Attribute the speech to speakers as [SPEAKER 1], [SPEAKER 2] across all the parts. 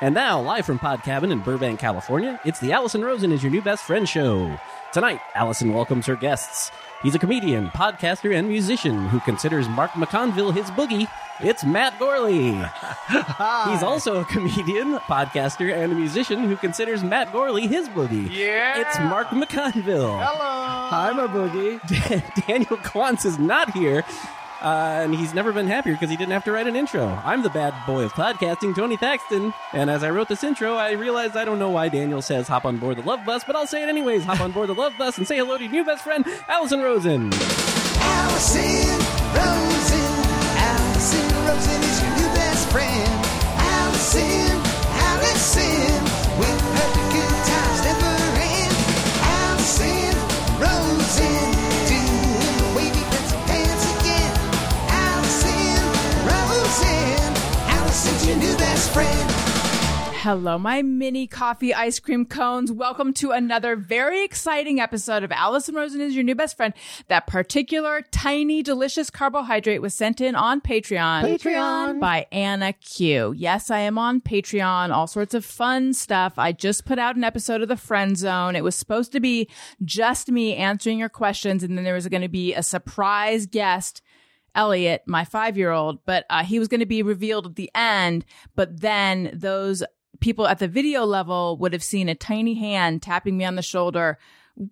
[SPEAKER 1] And now, live from Pod Cabin in Burbank, California, it's the Allison Rosen is Your New Best Friend show. Tonight, Allison welcomes her guests. He's a comedian, podcaster, and musician who considers Mark McConville his boogie. It's Matt Gorley. He's also a comedian, podcaster, and a musician who considers Matt Gorley his boogie.
[SPEAKER 2] Yeah.
[SPEAKER 1] It's Mark McConville.
[SPEAKER 2] Hello.
[SPEAKER 3] I'm a boogie.
[SPEAKER 1] Daniel Klantz is not here. Uh, and he's never been happier because he didn't have to write an intro. I'm the bad boy of podcasting, Tony Thaxton. And as I wrote this intro, I realized I don't know why Daniel says hop on board the love bus, but I'll say it anyways. Hop on board the love bus and say hello to your new best friend, Allison Rosen.
[SPEAKER 4] Allison Rosen. Allison Rosen is your new best friend. Allison, Allison, with her good times never end. Allison Rosen, doing the wavy pencil dance again. Allison Rosen, Allison's your new best friend.
[SPEAKER 5] Hello, my mini coffee ice cream cones. Welcome to another very exciting episode of Allison Rosen is Your New Best Friend. That particular tiny, delicious carbohydrate was sent in on Patreon. Patreon. By Anna Q. Yes, I am on Patreon. All sorts of fun stuff. I just put out an episode of The Friend Zone. It was supposed to be just me answering your questions, and then there was going to be a surprise guest. Elliot, my five year old, but uh, he was going to be revealed at the end. But then those people at the video level would have seen a tiny hand tapping me on the shoulder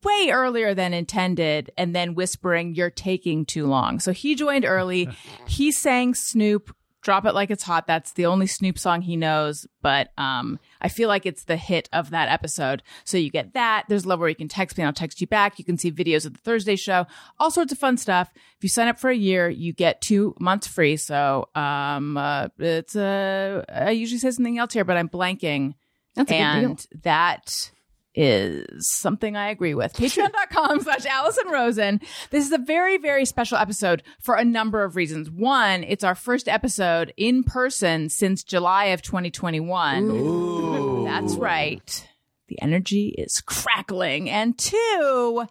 [SPEAKER 5] way earlier than intended and then whispering, You're taking too long. So he joined early. he sang Snoop. Drop it like it's hot. That's the only Snoop song he knows, but um, I feel like it's the hit of that episode. So you get that. There's a level where you can text me and I'll text you back. You can see videos of the Thursday show, all sorts of fun stuff. If you sign up for a year, you get two months free. So um, uh, it's uh, I usually say something else here, but I'm blanking. That's
[SPEAKER 6] a good
[SPEAKER 5] and
[SPEAKER 6] deal.
[SPEAKER 5] that is something I agree with. Patreon.com slash Allison Rosen. This is a very, very special episode for a number of reasons. One, it's our first episode in person since July of 2021. That's right. The energy is crackling. And two,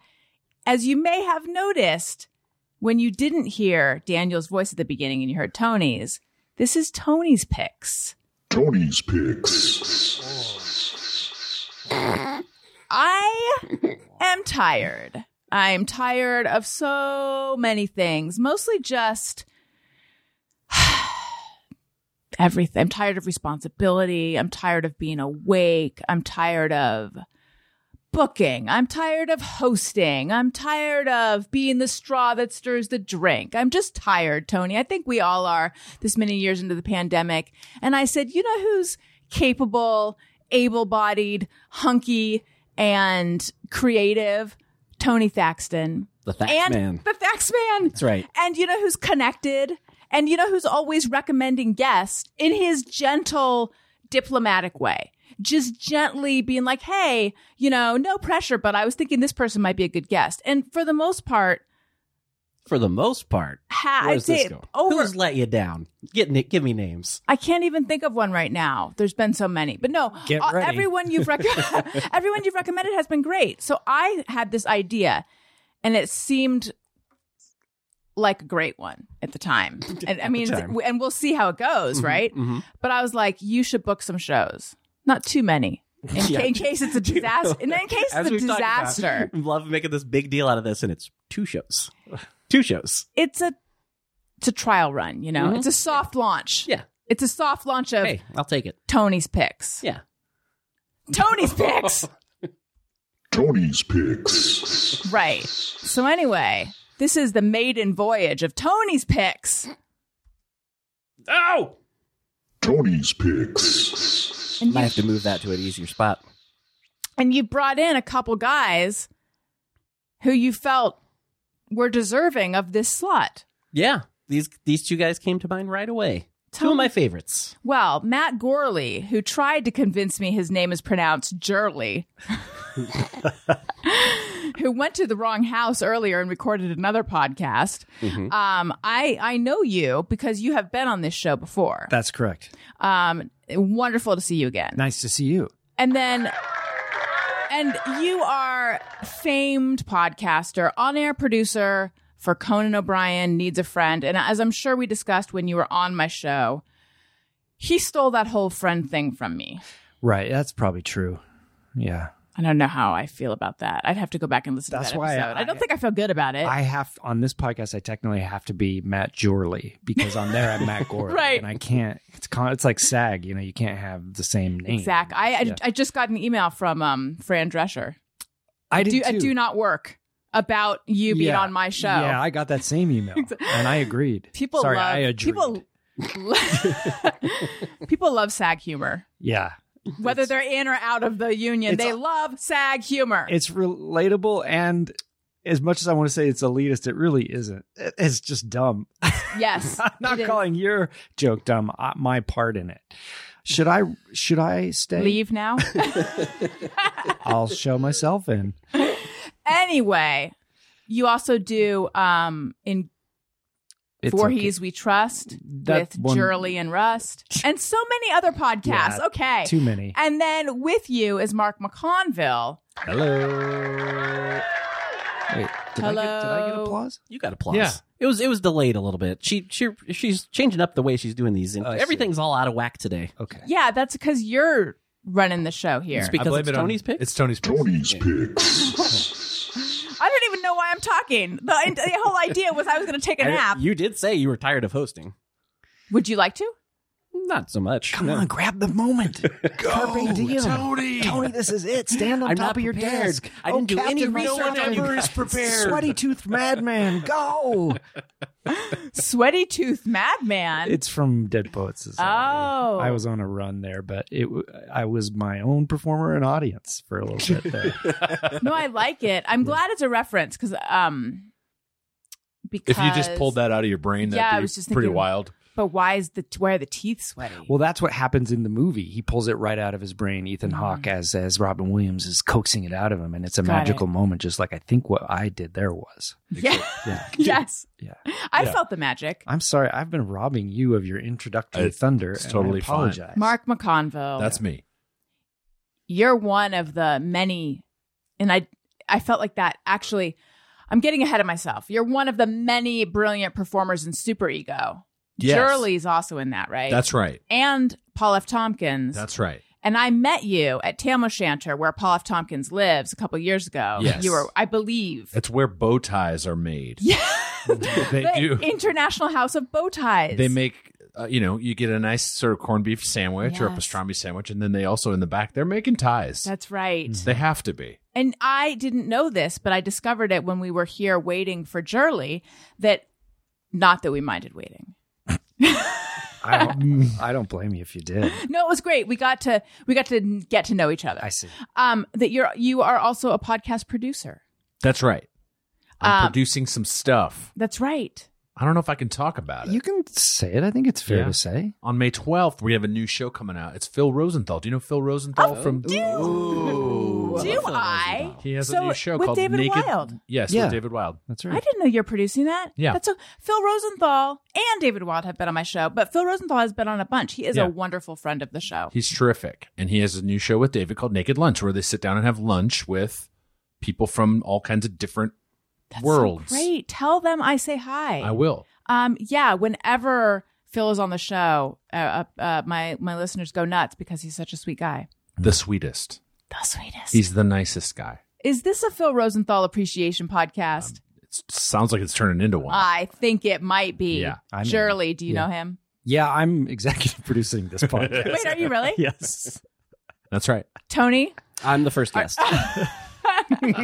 [SPEAKER 5] as you may have noticed, when you didn't hear Daniel's voice at the beginning and you heard Tony's, this is Tony's picks.
[SPEAKER 7] Tony's Picks.
[SPEAKER 5] I am tired. I'm tired of so many things, mostly just everything. I'm tired of responsibility. I'm tired of being awake. I'm tired of booking. I'm tired of hosting. I'm tired of being the straw that stirs the drink. I'm just tired, Tony. I think we all are this many years into the pandemic. And I said, you know who's capable, able bodied, hunky, and creative? Tony Thaxton.
[SPEAKER 1] The Thax
[SPEAKER 5] and
[SPEAKER 1] Man.
[SPEAKER 5] the Thax Man.
[SPEAKER 1] That's right.
[SPEAKER 5] And you know who's connected? And you know who's always recommending guests in his gentle, diplomatic way? Just gently being like, hey, you know, no pressure, but I was thinking this person might be a good guest. And for the most part,
[SPEAKER 1] For the most part,
[SPEAKER 5] ha- I'd
[SPEAKER 1] where's this
[SPEAKER 5] say
[SPEAKER 1] going?
[SPEAKER 5] over.
[SPEAKER 1] Who's let you down? Get, ni- give me names.
[SPEAKER 5] I can't even think of one right now. There's been so many, but no,
[SPEAKER 3] Get
[SPEAKER 5] uh,
[SPEAKER 3] ready.
[SPEAKER 5] everyone you've rec- everyone you've recommended has been great. So I had this idea, and it seemed like a great one at the time. And I mean,
[SPEAKER 1] time. Mm-hmm,
[SPEAKER 5] and we'll see how it goes, right? But I was like, you should book some shows, not too many, in, ca-
[SPEAKER 1] Yeah.
[SPEAKER 5] in case it's a disaster. And in case
[SPEAKER 1] As
[SPEAKER 5] it's a
[SPEAKER 1] we've talked about,
[SPEAKER 5] disaster,
[SPEAKER 1] we love making this big deal out of this, and it's two shows. Two shows.
[SPEAKER 5] it's a it's a trial run. You know, it's a soft launch.
[SPEAKER 1] Mm-hmm. Yeah.
[SPEAKER 5] It's a soft launch of
[SPEAKER 1] Hey, I'll take it.
[SPEAKER 5] Tony's picks.
[SPEAKER 1] Yeah.
[SPEAKER 5] Tony's picks.
[SPEAKER 7] Tony's Picks.
[SPEAKER 5] Right. So anyway, this is the maiden voyage of Tony's picks.
[SPEAKER 1] Oh!
[SPEAKER 7] Tony's Picks.
[SPEAKER 5] And
[SPEAKER 1] Might
[SPEAKER 5] you,
[SPEAKER 1] have to move that to an easier spot.
[SPEAKER 5] and you brought in a couple guys who you felt were deserving of this slot.
[SPEAKER 1] Yeah, these these two guys came to mind right away. Two of my favorites.
[SPEAKER 5] Well, Matt Gorley, who tried to convince me his name is pronounced Jurley, who went to the wrong house earlier and recorded another podcast. Um, I I know you because you have been on this show before.
[SPEAKER 3] That's correct.
[SPEAKER 5] Um, wonderful to see you again.
[SPEAKER 3] Nice to see you.
[SPEAKER 5] And then and you are famed podcaster, on-air producer for Conan O'Brien Needs a Friend. And as I'm sure we discussed when you were on my show, He stole that whole friend thing from me.
[SPEAKER 2] Right. That's probably true. Yeah.
[SPEAKER 5] I don't know how I feel about that. I'd have to go back and listen
[SPEAKER 2] That's
[SPEAKER 5] to that
[SPEAKER 2] why
[SPEAKER 5] episode. I,
[SPEAKER 2] I-
[SPEAKER 5] don't think I feel good about it.
[SPEAKER 2] I have on this podcast. I technically have to be Matt Jorley because on there I'm Matt Gorley,
[SPEAKER 5] Right.
[SPEAKER 2] And I can't. It's con, it's like SAG. You know, you can't have the same name.
[SPEAKER 5] Zach, I I,
[SPEAKER 2] Yeah.
[SPEAKER 5] I just got an email from um, Fran Drescher.
[SPEAKER 2] I did
[SPEAKER 5] Do, at
[SPEAKER 2] too.
[SPEAKER 5] do not work about you being
[SPEAKER 2] Yeah.
[SPEAKER 5] on my show.
[SPEAKER 2] Yeah, I got that same email, and I agreed.
[SPEAKER 5] people
[SPEAKER 2] Sorry,
[SPEAKER 5] love
[SPEAKER 2] I agreed.
[SPEAKER 5] people. people love SAG humor,
[SPEAKER 2] Yeah,
[SPEAKER 5] whether they're in or out of the union.
[SPEAKER 2] it's-
[SPEAKER 5] They love SAG humor.
[SPEAKER 2] it's relatable, and as much as I want to say it's elitist, it really isn't. It- It's just dumb.
[SPEAKER 5] yes,
[SPEAKER 2] I'm not
[SPEAKER 5] it is.
[SPEAKER 2] calling your joke dumb. I, my part in it. Should I? Should I stay?
[SPEAKER 5] Leave now.
[SPEAKER 2] I'll show myself in.
[SPEAKER 5] anyway, you also do um, in
[SPEAKER 2] It's
[SPEAKER 5] Voorhees We Trust
[SPEAKER 2] That
[SPEAKER 5] with
[SPEAKER 2] one-
[SPEAKER 5] Jurley and Rust, and so many other podcasts.
[SPEAKER 2] Yeah,
[SPEAKER 5] okay,
[SPEAKER 2] okay. Too many.
[SPEAKER 5] and then with you is Mark McConville.
[SPEAKER 2] Hello. Wait, did, I get, did I get
[SPEAKER 5] Hello.
[SPEAKER 2] applause?
[SPEAKER 1] You got applause.
[SPEAKER 2] Yeah.
[SPEAKER 1] It was it was delayed a little bit. She she she's changing up the way she's doing these.
[SPEAKER 2] I see.
[SPEAKER 1] Everything's all out of whack today.
[SPEAKER 2] Okay.
[SPEAKER 5] Yeah, that's because you're running the show here.
[SPEAKER 1] It's because it's Tony's pick.
[SPEAKER 3] It's Tony's pick.
[SPEAKER 7] Tony's picks.
[SPEAKER 5] I don't even know why I'm talking. The, the whole idea was I was going to take a
[SPEAKER 1] I-
[SPEAKER 5] nap.
[SPEAKER 1] You did say you were tired of hosting.
[SPEAKER 5] Would you like to?
[SPEAKER 1] Not so much.
[SPEAKER 2] Come on, grab the moment. Carpe diem.
[SPEAKER 3] Tony.
[SPEAKER 2] Tony, this is it. Stand on
[SPEAKER 1] I'm
[SPEAKER 2] top
[SPEAKER 1] not
[SPEAKER 2] of your
[SPEAKER 1] prepared.
[SPEAKER 2] desk. Oh,
[SPEAKER 1] I didn't do any
[SPEAKER 2] Captain
[SPEAKER 1] research
[SPEAKER 3] No one
[SPEAKER 1] on you
[SPEAKER 3] ever is
[SPEAKER 1] guys.
[SPEAKER 3] prepared.
[SPEAKER 2] Sweaty toothed madman, go!
[SPEAKER 5] Sweaty Tooth Madman.
[SPEAKER 2] It's from Dead Poets Society.
[SPEAKER 5] Oh.
[SPEAKER 2] I was on a run there, but it w- I was my own performer and audience for a little bit there.
[SPEAKER 5] no, I like it. I'm glad it's a reference because um because
[SPEAKER 3] If you just pulled that out of your brain, that'd
[SPEAKER 5] Yeah, I
[SPEAKER 3] be
[SPEAKER 5] was just
[SPEAKER 3] pretty
[SPEAKER 5] thinking-
[SPEAKER 3] wild.
[SPEAKER 5] But why is the why are the teeth sweaty?
[SPEAKER 2] well, that's what happens in the movie. He pulls it right out of his brain. Ethan Hawke as as Robin Williams is coaxing it out of him, and it's a
[SPEAKER 5] Mm-hmm. Got it.
[SPEAKER 2] magical moment, just like I think what I did there was.
[SPEAKER 5] yeah.
[SPEAKER 2] Yeah.
[SPEAKER 5] yes.
[SPEAKER 2] Yeah.
[SPEAKER 5] I felt the magic.
[SPEAKER 2] I'm sorry, I've been robbing you of your introductory
[SPEAKER 3] It's
[SPEAKER 2] thunder. and
[SPEAKER 3] totally
[SPEAKER 2] I
[SPEAKER 3] fine.
[SPEAKER 2] apologize.
[SPEAKER 5] Mark McConville.
[SPEAKER 3] That's me.
[SPEAKER 5] you're one of the many and i i felt like that actually i'm getting ahead of myself you're one of the many brilliant performers in superego
[SPEAKER 3] Yes.
[SPEAKER 5] Shirley's also in that right
[SPEAKER 3] That's right.
[SPEAKER 5] and paul f tompkins
[SPEAKER 3] That's right.
[SPEAKER 5] and i met you at tam o'shanter where paul f tompkins lives a couple years ago
[SPEAKER 3] Yes.
[SPEAKER 5] you were i believe
[SPEAKER 3] That's where bow ties are made.
[SPEAKER 5] yeah
[SPEAKER 3] They
[SPEAKER 5] the
[SPEAKER 3] do.
[SPEAKER 5] international house of bow ties
[SPEAKER 3] They make, uh, you know, you get a nice sort of corned beef sandwich or a
[SPEAKER 5] Yes.
[SPEAKER 3] pastrami sandwich, and then they also in the back they're making ties.
[SPEAKER 5] that's right
[SPEAKER 3] they have to be.
[SPEAKER 5] And I didn't know this, but I discovered it when we were here waiting for Jurley that not that we minded waiting.
[SPEAKER 2] I don't, I don't blame you if you did.
[SPEAKER 5] No, it was great. We got to we got to get to know each other.
[SPEAKER 2] I see.
[SPEAKER 5] Um that you're you are also a podcast producer.
[SPEAKER 3] That's right. I'm
[SPEAKER 5] Um,
[SPEAKER 3] producing some stuff.
[SPEAKER 5] That's right.
[SPEAKER 3] I don't know if I can talk about it.
[SPEAKER 2] You can say it. I think it's fair
[SPEAKER 3] Yeah.
[SPEAKER 2] to say.
[SPEAKER 3] On May 12th, we have a new show coming out. It's Phil Rosenthal. Do you know Phil
[SPEAKER 5] Oh,
[SPEAKER 3] Rosenthal from?
[SPEAKER 1] Ooh.
[SPEAKER 5] Do I?
[SPEAKER 3] He has
[SPEAKER 5] So,
[SPEAKER 3] a new show
[SPEAKER 5] with
[SPEAKER 3] called
[SPEAKER 5] David
[SPEAKER 3] Naked.
[SPEAKER 5] Wild.
[SPEAKER 3] Yes,
[SPEAKER 2] Yeah.
[SPEAKER 3] with David Wild.
[SPEAKER 2] That's
[SPEAKER 5] I
[SPEAKER 2] right.
[SPEAKER 5] didn't know you're producing that.
[SPEAKER 3] Hmm. Yeah.
[SPEAKER 5] That's a Phil Rosenthal and David Wild have been on my show, but Phil Rosenthal has been on a bunch. He is
[SPEAKER 3] Yeah.
[SPEAKER 5] a wonderful friend of the show.
[SPEAKER 3] He's terrific. And he has a new show with David called Naked Lunch, where they sit down and have lunch with people from all kinds of different
[SPEAKER 5] That's so
[SPEAKER 3] worlds.
[SPEAKER 5] great. Tell them I say hi.
[SPEAKER 3] I will.
[SPEAKER 5] Um, yeah, whenever Phil is on the show, uh, uh, uh, my my listeners go nuts because he's such a sweet guy.
[SPEAKER 3] The sweetest.
[SPEAKER 5] The sweetest.
[SPEAKER 3] He's the nicest guy.
[SPEAKER 5] is this a Phil Rosenthal appreciation podcast?
[SPEAKER 3] It sounds like it's turning into one.
[SPEAKER 5] I think it might be.
[SPEAKER 3] uh, Yeah,
[SPEAKER 2] I'm in.
[SPEAKER 5] Surely, do you
[SPEAKER 2] Yeah.
[SPEAKER 5] know him?
[SPEAKER 2] Yeah, I'm executive producing this podcast.
[SPEAKER 5] Wait, are you really?
[SPEAKER 2] yes.
[SPEAKER 3] That's right.
[SPEAKER 5] Tony?
[SPEAKER 1] I'm the first guest.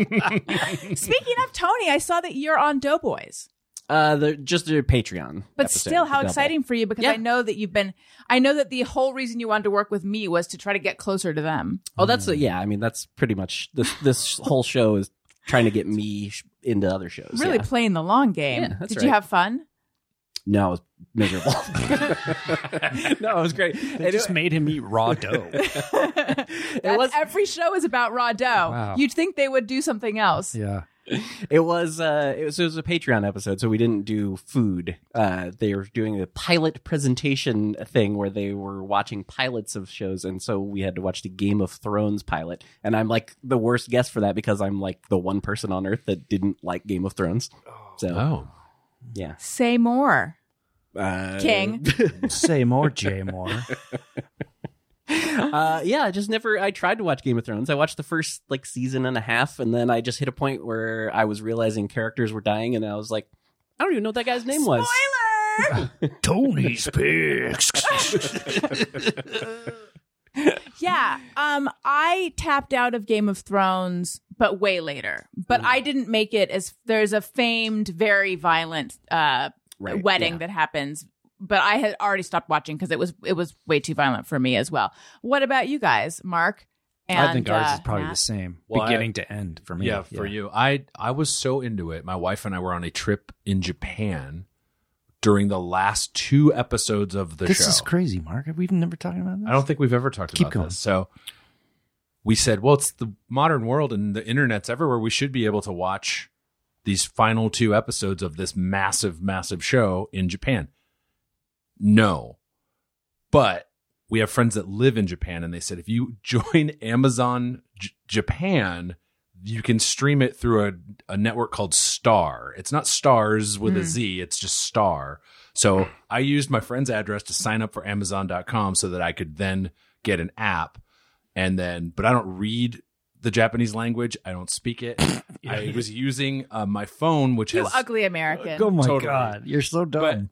[SPEAKER 5] Speaking of Tony, I saw that you're on Doughboys.
[SPEAKER 1] uh, the, just a Patreon.
[SPEAKER 5] But
[SPEAKER 1] episode,
[SPEAKER 5] still, how
[SPEAKER 1] double.
[SPEAKER 5] exciting for you because
[SPEAKER 1] Yeah.
[SPEAKER 5] I know that you've been, I know that the whole reason you wanted to work with me was to try to get closer to them.
[SPEAKER 1] Oh, that's a, yeah. I mean, that's pretty much this. This whole show is trying to get me sh- into other shows.
[SPEAKER 5] Really
[SPEAKER 1] yeah.
[SPEAKER 5] playing the long game.
[SPEAKER 1] Yeah, that's
[SPEAKER 5] Did you
[SPEAKER 1] right.
[SPEAKER 5] have fun?
[SPEAKER 1] No, it was miserable. no, it was great.
[SPEAKER 2] They
[SPEAKER 1] It,
[SPEAKER 2] just made him eat raw dough.
[SPEAKER 1] it
[SPEAKER 5] That's-
[SPEAKER 1] was
[SPEAKER 5] every show is about raw dough.
[SPEAKER 2] Wow.
[SPEAKER 5] You'd think they would do something else.
[SPEAKER 2] yeah.
[SPEAKER 1] it was uh it was, it was a Patreon episode, so we didn't do food. Uh, they were doing a pilot presentation thing where they were watching pilots of shows, and so we had to watch the Game of Thrones pilot. And I'm like the worst guest for that because I'm like the one person Oh. on earth that didn't like Game of Thrones. So
[SPEAKER 3] Oh.
[SPEAKER 1] yeah,
[SPEAKER 5] Say more.
[SPEAKER 1] uh,
[SPEAKER 5] King.
[SPEAKER 2] Say more, Jay Moore.
[SPEAKER 1] uh, yeah, I just never. I tried to watch Game of Thrones. I watched the first like season and a half, and then I just hit a point where I was realizing characters were dying, and I was like, I don't even know what that guy's name was.
[SPEAKER 5] Spoiler!
[SPEAKER 2] Tony's picks.
[SPEAKER 5] yeah. Um, I tapped out of Game of Thrones, but way later. But I didn't make it as there's a famed, very violent uh,
[SPEAKER 1] Right,
[SPEAKER 5] wedding
[SPEAKER 1] yeah.
[SPEAKER 5] that happens. But I had already stopped watching because it was it was way too violent for me as well. What about you guys, Mark?
[SPEAKER 2] I think ours
[SPEAKER 5] uh,
[SPEAKER 2] is probably
[SPEAKER 5] Matt?
[SPEAKER 2] the same,
[SPEAKER 3] Well, I-
[SPEAKER 2] beginning to end for me.
[SPEAKER 3] Yeah, for you. I I was so into it. My wife and I were on a trip in Japan during the last two episodes of the
[SPEAKER 2] This
[SPEAKER 3] show.
[SPEAKER 2] is crazy, Mark. We've never talked about this.
[SPEAKER 3] I don't think we've ever talked
[SPEAKER 2] Keep
[SPEAKER 3] about
[SPEAKER 2] going.
[SPEAKER 3] this. So we said, well, it's the modern world and the internet's everywhere. We should be able to watch these final two episodes of this massive, massive show in Japan. No. But we have friends that live in Japan and they said if you join Amazon J- Japan, you can stream it through a, a network called Star. It's not stars with a Z, it's just Star. So I used my friend's address to sign up for Amazon.com so that I could then get an app. And then, but I don't read the Japanese language, I don't speak it. I was using uh, my phone, which
[SPEAKER 5] You
[SPEAKER 3] has
[SPEAKER 5] ugly American.
[SPEAKER 2] Oh my
[SPEAKER 3] Totally.
[SPEAKER 2] god, you're so dumb.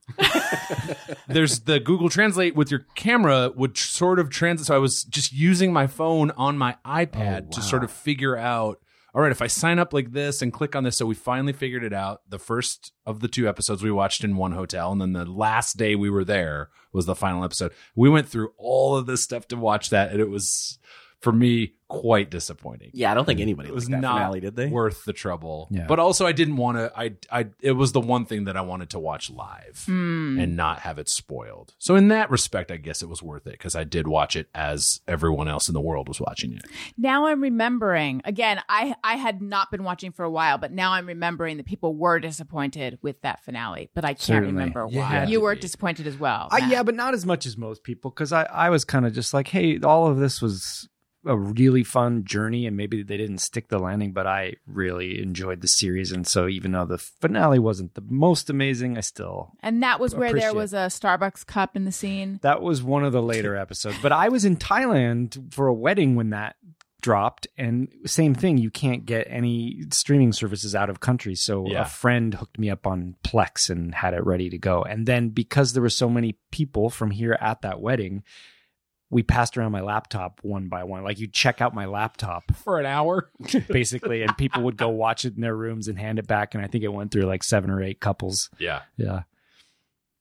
[SPEAKER 3] there's the Google Translate with your camera would tr- sort of translate. So I was just using my phone on my iPad to sort of figure out. All right, if I sign up like this and click on this, so we finally figured it out. The first of the two episodes we watched in one hotel, and then the last day we were there was the final episode. We went through all of this stuff to watch that, and it was for me quite disappointing
[SPEAKER 1] Yeah, I don't think anybody
[SPEAKER 3] it was
[SPEAKER 1] liked that
[SPEAKER 3] not
[SPEAKER 1] finale, did they?
[SPEAKER 3] worth the trouble.
[SPEAKER 2] Yeah.
[SPEAKER 3] But also, I didn't want to. I, I, it was the one thing that I wanted to watch live and not have it spoiled. So in that respect, I guess it was worth it because I did watch it as everyone else in the world was watching it.
[SPEAKER 5] Now I'm remembering again. I I had not been watching for a while, but now I'm remembering that people were disappointed with that finale. But I can't
[SPEAKER 2] Certainly.
[SPEAKER 5] remember
[SPEAKER 3] You
[SPEAKER 5] why.
[SPEAKER 3] had
[SPEAKER 5] You
[SPEAKER 3] to
[SPEAKER 5] were
[SPEAKER 3] be.
[SPEAKER 5] disappointed as well.
[SPEAKER 2] I,
[SPEAKER 5] Matt.
[SPEAKER 2] yeah, but not as much as most people because I, I was kind of just like, hey, all of this was a really fun journey, and maybe they didn't stick the landing, but I really enjoyed the series, and so even though the finale wasn't the most amazing, I still
[SPEAKER 5] And that was where there
[SPEAKER 2] Appreciate
[SPEAKER 5] was a Starbucks cup in the scene.
[SPEAKER 2] That was one of the later episodes. But I was in Thailand for a wedding when that dropped and same thing you can't get any streaming services out of country so
[SPEAKER 3] Yeah.
[SPEAKER 2] a friend hooked me up on plex and had it ready to go and then because there were so many people from here at that wedding we passed around my laptop one by one like you check out my laptop
[SPEAKER 3] For an hour,
[SPEAKER 2] basically and people would go watch it in their rooms and hand it back and i think it went through like seven or eight couples
[SPEAKER 3] yeah,
[SPEAKER 2] yeah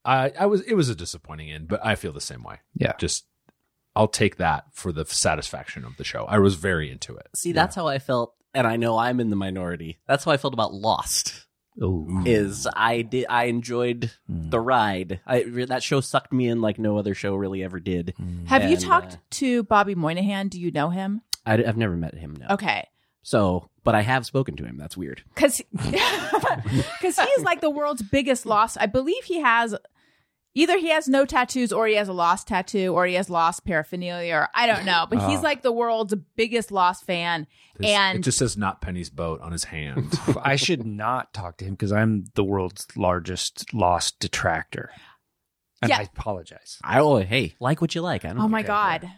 [SPEAKER 3] I, I was. It was a disappointing end, but I feel the same way.
[SPEAKER 2] Yeah.
[SPEAKER 3] just I'll take that for the satisfaction of the show. I was very into it.
[SPEAKER 1] See, that's how I felt, and I know I'm in the minority. That's how I felt about Lost.
[SPEAKER 2] oh
[SPEAKER 1] Is I did I enjoyed
[SPEAKER 3] Hmm.
[SPEAKER 1] the ride. I that show sucked me in like no other show really ever did.
[SPEAKER 3] Hmm.
[SPEAKER 5] Have you
[SPEAKER 1] And,
[SPEAKER 5] talked
[SPEAKER 1] uh,
[SPEAKER 5] to Bobby Moynihan? Do you know him?
[SPEAKER 1] I, have never met him now.
[SPEAKER 5] Okay.
[SPEAKER 1] So, but I have spoken to him. That's weird.
[SPEAKER 5] Because he's like the world's biggest lost. I believe he has either he has no tattoos or he has a lost tattoo or he has lost paraphernalia or I don't know. But
[SPEAKER 2] Uh.
[SPEAKER 5] he's like the world's biggest lost fan.
[SPEAKER 3] This-
[SPEAKER 5] and
[SPEAKER 3] it just says not Penny's boat on his hand.
[SPEAKER 2] I should not talk to him because I'm the world's largest lost detractor. And
[SPEAKER 5] Yeah.
[SPEAKER 2] I apologize.
[SPEAKER 1] I oh hey, like what you like. I don't.
[SPEAKER 5] oh my
[SPEAKER 1] care.
[SPEAKER 5] God.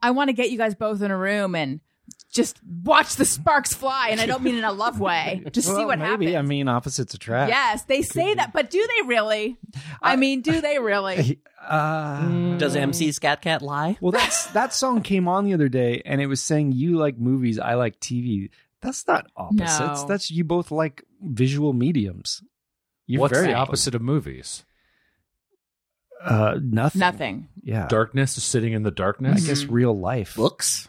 [SPEAKER 5] I want to get you guys both in a room and just watch the sparks fly. And I don't mean in a love way. Just see what
[SPEAKER 2] maybe.
[SPEAKER 5] happens.
[SPEAKER 2] I mean, opposites
[SPEAKER 3] Uh,
[SPEAKER 2] attract.
[SPEAKER 5] Yes, they say that, but do they really? I mean, do they really? Mm.
[SPEAKER 2] Uh,
[SPEAKER 1] Does MC Scat Cat lie?
[SPEAKER 2] well, that's that song came on the other day, and it was saying, "You like movies, I like TV." That's not opposites.
[SPEAKER 5] No.
[SPEAKER 2] That's you both like visual mediums. You're
[SPEAKER 3] What's
[SPEAKER 2] very
[SPEAKER 3] the opposite of movies?
[SPEAKER 2] Uh, nothing.
[SPEAKER 5] Nothing.
[SPEAKER 2] Yeah.
[SPEAKER 3] Darkness is sitting in the
[SPEAKER 2] I
[SPEAKER 3] darkness.
[SPEAKER 2] guess real life.
[SPEAKER 1] Books.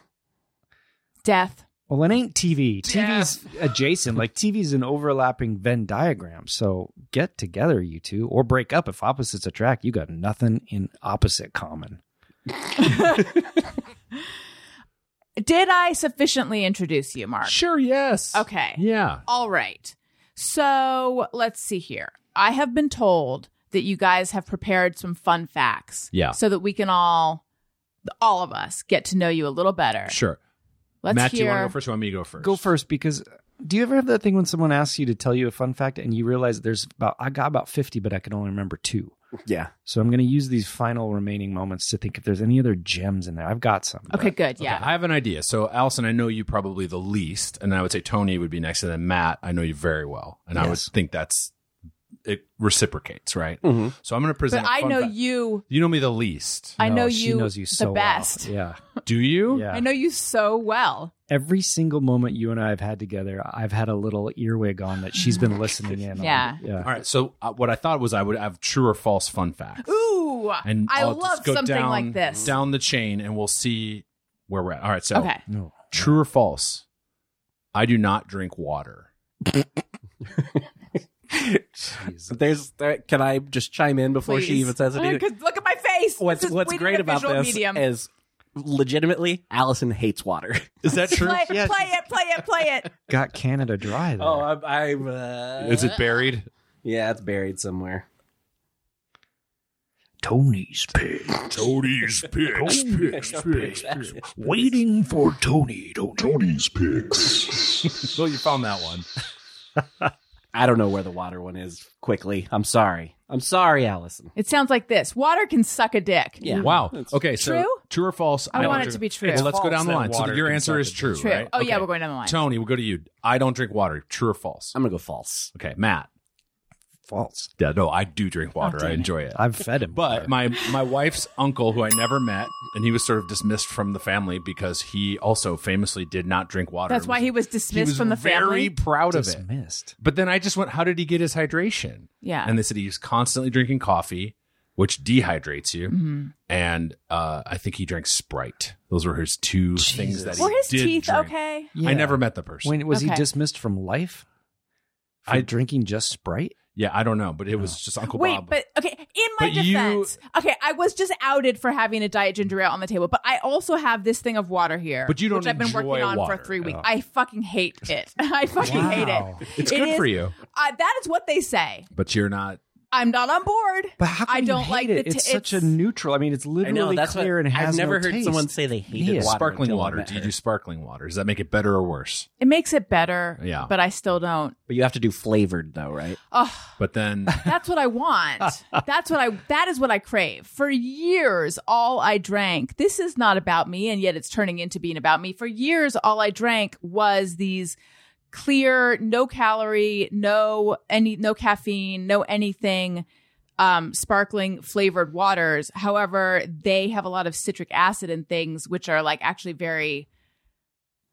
[SPEAKER 5] Death.
[SPEAKER 2] Well, it ain't TV. TV's adjacent. Like TV's an overlapping Venn diagram. So get together, you two, or break up. If opposites attract, you got nothing in opposite common.
[SPEAKER 5] Did I sufficiently introduce you, Mark?
[SPEAKER 3] Sure. Yes.
[SPEAKER 5] Okay.
[SPEAKER 3] Yeah.
[SPEAKER 5] All right. So let's see here. I have been told that you guys have prepared some fun facts.
[SPEAKER 3] Yeah.
[SPEAKER 5] So that we can all, all of us, get to know you a little better.
[SPEAKER 3] Sure.
[SPEAKER 5] Let's
[SPEAKER 3] Matt,
[SPEAKER 5] hear.
[SPEAKER 3] do you want to go first or want me to go first?
[SPEAKER 2] Go first because do you ever have that thing when someone asks you to tell you a fun fact and you realize there's about I got about fifty, but I can only remember two.
[SPEAKER 1] Yeah.
[SPEAKER 2] So I'm going to use these final remaining moments to think if there's any other gems in there. I've got some. but-
[SPEAKER 5] Okay, good. Yeah.
[SPEAKER 3] I have an idea. So, Allison, I know you probably the least, and I would say Tony would be next, and then Matt, I know you very well, and I would
[SPEAKER 2] Yes.
[SPEAKER 3] think that's it reciprocates, right?
[SPEAKER 1] Mm-hmm.
[SPEAKER 3] So, I'm going
[SPEAKER 5] but
[SPEAKER 3] to present. a
[SPEAKER 5] I
[SPEAKER 3] fun
[SPEAKER 5] know
[SPEAKER 3] fact.
[SPEAKER 5] you.
[SPEAKER 3] You know me the least.
[SPEAKER 5] I
[SPEAKER 2] No,
[SPEAKER 5] know
[SPEAKER 2] she
[SPEAKER 5] you,
[SPEAKER 2] knows you
[SPEAKER 5] the
[SPEAKER 2] so well.
[SPEAKER 5] best.
[SPEAKER 2] Yeah.
[SPEAKER 3] Do you?
[SPEAKER 2] Yeah.
[SPEAKER 5] I know you so well.
[SPEAKER 2] every single moment you and I have had together, I've had a little earwig on that she's been listening in. on.
[SPEAKER 5] Yeah.
[SPEAKER 2] Yeah.
[SPEAKER 3] All right. So, uh, what I thought was I would have true or false fun facts.
[SPEAKER 5] Ooh,
[SPEAKER 3] And
[SPEAKER 5] I
[SPEAKER 3] I'll
[SPEAKER 5] love
[SPEAKER 3] just go
[SPEAKER 5] something
[SPEAKER 3] down,
[SPEAKER 5] like this.
[SPEAKER 3] Down the chain, and we'll see where we're at. All right. So,
[SPEAKER 5] Okay.
[SPEAKER 2] No.
[SPEAKER 3] true or false? I do not drink water.
[SPEAKER 2] Jeez.
[SPEAKER 1] There's. There, can I just chime in before she
[SPEAKER 5] Please.
[SPEAKER 1] even says
[SPEAKER 5] Uh,
[SPEAKER 1] anything?
[SPEAKER 5] 'cause Look at my face.
[SPEAKER 1] what's
[SPEAKER 5] This is-
[SPEAKER 1] what's
[SPEAKER 5] we need
[SPEAKER 1] great
[SPEAKER 5] a
[SPEAKER 1] about
[SPEAKER 5] visual
[SPEAKER 1] this
[SPEAKER 5] medium.
[SPEAKER 1] is legitimately Allison hates water.
[SPEAKER 3] Is that true?
[SPEAKER 5] play, play it, play it, play it.
[SPEAKER 2] Got Canada dry though.
[SPEAKER 1] oh, I'm. I'm uh,
[SPEAKER 3] Is it buried?
[SPEAKER 1] Yeah, it's buried somewhere.
[SPEAKER 2] Tony's pig.
[SPEAKER 3] Tony's picks, picks, picks,
[SPEAKER 2] Waiting for Tony. Don't
[SPEAKER 7] Tony's Picks.
[SPEAKER 3] So oh, you found that one.
[SPEAKER 1] I don't know where the water one is. Quickly, I'm sorry. I'm sorry, Allison.
[SPEAKER 5] It sounds like this. Water can suck a dick.
[SPEAKER 1] Yeah.
[SPEAKER 3] Wow. Okay. So
[SPEAKER 5] True?
[SPEAKER 3] true or false?
[SPEAKER 5] I
[SPEAKER 3] don't
[SPEAKER 5] want it
[SPEAKER 3] drink-
[SPEAKER 5] to be true.
[SPEAKER 3] Well, let's go
[SPEAKER 2] false
[SPEAKER 3] down the
[SPEAKER 2] that
[SPEAKER 3] line. So
[SPEAKER 2] water
[SPEAKER 3] your
[SPEAKER 2] can
[SPEAKER 3] answer
[SPEAKER 2] suck
[SPEAKER 3] is
[SPEAKER 2] a
[SPEAKER 3] true,
[SPEAKER 5] True.
[SPEAKER 3] right?
[SPEAKER 5] Oh yeah,
[SPEAKER 3] Okay.
[SPEAKER 5] we're going down the line.
[SPEAKER 3] Tony, we'll go to you. I don't drink water. True or false?
[SPEAKER 1] I'm gonna go false.
[SPEAKER 3] Okay, Matt.
[SPEAKER 2] false.
[SPEAKER 3] Yeah, no, I do drink water. I enjoy it.
[SPEAKER 2] I've fed him.
[SPEAKER 3] But my my wife's uncle, who I never met, and he was sort of dismissed from the family because he also famously did not drink water.
[SPEAKER 5] That's
[SPEAKER 3] It
[SPEAKER 5] why he was dismissed from the
[SPEAKER 3] very
[SPEAKER 5] family.
[SPEAKER 3] proud of it.
[SPEAKER 2] dismissed.
[SPEAKER 3] But then I just went, how did he get his hydration?
[SPEAKER 5] Yeah.
[SPEAKER 3] And they said he's constantly drinking coffee, which dehydrates you.
[SPEAKER 5] Mm-hmm.
[SPEAKER 3] And uh, I think he drank Sprite. Those were his two things that he
[SPEAKER 5] Were his
[SPEAKER 3] did
[SPEAKER 5] teeth
[SPEAKER 3] drink.
[SPEAKER 5] okay?
[SPEAKER 2] Yeah.
[SPEAKER 3] I never met the person.
[SPEAKER 2] When was
[SPEAKER 5] Okay.
[SPEAKER 2] he dismissed from life? For
[SPEAKER 3] I-
[SPEAKER 2] drinking just Sprite.
[SPEAKER 3] yeah, I don't know, but it was just Uncle
[SPEAKER 5] Wait,
[SPEAKER 3] Bob.
[SPEAKER 5] but okay. In my
[SPEAKER 3] But you-
[SPEAKER 5] defense, okay, I was just outed for having a diet ginger ale on the table, but I also have this thing of water here.
[SPEAKER 3] But you don't
[SPEAKER 5] which I've been
[SPEAKER 3] enjoy
[SPEAKER 5] working on
[SPEAKER 3] water.
[SPEAKER 5] for three weeks.
[SPEAKER 2] Oh.
[SPEAKER 5] I fucking hate it. I fucking hate
[SPEAKER 2] Wow.
[SPEAKER 5] it.
[SPEAKER 3] it's
[SPEAKER 5] It
[SPEAKER 3] good for
[SPEAKER 5] is-
[SPEAKER 3] you,
[SPEAKER 5] Uh, that is what they say.
[SPEAKER 3] but you're not.
[SPEAKER 5] I'm not on board.
[SPEAKER 2] But how can
[SPEAKER 5] I
[SPEAKER 2] you
[SPEAKER 5] don't
[SPEAKER 2] hate
[SPEAKER 5] like
[SPEAKER 2] it?
[SPEAKER 5] the t-
[SPEAKER 2] it's such a neutral. I mean, it's literally clear and has
[SPEAKER 1] I've never
[SPEAKER 2] no
[SPEAKER 1] heard
[SPEAKER 2] taste.
[SPEAKER 1] someone say they hated
[SPEAKER 2] Yeah.
[SPEAKER 1] water
[SPEAKER 3] Sparkling
[SPEAKER 1] until I
[SPEAKER 3] water.
[SPEAKER 1] met
[SPEAKER 3] Do you
[SPEAKER 1] her.
[SPEAKER 3] do sparkling water? Does that make it better or worse?
[SPEAKER 5] It makes it better.
[SPEAKER 3] Yeah.
[SPEAKER 5] But I still don't.
[SPEAKER 1] But you have to do flavored though, right?
[SPEAKER 5] Oh,
[SPEAKER 3] But then
[SPEAKER 5] that's what I want. that's what I that is what I crave. For years all I drank. This is not about me and yet it's turning into being about me. For years all I drank was these clear, no calorie, no any no caffeine, no anything um sparkling flavored waters. However, they have a lot of citric acid and things which are like actually very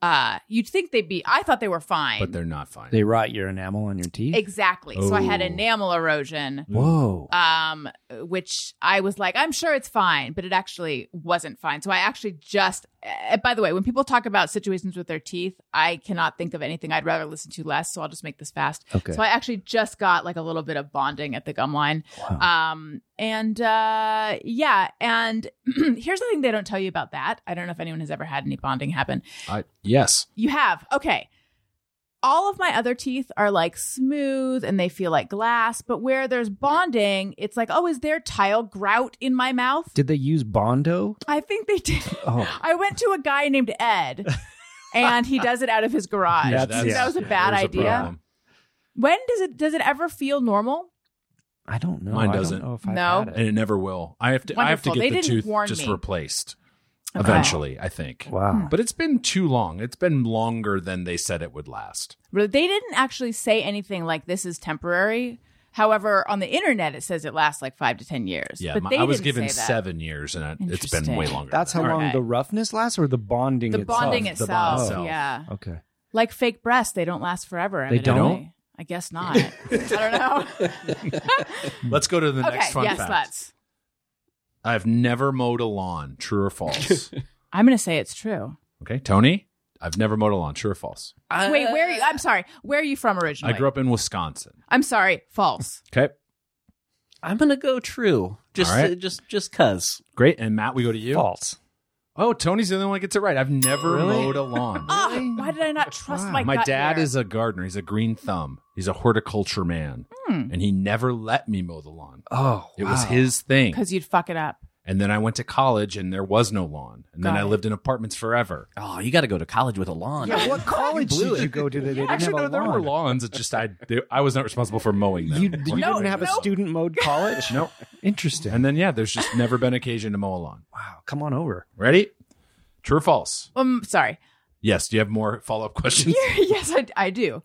[SPEAKER 5] uh you'd think they'd be I thought they were fine.
[SPEAKER 3] but they're not fine.
[SPEAKER 2] They rot your enamel on your teeth.
[SPEAKER 5] Exactly. So I had
[SPEAKER 3] Oh.
[SPEAKER 5] enamel erosion,
[SPEAKER 2] Whoa.
[SPEAKER 5] um, which I was like, I'm sure it's fine, but it actually wasn't fine. So I actually just, uh, by the way, when people talk about situations with their teeth, I cannot think of anything I'd rather listen to less. So I'll just make this fast.
[SPEAKER 2] Okay.
[SPEAKER 5] Uh, So I actually just got like a little bit of bonding at the gum line.
[SPEAKER 2] Wow.
[SPEAKER 5] Um, and uh, yeah, and here's the thing they don't tell you about that. I don't know if anyone has ever had any bonding happen.
[SPEAKER 3] I, yes.
[SPEAKER 5] You have. Okay. All of my other teeth are like smooth and they feel like glass, but where there's bonding, it's like, oh, is there tile grout in my mouth?
[SPEAKER 2] Did they use Bondo?
[SPEAKER 5] I think they did.
[SPEAKER 2] Oh.
[SPEAKER 5] I went to a guy named Ed and he does it out of his garage.
[SPEAKER 2] Yeah,
[SPEAKER 5] that
[SPEAKER 2] that's-
[SPEAKER 5] was a
[SPEAKER 3] yeah,
[SPEAKER 5] bad
[SPEAKER 3] there's a
[SPEAKER 5] idea.
[SPEAKER 3] problem.
[SPEAKER 5] when does it does it ever feel normal?
[SPEAKER 2] I don't know.
[SPEAKER 3] Mine
[SPEAKER 2] I don't
[SPEAKER 3] doesn't.
[SPEAKER 2] know if I've
[SPEAKER 5] No.
[SPEAKER 2] had it.
[SPEAKER 3] and it never will. I have to. I have to
[SPEAKER 5] Wonderful.
[SPEAKER 3] get
[SPEAKER 5] They
[SPEAKER 3] the
[SPEAKER 5] didn't
[SPEAKER 3] tooth
[SPEAKER 5] warn
[SPEAKER 3] just
[SPEAKER 5] me.
[SPEAKER 3] replaced
[SPEAKER 5] Okay.
[SPEAKER 3] eventually. I think.
[SPEAKER 2] Wow.
[SPEAKER 3] But it's been too long. It's been longer than they said it would last.
[SPEAKER 5] But They didn't actually say anything like this is temporary. However, on the internet it says it lasts like five to ten years.
[SPEAKER 3] Yeah,
[SPEAKER 5] but
[SPEAKER 3] my-
[SPEAKER 5] they
[SPEAKER 3] I was
[SPEAKER 5] didn't
[SPEAKER 3] given
[SPEAKER 5] say that.
[SPEAKER 3] seven years, and it, it's been
[SPEAKER 5] Interesting.
[SPEAKER 3] way longer.
[SPEAKER 2] That's how
[SPEAKER 3] than that.
[SPEAKER 2] long
[SPEAKER 5] Alright.
[SPEAKER 2] the roughness lasts, or the bonding.
[SPEAKER 5] The
[SPEAKER 2] itself? oh,
[SPEAKER 5] bonding
[SPEAKER 3] The bond
[SPEAKER 5] itself,
[SPEAKER 3] itself.
[SPEAKER 5] yeah.
[SPEAKER 2] Okay.
[SPEAKER 5] Like fake breasts, they don't last forever.
[SPEAKER 2] They don't?
[SPEAKER 5] evidently. I guess not. I don't know.
[SPEAKER 3] Let's go to the
[SPEAKER 5] okay,
[SPEAKER 3] next fun
[SPEAKER 5] yes,
[SPEAKER 3] fact.
[SPEAKER 5] let's.
[SPEAKER 3] I've never mowed a lawn. True or false?
[SPEAKER 5] I'm going to say it's true.
[SPEAKER 3] okay, Tony. I've never mowed a lawn. True or false?
[SPEAKER 5] Wait, where are you? I'm sorry. Where are you from originally?
[SPEAKER 3] I grew up in Wisconsin.
[SPEAKER 5] I'm sorry. False.
[SPEAKER 3] Okay,
[SPEAKER 1] I'm gonna go true. Just,
[SPEAKER 3] All right.
[SPEAKER 1] uh, just, just cause.
[SPEAKER 3] great. And Matt, we go to you.
[SPEAKER 2] False.
[SPEAKER 3] Oh, Tony's the only one that gets it right. I've never mowed a lawn.
[SPEAKER 5] Ah, why did I not trust my
[SPEAKER 3] My
[SPEAKER 5] gut
[SPEAKER 3] dad
[SPEAKER 5] here?
[SPEAKER 3] is a gardener. He's a green thumb. He's a horticulture man, and he never let me mow the lawn.
[SPEAKER 2] Oh,
[SPEAKER 3] It was
[SPEAKER 2] Hmm. wow.
[SPEAKER 3] his thing.
[SPEAKER 5] Because you'd fuck it up.
[SPEAKER 3] And then I went to college and there was no lawn. And then
[SPEAKER 5] Got
[SPEAKER 3] I
[SPEAKER 5] it.
[SPEAKER 3] lived in apartments forever.
[SPEAKER 1] Oh, you got to go to college with a lawn.
[SPEAKER 2] Yeah, what college
[SPEAKER 1] blew
[SPEAKER 2] did
[SPEAKER 1] it.
[SPEAKER 2] you go to that they didn't have
[SPEAKER 3] Actually, no,
[SPEAKER 2] a
[SPEAKER 3] there
[SPEAKER 2] lawn?
[SPEAKER 3] were lawns. It's just I, they, I was not responsible for mowing them.
[SPEAKER 2] You, you didn't have a
[SPEAKER 5] no.
[SPEAKER 2] student mode college?
[SPEAKER 3] Nope.
[SPEAKER 2] Interesting.
[SPEAKER 3] And then, yeah, there's just never been occasion to mow a lawn.
[SPEAKER 2] wow, come on over.
[SPEAKER 3] Ready? True or false?
[SPEAKER 5] Um, sorry.
[SPEAKER 3] Yes. Do you have more follow up questions?
[SPEAKER 5] yes, I, I do.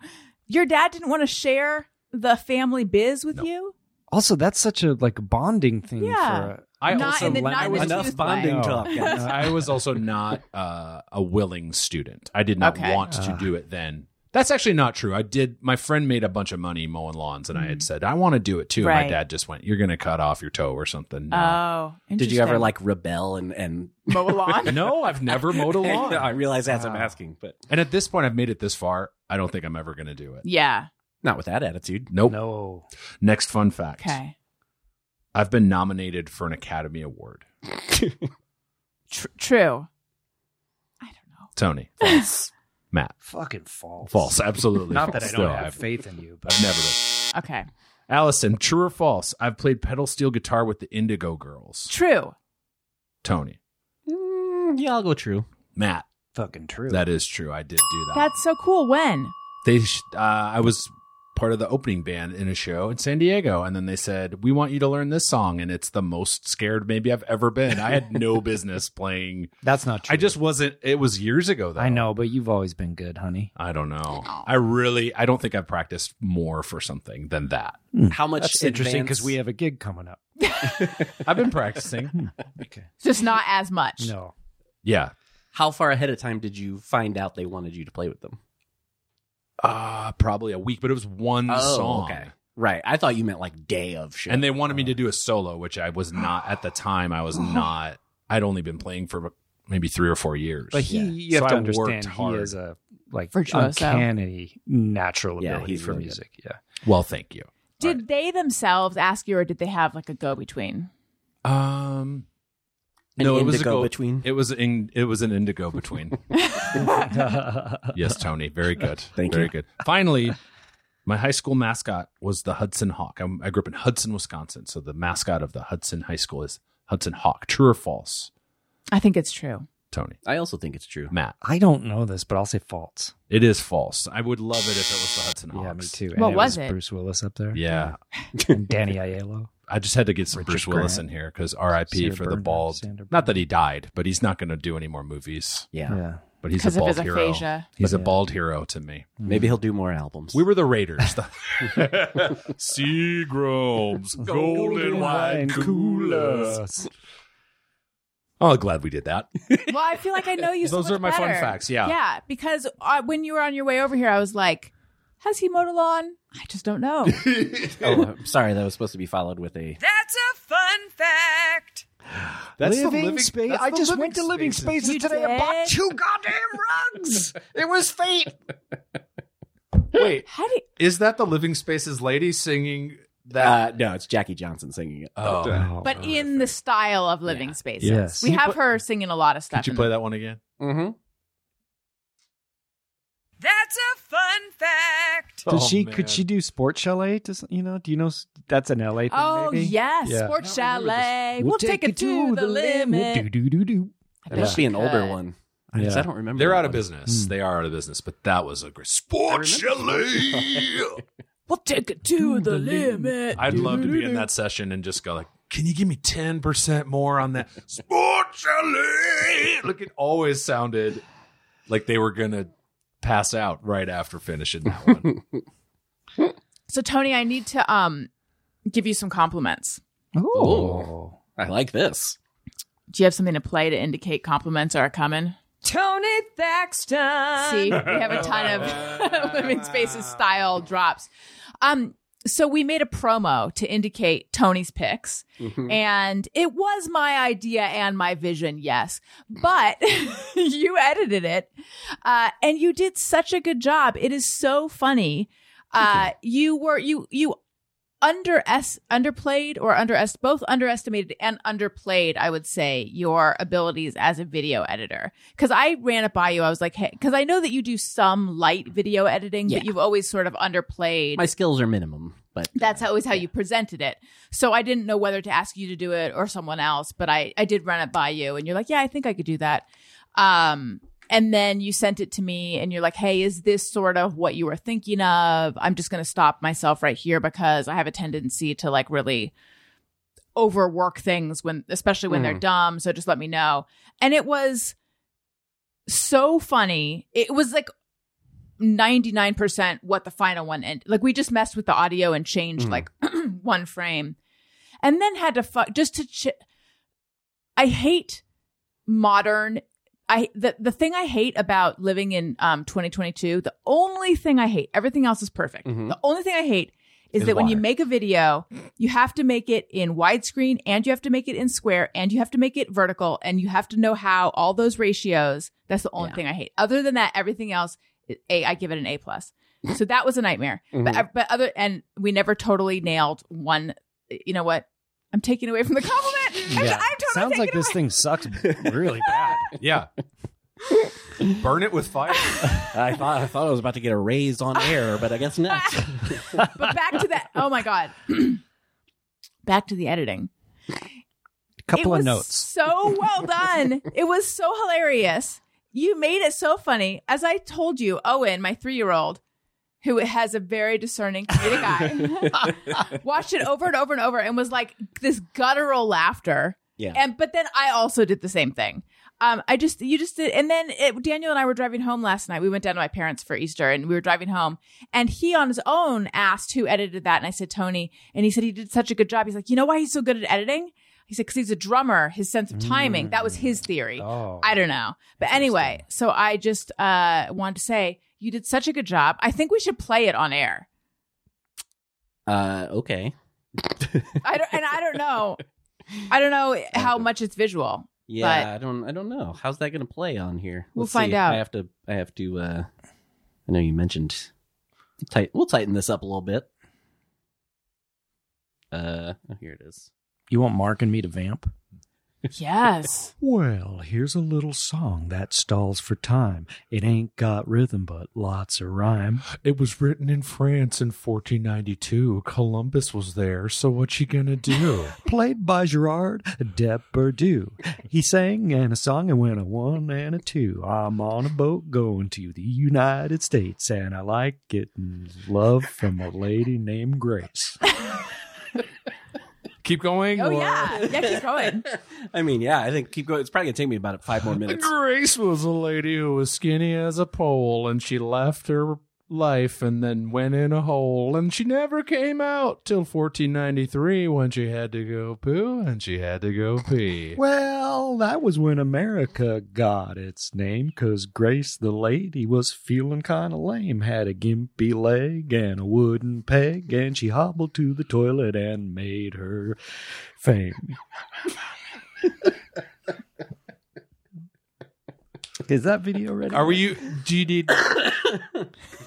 [SPEAKER 5] Your dad didn't want to share the family biz with you.
[SPEAKER 2] Also, that's such a like bonding thing
[SPEAKER 5] Yeah.
[SPEAKER 2] for a,
[SPEAKER 3] I
[SPEAKER 5] Not
[SPEAKER 3] also
[SPEAKER 5] in the-
[SPEAKER 3] la-
[SPEAKER 5] not
[SPEAKER 3] I
[SPEAKER 5] in
[SPEAKER 3] was
[SPEAKER 5] the
[SPEAKER 1] Enough
[SPEAKER 5] tooth
[SPEAKER 1] bonding
[SPEAKER 5] play.
[SPEAKER 1] talk. guys.
[SPEAKER 3] I was also not uh, a willing student. I did not
[SPEAKER 5] Okay.
[SPEAKER 3] want to
[SPEAKER 2] Ah.
[SPEAKER 3] do it then. That's actually not true. I did. My friend made a bunch of money mowing lawns, and I
[SPEAKER 2] Mm.
[SPEAKER 3] had said I want to do it too. My
[SPEAKER 5] Right.
[SPEAKER 3] dad just went, "You're going to cut off your toe or something." No.
[SPEAKER 5] Oh,
[SPEAKER 1] Did you ever
[SPEAKER 5] interesting.
[SPEAKER 1] like rebel and and?
[SPEAKER 5] mow a lawn?
[SPEAKER 3] no, I've never mowed a
[SPEAKER 1] I
[SPEAKER 3] lawn,
[SPEAKER 1] realize as I'm asking, but
[SPEAKER 3] and at this point, I've made it this far. I don't think I'm ever going to do it.
[SPEAKER 5] yeah.
[SPEAKER 1] not with that attitude.
[SPEAKER 3] Nope.
[SPEAKER 2] no.
[SPEAKER 3] Next fun fact:
[SPEAKER 5] Okay.
[SPEAKER 3] I've been nominated for an Academy Award.
[SPEAKER 5] Tr- true. I don't know.
[SPEAKER 3] Tony,
[SPEAKER 1] False.
[SPEAKER 3] Matt,
[SPEAKER 2] Fucking false.
[SPEAKER 3] false, absolutely.
[SPEAKER 2] Not that I
[SPEAKER 3] false.
[SPEAKER 2] don't
[SPEAKER 3] No,
[SPEAKER 2] have
[SPEAKER 3] I've-
[SPEAKER 2] faith in you, but
[SPEAKER 3] I've never been.
[SPEAKER 5] Okay.
[SPEAKER 3] Allison, true or false? I've played pedal steel guitar with the Indigo Girls.
[SPEAKER 5] True.
[SPEAKER 3] Tony,
[SPEAKER 1] Mm, yeah, I'll go true.
[SPEAKER 3] Matt,
[SPEAKER 2] fucking true.
[SPEAKER 3] that is true. I did do that.
[SPEAKER 5] That's so cool. When?
[SPEAKER 3] they. sh- Uh, I was part of the opening band in a show in San Diego, and then they said, "We want you to learn this song," and it's the most scared maybe I've ever been. I had no business playing.
[SPEAKER 2] that's not true.
[SPEAKER 3] I just wasn't. It was years ago, though.
[SPEAKER 2] I know, but you've always been good, honey.
[SPEAKER 3] I don't know. I really. I don't think I've practiced more for something than that.
[SPEAKER 1] How much?
[SPEAKER 2] That's interesting
[SPEAKER 1] advance-
[SPEAKER 2] because we have a gig coming up.
[SPEAKER 3] I've been practicing.
[SPEAKER 2] Okay.
[SPEAKER 5] Just not as much.
[SPEAKER 2] No.
[SPEAKER 3] Yeah.
[SPEAKER 1] How far ahead of time did you find out they wanted you to play with them?
[SPEAKER 3] Uh, probably a week, but it was one song.
[SPEAKER 1] Oh, okay. Right. I thought you meant like day of show.
[SPEAKER 3] And they wanted me to do a solo, which I was not at the time. I was not. I'd only been playing for maybe three or four years.
[SPEAKER 2] But he,
[SPEAKER 1] Yeah.
[SPEAKER 2] you have
[SPEAKER 3] So
[SPEAKER 2] to
[SPEAKER 3] I worked
[SPEAKER 2] understand, he
[SPEAKER 3] hard.
[SPEAKER 2] is a like
[SPEAKER 5] Virtuoso.
[SPEAKER 2] uncanny natural
[SPEAKER 1] Yeah,
[SPEAKER 2] ability
[SPEAKER 1] he's
[SPEAKER 2] for
[SPEAKER 1] really good.
[SPEAKER 2] music.
[SPEAKER 3] well, thank you.
[SPEAKER 5] Did they themselves ask you, or did they have like a go between?
[SPEAKER 3] Um,
[SPEAKER 1] An
[SPEAKER 3] no, it was a
[SPEAKER 1] indigo
[SPEAKER 3] go
[SPEAKER 1] between?
[SPEAKER 3] It was in. It was an indigo between.
[SPEAKER 2] Yeah.
[SPEAKER 3] yes, Tony. Very good.
[SPEAKER 1] Thank
[SPEAKER 3] Very
[SPEAKER 1] you.
[SPEAKER 3] good. Finally, my high school mascot was the Hudson Hawk. I'm, I grew up in Hudson, Wisconsin, so the mascot of the Hudson High School is Hudson Hawk. True or false,
[SPEAKER 5] I think it's true.
[SPEAKER 3] Tony?
[SPEAKER 1] I also think it's true.
[SPEAKER 3] Matt,
[SPEAKER 2] I don't know this, but I'll say false.
[SPEAKER 3] it is false. I would love it if it was the Hudson Hawks.
[SPEAKER 2] Yeah, me too.
[SPEAKER 5] What was it?
[SPEAKER 2] Bruce Willis up there.
[SPEAKER 3] Yeah,
[SPEAKER 2] And Danny Aiello.
[SPEAKER 3] I just had to get some
[SPEAKER 2] Richard
[SPEAKER 3] Bruce Willis
[SPEAKER 2] Grant.
[SPEAKER 3] in here because R.I.P.
[SPEAKER 2] Sarah
[SPEAKER 3] for the
[SPEAKER 2] Bernhardt,
[SPEAKER 3] bald.
[SPEAKER 2] Sandra
[SPEAKER 3] Not that he died, but he's not going to do any more movies.
[SPEAKER 1] Yeah.
[SPEAKER 2] Yeah.
[SPEAKER 3] But he's a
[SPEAKER 5] Because of
[SPEAKER 3] bald
[SPEAKER 5] his
[SPEAKER 3] hero.
[SPEAKER 5] aphasia.
[SPEAKER 3] He's a
[SPEAKER 2] Yeah.
[SPEAKER 3] bald hero to me.
[SPEAKER 1] Maybe he'll do more albums.
[SPEAKER 3] We were the Raiders. Seagrams, golden wine cooler. Oh, glad we did that.
[SPEAKER 5] well, I feel like I know you. so
[SPEAKER 3] Those
[SPEAKER 5] much
[SPEAKER 3] are my fun
[SPEAKER 5] better.
[SPEAKER 3] facts, yeah.
[SPEAKER 5] Yeah, because uh, when you were on your way over here, I was like, "Has he mowed a lawn?" I just don't know.
[SPEAKER 1] oh, I'm sorry. That was supposed to be followed with a.
[SPEAKER 6] That's a fun fact.
[SPEAKER 2] living, space. I just went to living spaces
[SPEAKER 5] You
[SPEAKER 2] today. I
[SPEAKER 5] did?
[SPEAKER 2] bought two goddamn rugs. it was fate.
[SPEAKER 3] Wait,
[SPEAKER 5] How do you,
[SPEAKER 3] is that the Living Spaces lady singing that?
[SPEAKER 1] Uh, no, it's Jackie Johnson singing it.
[SPEAKER 3] oh,
[SPEAKER 5] but in the style of living spaces,
[SPEAKER 2] Yes.
[SPEAKER 5] we
[SPEAKER 2] You
[SPEAKER 5] have her singing a lot of stuff.
[SPEAKER 3] could you
[SPEAKER 5] in
[SPEAKER 3] play
[SPEAKER 5] the-
[SPEAKER 3] that one again?
[SPEAKER 1] Mm-hmm.
[SPEAKER 6] That's a fun fact.
[SPEAKER 2] Does she?
[SPEAKER 3] Oh, man.
[SPEAKER 2] Could she do Sport Chalet? Does you know? Do you know s- that's an LA thing?
[SPEAKER 5] Oh
[SPEAKER 2] maybe?
[SPEAKER 5] yes,
[SPEAKER 2] Yeah.
[SPEAKER 5] Sports Chalet. We'll, take it to the
[SPEAKER 2] Do
[SPEAKER 5] limit.
[SPEAKER 2] do do do.
[SPEAKER 5] I
[SPEAKER 1] That
[SPEAKER 5] bet
[SPEAKER 1] must be
[SPEAKER 5] she
[SPEAKER 1] an older
[SPEAKER 5] could.
[SPEAKER 1] one. I just-
[SPEAKER 2] Yeah.
[SPEAKER 1] I don't remember.
[SPEAKER 3] They're
[SPEAKER 1] that
[SPEAKER 3] out of
[SPEAKER 1] one.
[SPEAKER 3] business. They are out of business. But that was a great sports chalet.
[SPEAKER 5] We'll take it to the limit.
[SPEAKER 3] I'd love to be in that session and just go like, "Can you give me ten percent more on that sports chalet?" Look, it always sounded like they were gonna pass out right after finishing that one.
[SPEAKER 5] So Tony, I need to um give you some compliments.
[SPEAKER 2] Oh,
[SPEAKER 1] I like this.
[SPEAKER 5] Do you have something to play to indicate compliments are coming?
[SPEAKER 6] Tony Thaxton.
[SPEAKER 5] See, we have a ton of women's spaces style drops. Um, so we made a promo to indicate Tony's picks,
[SPEAKER 1] Mm-hmm.
[SPEAKER 5] and it was my idea and my vision, yes. But you edited it, uh, and you did such a good job. It is so funny. Uh, you were you you under underplayed or underest both underestimated and underplayed i would say your abilities as a video editor because i ran it by you i was like hey because i know that you do some light video editing
[SPEAKER 1] Yeah.
[SPEAKER 5] but you've always sort of underplayed
[SPEAKER 1] My skills are minimum, but
[SPEAKER 5] that's always how you presented it so i didn't know whether to ask you to do it or someone else but i i did run it by you and you're like yeah i think i could do that um and then you sent it to me and you're like hey is this sort of what you were thinking of i'm just going to stop myself right here because i have a tendency to like really overwork things when especially when they're dumb so just let me know and it was so funny it was like 99% what the final one end like we just messed with the audio and changed like one frame and then had to fuck just to ch- i hate modern i the, the thing i hate about living in um 2022 the only thing i hate everything else is perfect
[SPEAKER 1] Mhm.
[SPEAKER 5] the only thing i hate is,
[SPEAKER 3] Is
[SPEAKER 5] that when you
[SPEAKER 3] water.
[SPEAKER 5] make a video you have to make it in widescreen and you have to make it in square and you have to make it vertical and you have to know how all those ratios that's the only
[SPEAKER 1] Yeah.
[SPEAKER 5] thing i hate other than that everything else a i give it an a plus so that was a nightmare but, but other and we never totally nailed one you know what i'm taking away from the compliment I'm, I'm totally
[SPEAKER 2] Sounds
[SPEAKER 5] taking
[SPEAKER 2] like this
[SPEAKER 5] away.
[SPEAKER 2] thing sucks really bad.
[SPEAKER 3] Yeah. Burn it with fire.
[SPEAKER 1] I thought I thought I was about to get a raise on air, but I guess not.
[SPEAKER 5] but back to that oh my god back to the editing
[SPEAKER 2] Couple
[SPEAKER 5] it was
[SPEAKER 2] of notes.
[SPEAKER 5] so well done it was so hilarious you made it so funny as i told you owen my three-year-old who has a very discerning comedic eye watched it over and over and over and was like this guttural laughter
[SPEAKER 1] Yeah.
[SPEAKER 5] and but then I also did the same thing. Um, I just you just did, and then it, Daniel and I were driving home last night. We went down to my parents for Easter, and we were driving home, and he on his own asked who edited that, and I said Tony, and he said he did such a good job. He's like, you know why he's so good at editing? He said because he's a drummer, his sense of timing. That was his theory.
[SPEAKER 2] Oh.
[SPEAKER 5] I don't know, but anyway, so I just uh wanted to say you did such a good job. I think we should play it on air.
[SPEAKER 1] Uh, okay.
[SPEAKER 5] I don't, and I don't know, I don't know how much it's visual.
[SPEAKER 1] Yeah,
[SPEAKER 5] But-
[SPEAKER 1] I don't I don't know. How's that going to play on here?
[SPEAKER 5] We'll
[SPEAKER 1] Let's
[SPEAKER 5] find
[SPEAKER 1] see.
[SPEAKER 5] out.
[SPEAKER 1] I have to I have to uh I know you mentioned tight we'll tighten this up a little bit. Uh, oh, here it is.
[SPEAKER 2] You want Mark and me to vamp?
[SPEAKER 5] Yes.
[SPEAKER 2] Well, here's a little song that stalls for time. It ain't got rhythm, but lots of rhyme.
[SPEAKER 3] It was written in France in 1492. Columbus was there, so what you gonna do?
[SPEAKER 2] Played by Gerard Depardieu. He sang and a song and went a one and a two. I'm on a boat going to the United States, and I like getting love from a lady named Grace.
[SPEAKER 3] Keep going.
[SPEAKER 5] Oh
[SPEAKER 3] or-
[SPEAKER 5] yeah, yeah. Keep going.
[SPEAKER 1] I mean, yeah, I think keep going. It's probably gonna take me about five more minutes.
[SPEAKER 3] Grace was a lady who was skinny as a pole, and she left her life and then went in a hole, and she never came out till 1493 when she had to go poo and she had to go pee.
[SPEAKER 2] Well, that was when America got its name, 'cause Grace the lady was feeling kind of lame. Had a gimpy leg and a wooden peg, and she hobbled to the toilet and made her fame. Is that video ready?
[SPEAKER 3] Are we? Do you need?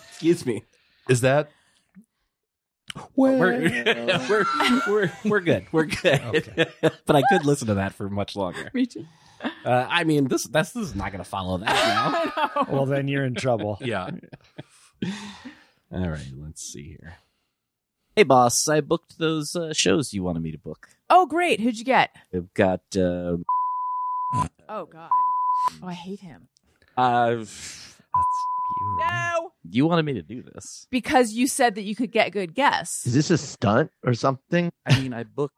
[SPEAKER 1] Excuse me.
[SPEAKER 3] Is that?
[SPEAKER 1] We're
[SPEAKER 2] Well,
[SPEAKER 1] we're we're, we're good. We're good. but I could listen to that for much longer.
[SPEAKER 5] Me too.
[SPEAKER 1] Uh, I mean, this that's this is not gonna follow that
[SPEAKER 2] well, then you're in trouble.
[SPEAKER 3] Yeah.
[SPEAKER 1] now. All right, let's see here. Hey, boss, I booked those uh, shows you wanted me to book.
[SPEAKER 5] Oh great, who'd you get?
[SPEAKER 1] I've got uh,
[SPEAKER 5] Oh god. Oh, I hate him.
[SPEAKER 1] uh
[SPEAKER 2] That's you.
[SPEAKER 5] No,
[SPEAKER 1] you wanted me to do this.
[SPEAKER 5] because you said that you could get good
[SPEAKER 8] Is
[SPEAKER 5] guests.
[SPEAKER 8] this a stunt or something?
[SPEAKER 1] I mean, I booked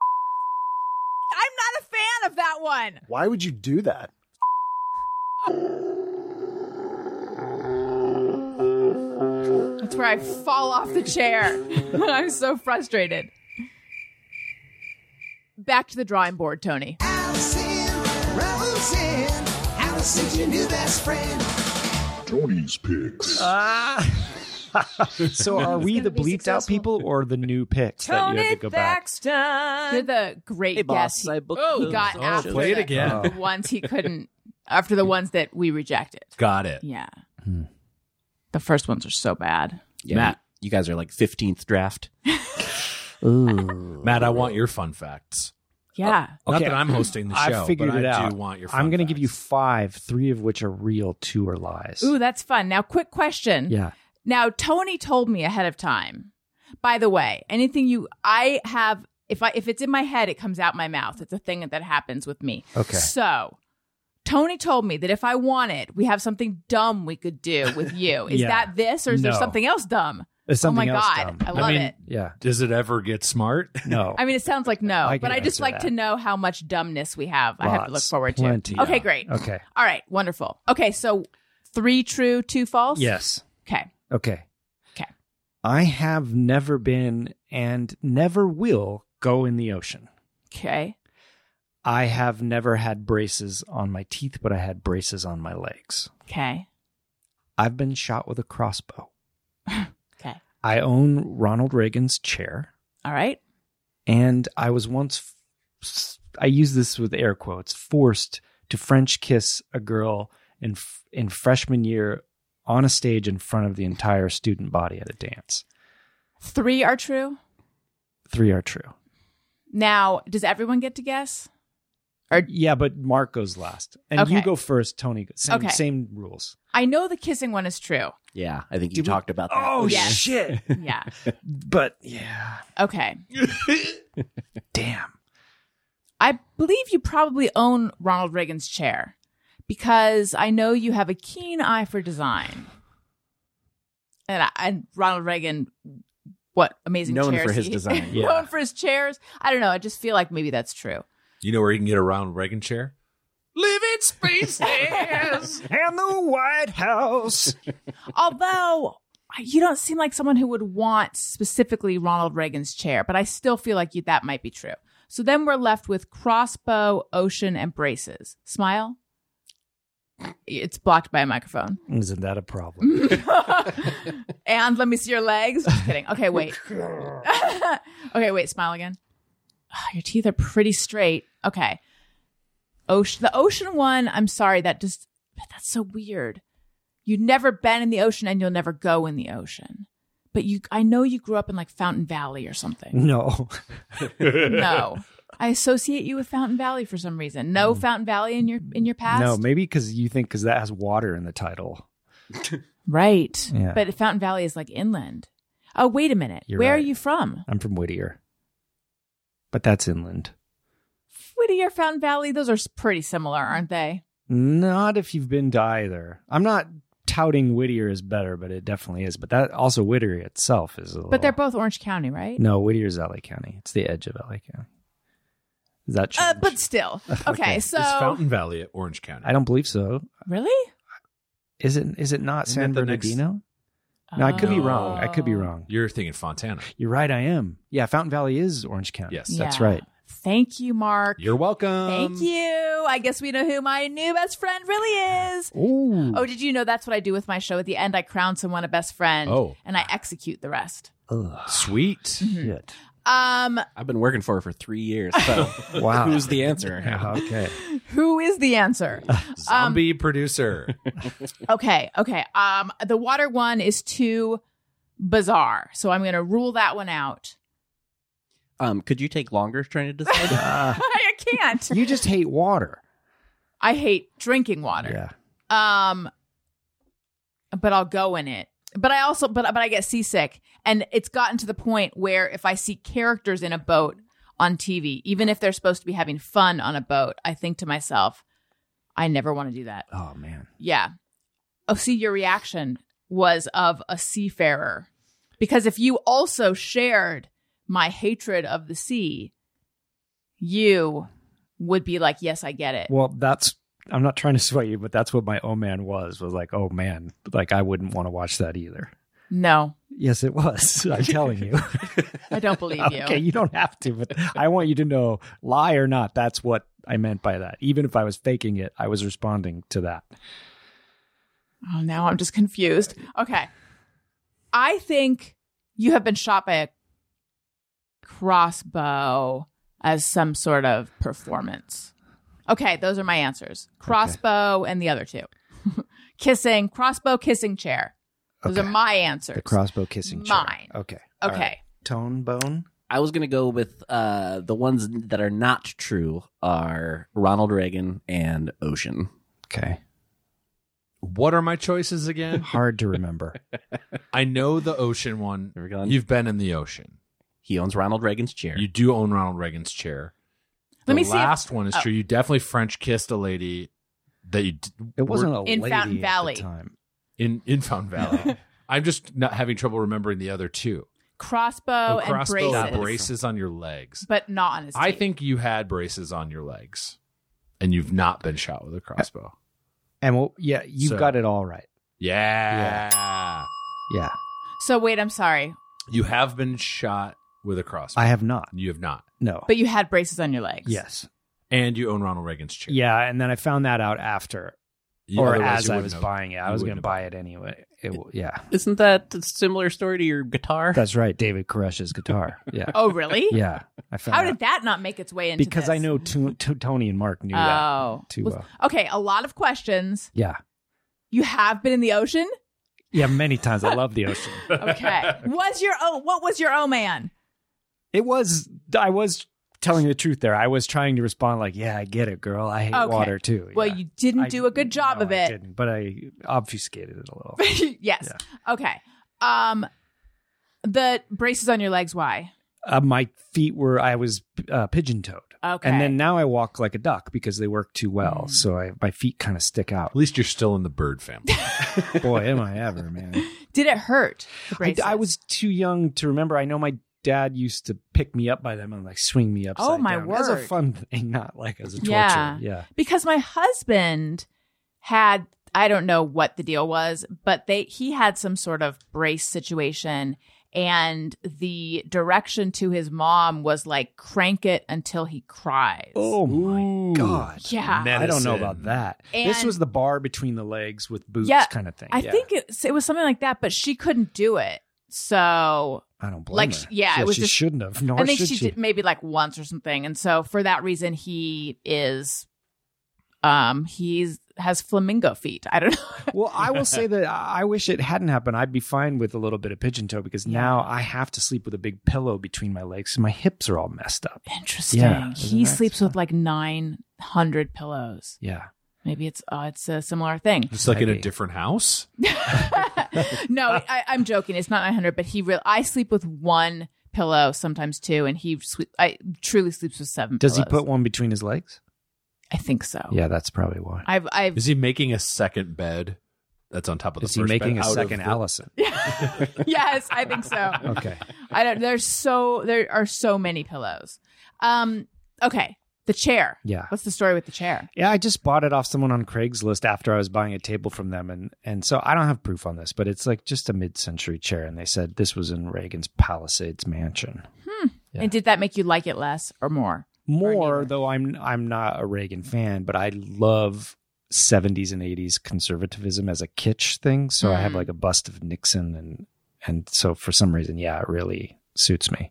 [SPEAKER 5] I'm not a fan of that one.
[SPEAKER 9] Why would you do that?
[SPEAKER 5] That's where I fall off the chair. I'm so frustrated. Back to the drawing board, Tony.
[SPEAKER 4] Allison, Rosen, Allison's your new best friend.
[SPEAKER 7] Tony's Picks.
[SPEAKER 2] So are we the bleeped out people or the new picks that you had
[SPEAKER 6] Tony
[SPEAKER 2] to go back?
[SPEAKER 5] You're
[SPEAKER 6] Thaxton.
[SPEAKER 5] the great
[SPEAKER 1] Hey, boss,
[SPEAKER 5] guest
[SPEAKER 1] I booked
[SPEAKER 5] he
[SPEAKER 1] those
[SPEAKER 5] got
[SPEAKER 1] shows.
[SPEAKER 5] after
[SPEAKER 3] Oh, Play it
[SPEAKER 5] the-
[SPEAKER 3] again.
[SPEAKER 2] Oh.
[SPEAKER 5] the ones he couldn't, after the ones that we rejected.
[SPEAKER 3] Got it.
[SPEAKER 5] Yeah.
[SPEAKER 2] Hmm.
[SPEAKER 5] The first ones are so bad.
[SPEAKER 1] Yeah,
[SPEAKER 3] Matt.
[SPEAKER 1] You guys are like 15th draft.
[SPEAKER 8] Ooh.
[SPEAKER 3] Matt, I want your fun facts.
[SPEAKER 5] Yeah.
[SPEAKER 3] Not that I'm hosting the show,
[SPEAKER 2] I figured
[SPEAKER 3] but
[SPEAKER 2] it
[SPEAKER 3] I
[SPEAKER 2] out.
[SPEAKER 3] do want your fun
[SPEAKER 2] I'm going to give you
[SPEAKER 3] facts.
[SPEAKER 2] five, three of which are real, two are
[SPEAKER 1] Oh.
[SPEAKER 2] lies.
[SPEAKER 5] Ooh, that's fun. Now, quick question.
[SPEAKER 2] yeah.
[SPEAKER 5] Now, Tony told me ahead of time. By the way, anything you I have if I if it's in my head, it comes out my mouth. It's a thing that happens with me.
[SPEAKER 2] Okay.
[SPEAKER 5] So, Tony told me that if I wanted, we have something dumb we could do with you. Is
[SPEAKER 2] Yeah.
[SPEAKER 5] that this or is there
[SPEAKER 2] No.
[SPEAKER 5] something else dumb?
[SPEAKER 2] There's
[SPEAKER 5] Oh my
[SPEAKER 2] something else
[SPEAKER 5] God,
[SPEAKER 2] dumb.
[SPEAKER 5] I love
[SPEAKER 3] mean-
[SPEAKER 5] it.
[SPEAKER 2] yeah.
[SPEAKER 3] Does it ever get smart?
[SPEAKER 2] No.
[SPEAKER 5] I mean, it sounds like no,
[SPEAKER 2] I can
[SPEAKER 5] but I just
[SPEAKER 2] answer
[SPEAKER 5] like
[SPEAKER 2] that.
[SPEAKER 5] to know how much dumbness we have. I have to look
[SPEAKER 2] Lots.
[SPEAKER 5] forward
[SPEAKER 2] Plenty.
[SPEAKER 5] to. Okay, great.
[SPEAKER 2] okay.
[SPEAKER 5] All right, wonderful. Okay, so three true, two false.
[SPEAKER 2] Yes.
[SPEAKER 5] Okay.
[SPEAKER 2] Okay.
[SPEAKER 5] Okay.
[SPEAKER 2] I have never been and never will go in the ocean.
[SPEAKER 5] Okay.
[SPEAKER 2] I have never had braces on my teeth, but I had braces on my legs.
[SPEAKER 5] Okay.
[SPEAKER 2] I've been shot with a crossbow.
[SPEAKER 5] Okay.
[SPEAKER 2] I own Ronald Reagan's chair,
[SPEAKER 5] All right.
[SPEAKER 2] and I was once, f- I use this with air quotes, forced to French kiss a girl in, f- in freshman year on a stage in front of the entire student body at a dance.
[SPEAKER 5] Three are true.
[SPEAKER 2] Three are true.
[SPEAKER 5] Now, does everyone get to guess?
[SPEAKER 2] Yeah, but Mark goes last. And
[SPEAKER 5] Okay.
[SPEAKER 2] you go first, Tony. goes- Same,
[SPEAKER 5] Okay.
[SPEAKER 2] same rules.
[SPEAKER 5] I know the kissing one is true.
[SPEAKER 1] Yeah, I think you
[SPEAKER 2] Did we-
[SPEAKER 1] talked about that.
[SPEAKER 5] Yes.
[SPEAKER 2] Oh, shit.
[SPEAKER 5] Yeah.
[SPEAKER 2] But yeah,
[SPEAKER 5] Okay.
[SPEAKER 2] damn.
[SPEAKER 5] I believe you probably own Ronald Reagan's chair because I know you have a keen eye for design. And, I, and Ronald Reagan, what amazing
[SPEAKER 1] Known
[SPEAKER 5] chairs
[SPEAKER 1] for his
[SPEAKER 5] he-
[SPEAKER 1] design.
[SPEAKER 2] Yeah.
[SPEAKER 5] known for his chairs. I don't know. I just feel like maybe that's true.
[SPEAKER 3] You know where you can get a round Reagan chair? Live in space.
[SPEAKER 2] And the White House.
[SPEAKER 5] Although you don't seem like someone who would want specifically Ronald Reagan's chair, but I still feel like you, that might be true. So then we're left with crossbow, ocean, and braces. Smile. It's blocked by a microphone.
[SPEAKER 2] Isn't that a problem?
[SPEAKER 5] and let me see your legs. Just kidding. Okay, wait. okay, wait. Smile again. Ah, your teeth are pretty straight. Okay. Ocean. The ocean one. I'm sorry. That just. That's so weird. You've never been in the ocean, and you'll never go in the ocean. But you, I know you grew up in like Fountain Valley or something.
[SPEAKER 2] No.
[SPEAKER 5] No, I associate you with Fountain Valley for some reason. No Fountain Valley in your in your past.
[SPEAKER 2] Mm. No, maybe because you think because that has water in the title.
[SPEAKER 5] right.
[SPEAKER 2] Yeah.
[SPEAKER 5] But Fountain Valley is like inland. Oh, wait a minute.
[SPEAKER 2] You're
[SPEAKER 5] Where are
[SPEAKER 2] right.
[SPEAKER 5] you from?
[SPEAKER 2] I'm from Whittier, but that's inland.
[SPEAKER 5] Whittier, Fountain Valley, those are s- pretty similar, aren't they?
[SPEAKER 2] Not if you've been to either. I'm not touting Whittier is better, but it definitely is. But that also Whittier itself is a little.
[SPEAKER 5] But they're both Orange County, right?
[SPEAKER 2] No, Whittier's LA County. It's the edge of LA County. Does that
[SPEAKER 5] Uh,
[SPEAKER 2] change?
[SPEAKER 5] but still. Okay, so.
[SPEAKER 3] It's Fountain Valley at Orange County.
[SPEAKER 2] I don't believe so.
[SPEAKER 5] really?
[SPEAKER 2] Is it? Is it not
[SPEAKER 3] Isn't
[SPEAKER 2] San
[SPEAKER 3] that the next-
[SPEAKER 2] Bernardino? No, I could be wrong. I could be
[SPEAKER 5] Oh.
[SPEAKER 2] wrong.
[SPEAKER 3] You're thinking Fontana.
[SPEAKER 2] You're right. I am. Yeah, Fountain Valley is Orange County.
[SPEAKER 3] Yes.
[SPEAKER 2] that's
[SPEAKER 5] Yeah.
[SPEAKER 2] right.
[SPEAKER 5] Thank you, Mark.
[SPEAKER 3] You're welcome.
[SPEAKER 5] Thank you. I guess we know who my new best friend really is.
[SPEAKER 2] Ooh.
[SPEAKER 5] Oh, did you know that's what I do with my show? At the end, I crown someone a best friend
[SPEAKER 3] Oh.
[SPEAKER 5] and I execute the rest.
[SPEAKER 2] Ugh,
[SPEAKER 3] Sweet.
[SPEAKER 5] Hmm.
[SPEAKER 2] shit.
[SPEAKER 5] Um,
[SPEAKER 1] I've been working for her for three years. So
[SPEAKER 2] Wow.
[SPEAKER 1] who's the answer?
[SPEAKER 2] Yeah, okay.
[SPEAKER 5] who is the answer?
[SPEAKER 3] Zombie producer.
[SPEAKER 5] Okay, okay. Um, the water one is too bizarre, so I'm going to rule that one out.
[SPEAKER 1] Um, could you take longer trying to decide?
[SPEAKER 2] Uh,
[SPEAKER 5] I can't.
[SPEAKER 2] you just hate water.
[SPEAKER 5] I hate drinking water.
[SPEAKER 2] Yeah.
[SPEAKER 5] Um, but I'll go in it. But I also, but but I get seasick, and it's gotten to the point where if I see characters in a boat on TV, even if they're supposed to be having fun on a boat, I think to myself, I never want to do that.
[SPEAKER 2] Oh man.
[SPEAKER 5] Yeah. Oh, see, your reaction was of a seafarer, because if you also shared my hatred of the sea, you would be like, "Yes, I get it."
[SPEAKER 2] Well, that's. I'm not trying to sway you, but that's what my oh man was. Was like, oh man, like I wouldn't want to watch that either.
[SPEAKER 5] No,
[SPEAKER 2] Yes, it was. I'm telling you.
[SPEAKER 5] I don't believe you.
[SPEAKER 2] okay, you don't have to, but I want you to know, lie or not, that's what I meant by that. Even if I was faking it, I was responding to that.
[SPEAKER 5] Oh, now I'm just confused. Okay. I think you have been shot by a crossbow as some sort of performance. Okay, those are my answers crossbow and the other two kissing, crossbow, kissing chair. Those
[SPEAKER 2] Okay.
[SPEAKER 5] are my answers.
[SPEAKER 2] The crossbow kissing chair.
[SPEAKER 5] Mine.
[SPEAKER 2] Okay.
[SPEAKER 5] okay.
[SPEAKER 2] All right. Tone bone.
[SPEAKER 1] I was gonna go with uh, the ones that are not true are Ronald Reagan and Ocean.
[SPEAKER 2] Okay.
[SPEAKER 3] What are my choices again?
[SPEAKER 2] Hard to remember.
[SPEAKER 3] I know the ocean one.
[SPEAKER 1] Never gone.
[SPEAKER 3] You've been in the ocean.
[SPEAKER 1] he owns Ronald Reagan's chair.
[SPEAKER 3] You do own Ronald Reagan's chair.
[SPEAKER 5] Let
[SPEAKER 3] the
[SPEAKER 5] me see if-
[SPEAKER 3] last one is
[SPEAKER 5] oh.
[SPEAKER 3] true. You definitely French kissed a lady that you d-
[SPEAKER 2] It wasn't a
[SPEAKER 5] In
[SPEAKER 2] lady
[SPEAKER 5] Fountain
[SPEAKER 2] at the
[SPEAKER 5] Valley.
[SPEAKER 2] time.
[SPEAKER 3] in in Fountain Valley. I'm just not having trouble remembering the other two.
[SPEAKER 5] crossbow,
[SPEAKER 3] The Oh, crossbow
[SPEAKER 5] Oh, and braces,
[SPEAKER 3] braces on your legs.
[SPEAKER 5] but not on his.
[SPEAKER 3] I
[SPEAKER 5] teeth.
[SPEAKER 3] think you had braces on your legs, and you've not been shot with a crossbow.
[SPEAKER 2] And well, yeah, you've
[SPEAKER 3] So-
[SPEAKER 2] got it all right.
[SPEAKER 3] Yeah.
[SPEAKER 2] Yeah,
[SPEAKER 5] so. Wait, I'm sorry,
[SPEAKER 3] you have been shot with a crossbow.
[SPEAKER 2] I have not.
[SPEAKER 3] you have not,
[SPEAKER 2] No.
[SPEAKER 5] but you had braces on your legs.
[SPEAKER 2] yes.
[SPEAKER 3] and you own Ronald Reagan's chair.
[SPEAKER 2] Yeah, and then I found that out after,
[SPEAKER 3] You-
[SPEAKER 2] or
[SPEAKER 3] otherwise
[SPEAKER 2] as
[SPEAKER 3] you
[SPEAKER 2] I
[SPEAKER 3] wouldn't
[SPEAKER 2] was
[SPEAKER 3] have-
[SPEAKER 2] buying it. I
[SPEAKER 3] you
[SPEAKER 2] was going
[SPEAKER 3] wouldn't
[SPEAKER 2] to
[SPEAKER 3] have
[SPEAKER 2] buy it anyway. It, w yeah,
[SPEAKER 1] Isn't that a similar story to your guitar?
[SPEAKER 2] that's right. David Koresh's guitar. Yeah,
[SPEAKER 5] Oh, really?
[SPEAKER 2] yeah. I found
[SPEAKER 5] How
[SPEAKER 2] out.
[SPEAKER 5] did that not make its way into?
[SPEAKER 2] because
[SPEAKER 5] this?
[SPEAKER 2] I know to, to, Tony and Mark knew that
[SPEAKER 5] Oh,
[SPEAKER 2] too
[SPEAKER 5] Well,
[SPEAKER 2] well.
[SPEAKER 5] okay. A lot of questions.
[SPEAKER 2] Yeah,
[SPEAKER 5] You have been in the ocean.
[SPEAKER 2] yeah. Many times I love the ocean.
[SPEAKER 5] Okay. was your oh? What was your oh man?
[SPEAKER 2] It was. I was telling the truth there. I was trying to respond like, "Yeah, I get it, girl. I hate
[SPEAKER 5] Okay.
[SPEAKER 2] water too."
[SPEAKER 5] Well,
[SPEAKER 2] Yeah.
[SPEAKER 5] you didn't
[SPEAKER 2] I-
[SPEAKER 5] do a good job
[SPEAKER 2] no,
[SPEAKER 5] of
[SPEAKER 2] I
[SPEAKER 5] it.
[SPEAKER 2] didn't, but I obfuscated it a little.
[SPEAKER 5] yes. Okay. Um, the braces on your legs. Why?
[SPEAKER 2] uh, my feet were I was uh, pigeon toed.
[SPEAKER 5] Okay. Mm.
[SPEAKER 2] And then now I walk like a duck because they work too well. So I, my feet kind of stick out.
[SPEAKER 3] At least you're still in the bird family.
[SPEAKER 2] Boy, am I ever, man.
[SPEAKER 5] Did it hurt? The
[SPEAKER 2] I,
[SPEAKER 5] braces?
[SPEAKER 2] I was too young to remember. I know my dad used to pick me up by them and like swing me upside
[SPEAKER 5] Oh, my
[SPEAKER 2] down. As a
[SPEAKER 5] word.
[SPEAKER 2] fun thing, not like as a torture.
[SPEAKER 5] Yeah.
[SPEAKER 2] Yeah.
[SPEAKER 5] because my husband had I don't know what the deal was, but they he had some sort of brace situation and the direction to his mom was like crank it until he cries.
[SPEAKER 2] Oh my god.
[SPEAKER 5] Yeah.
[SPEAKER 2] I don't know about
[SPEAKER 3] Medicine.
[SPEAKER 2] that. this
[SPEAKER 5] And-
[SPEAKER 2] was the bar between the legs with boots
[SPEAKER 5] Yeah,
[SPEAKER 2] kind of thing.
[SPEAKER 5] I
[SPEAKER 2] Yeah.
[SPEAKER 5] think it, it was something like that, but she couldn't do it. So
[SPEAKER 2] I don't blame
[SPEAKER 5] like,
[SPEAKER 2] her.
[SPEAKER 5] yeah, it was
[SPEAKER 2] she
[SPEAKER 5] just-
[SPEAKER 2] shouldn't have. Nor
[SPEAKER 5] I think
[SPEAKER 2] should
[SPEAKER 5] she did maybe like once or something. And so for that reason he is um he's has flamingo feet. I don't know.
[SPEAKER 2] well, I will say that I wish it hadn't happened. I'd be fine with a little bit of pigeon toe because now I have to sleep with a big pillow between my legs, so my hips are all messed up.
[SPEAKER 5] Interesting.
[SPEAKER 2] Yeah.
[SPEAKER 5] he sleeps with like 900 pillows.
[SPEAKER 2] Yeah,
[SPEAKER 5] Maybe it's uh, it's a similar thing.
[SPEAKER 3] Just like in a
[SPEAKER 2] Maybe.
[SPEAKER 3] different house.
[SPEAKER 5] no, I, I'm joking. It's not 900, but he real. I sleep with one pillow, sometimes two, and he swe- I truly sleeps with seven.
[SPEAKER 2] does he
[SPEAKER 5] pillows.
[SPEAKER 2] put one between his legs?
[SPEAKER 5] I think so.
[SPEAKER 2] Oh. Yeah, that's probably why.
[SPEAKER 5] I've I've
[SPEAKER 3] Is he making a second bed that's on top of the
[SPEAKER 2] Is he
[SPEAKER 3] first
[SPEAKER 2] making a
[SPEAKER 3] bed out of
[SPEAKER 2] second
[SPEAKER 3] the-
[SPEAKER 2] Allison?
[SPEAKER 5] yes, I think so.
[SPEAKER 2] Okay,
[SPEAKER 5] I don't. There's so there are so many pillows. Um. Okay. The chair.
[SPEAKER 2] yeah.
[SPEAKER 5] What's the story with the chair?
[SPEAKER 2] Yeah, I just bought it off someone on Craigslist after I was buying a table from them, and and so I don't have proof on this, but it's like just a mid-century chair, and they said this was in Reagan's Palisades mansion. Yeah.
[SPEAKER 5] And did that make you like it less or more?
[SPEAKER 2] more though i'm i'm not a reagan fan but i love 70s and 80s conservatism as a kitsch thing so i
[SPEAKER 3] Hmm.
[SPEAKER 2] have
[SPEAKER 5] Mm.
[SPEAKER 2] like a bust of nixon and and so for some reason yeah it really suits me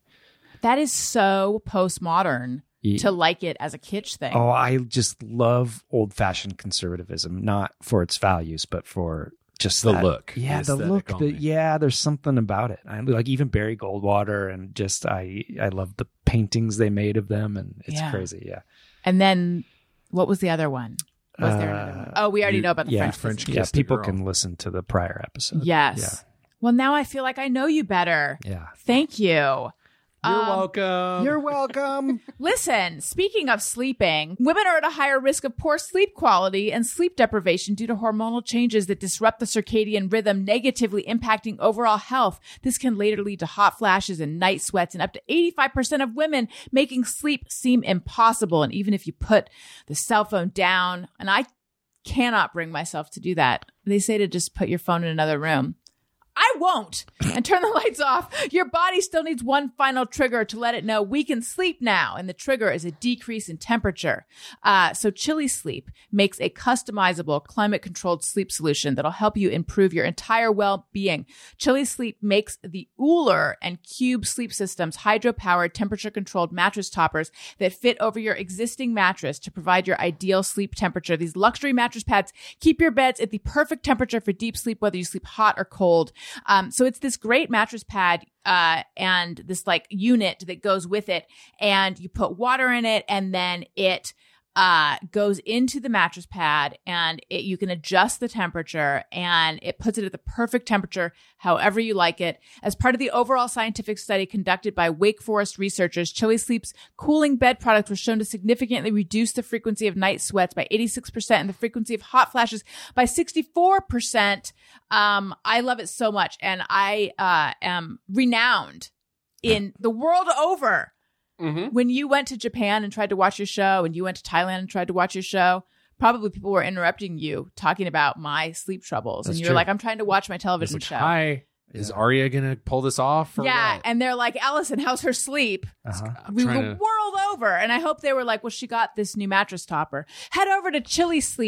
[SPEAKER 5] That is so postmodern
[SPEAKER 2] Ye-
[SPEAKER 5] to like it as a kitsch thing.
[SPEAKER 2] oh i just love old-fashioned conservatism not for its values but for just
[SPEAKER 3] The
[SPEAKER 2] that-
[SPEAKER 3] look,
[SPEAKER 2] yeah
[SPEAKER 3] the
[SPEAKER 2] the,
[SPEAKER 3] aesthetic
[SPEAKER 2] look
[SPEAKER 3] only.
[SPEAKER 2] the, yeah there's something about it I, like even barry goldwater and just i i love the paintings they made of them and it's
[SPEAKER 5] Yeah.
[SPEAKER 2] crazy yeah
[SPEAKER 5] And then what was the other one? Was there another one?
[SPEAKER 2] Uh,
[SPEAKER 5] Oh, we already
[SPEAKER 3] you-
[SPEAKER 5] know about the
[SPEAKER 2] yeah,
[SPEAKER 5] French.
[SPEAKER 3] French
[SPEAKER 5] kiss.
[SPEAKER 2] yeah,
[SPEAKER 3] Kissed a
[SPEAKER 2] people
[SPEAKER 3] girl.
[SPEAKER 2] can listen to the prior episode.
[SPEAKER 5] Yes. Well, now I feel like I know you better.
[SPEAKER 2] Yeah. yeah.
[SPEAKER 5] Thank you. You're
[SPEAKER 3] welcome.
[SPEAKER 2] You're welcome.
[SPEAKER 5] Listen, speaking of sleeping, women are at a higher risk of poor sleep quality and sleep deprivation due to hormonal changes that disrupt the circadian rhythm, negatively impacting overall health. This can later lead to hot flashes and night sweats in up to 85% of women, making sleep seem impossible. And even if you put the cell phone down, and I cannot bring myself to do that, they say to just put your phone in another room. I won't. And turn the lights off. Your body still needs one final trigger to let it know we can sleep now. And the trigger is a decrease in temperature. Uh, so, Chilly Sleep makes a customizable, climate controlled sleep solution that'll help you improve your entire well being. Chilly Sleep makes the Uller and Cube sleep systems hydro powered, temperature controlled mattress toppers that fit over your existing mattress to provide your ideal sleep temperature. These luxury mattress pads keep your beds at the perfect temperature for deep sleep, whether you sleep hot or cold. Uh, Um, so it's this great mattress pad uh, and this like unit that goes with it, and you put water in it, and then it uh, goes into the mattress pad, and it, you can adjust the temperature, and it puts it at the perfect temperature, however you like it. As part of the overall scientific study conducted by Wake Forest researchers, Chili Sleep's cooling bed product was shown to significantly reduce the frequency of night sweats by 86% and the frequency of hot flashes by 64%. Um, I love it so much, and I uh, am renowned in the world over. When you went to Japan and tried to watch your show, and you went to Thailand and tried to watch your show, probably people were interrupting you talking about my sleep troubles,
[SPEAKER 3] That's
[SPEAKER 5] and you're
[SPEAKER 3] true.
[SPEAKER 5] like, "I'm trying to watch my television
[SPEAKER 3] Like,
[SPEAKER 5] show."
[SPEAKER 3] Hi, is Arya gonna pull this off? Or
[SPEAKER 5] yeah,
[SPEAKER 3] what?
[SPEAKER 5] and they're like, "Allison, how's her sleep?"
[SPEAKER 2] Uh-huh.
[SPEAKER 3] I'm
[SPEAKER 5] we were
[SPEAKER 3] trying
[SPEAKER 5] the world over. And I hope they were like, well, she got this new mattress topper. Head over to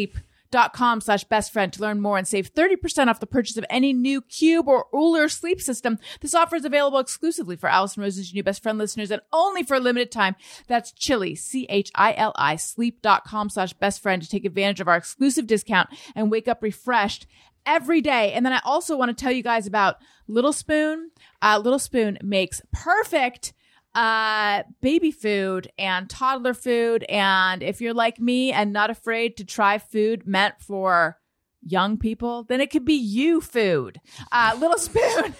[SPEAKER 5] chillysleep.com slash best friend to learn more and save 30% off the purchase of any new cube or Uller sleep system. This offer is available exclusively for Allison Rose's new best friend listeners and only for a limited time. That's chili, C H I L I, sleep.com slash best friend to take advantage of our exclusive discount and wake up refreshed every day. And then I also want to tell you guys about Little Spoon. Uh, Little Spoon makes perfect uh baby food and toddler food and if you're like me and not afraid to try food meant for young people then it could be you food uh little spoon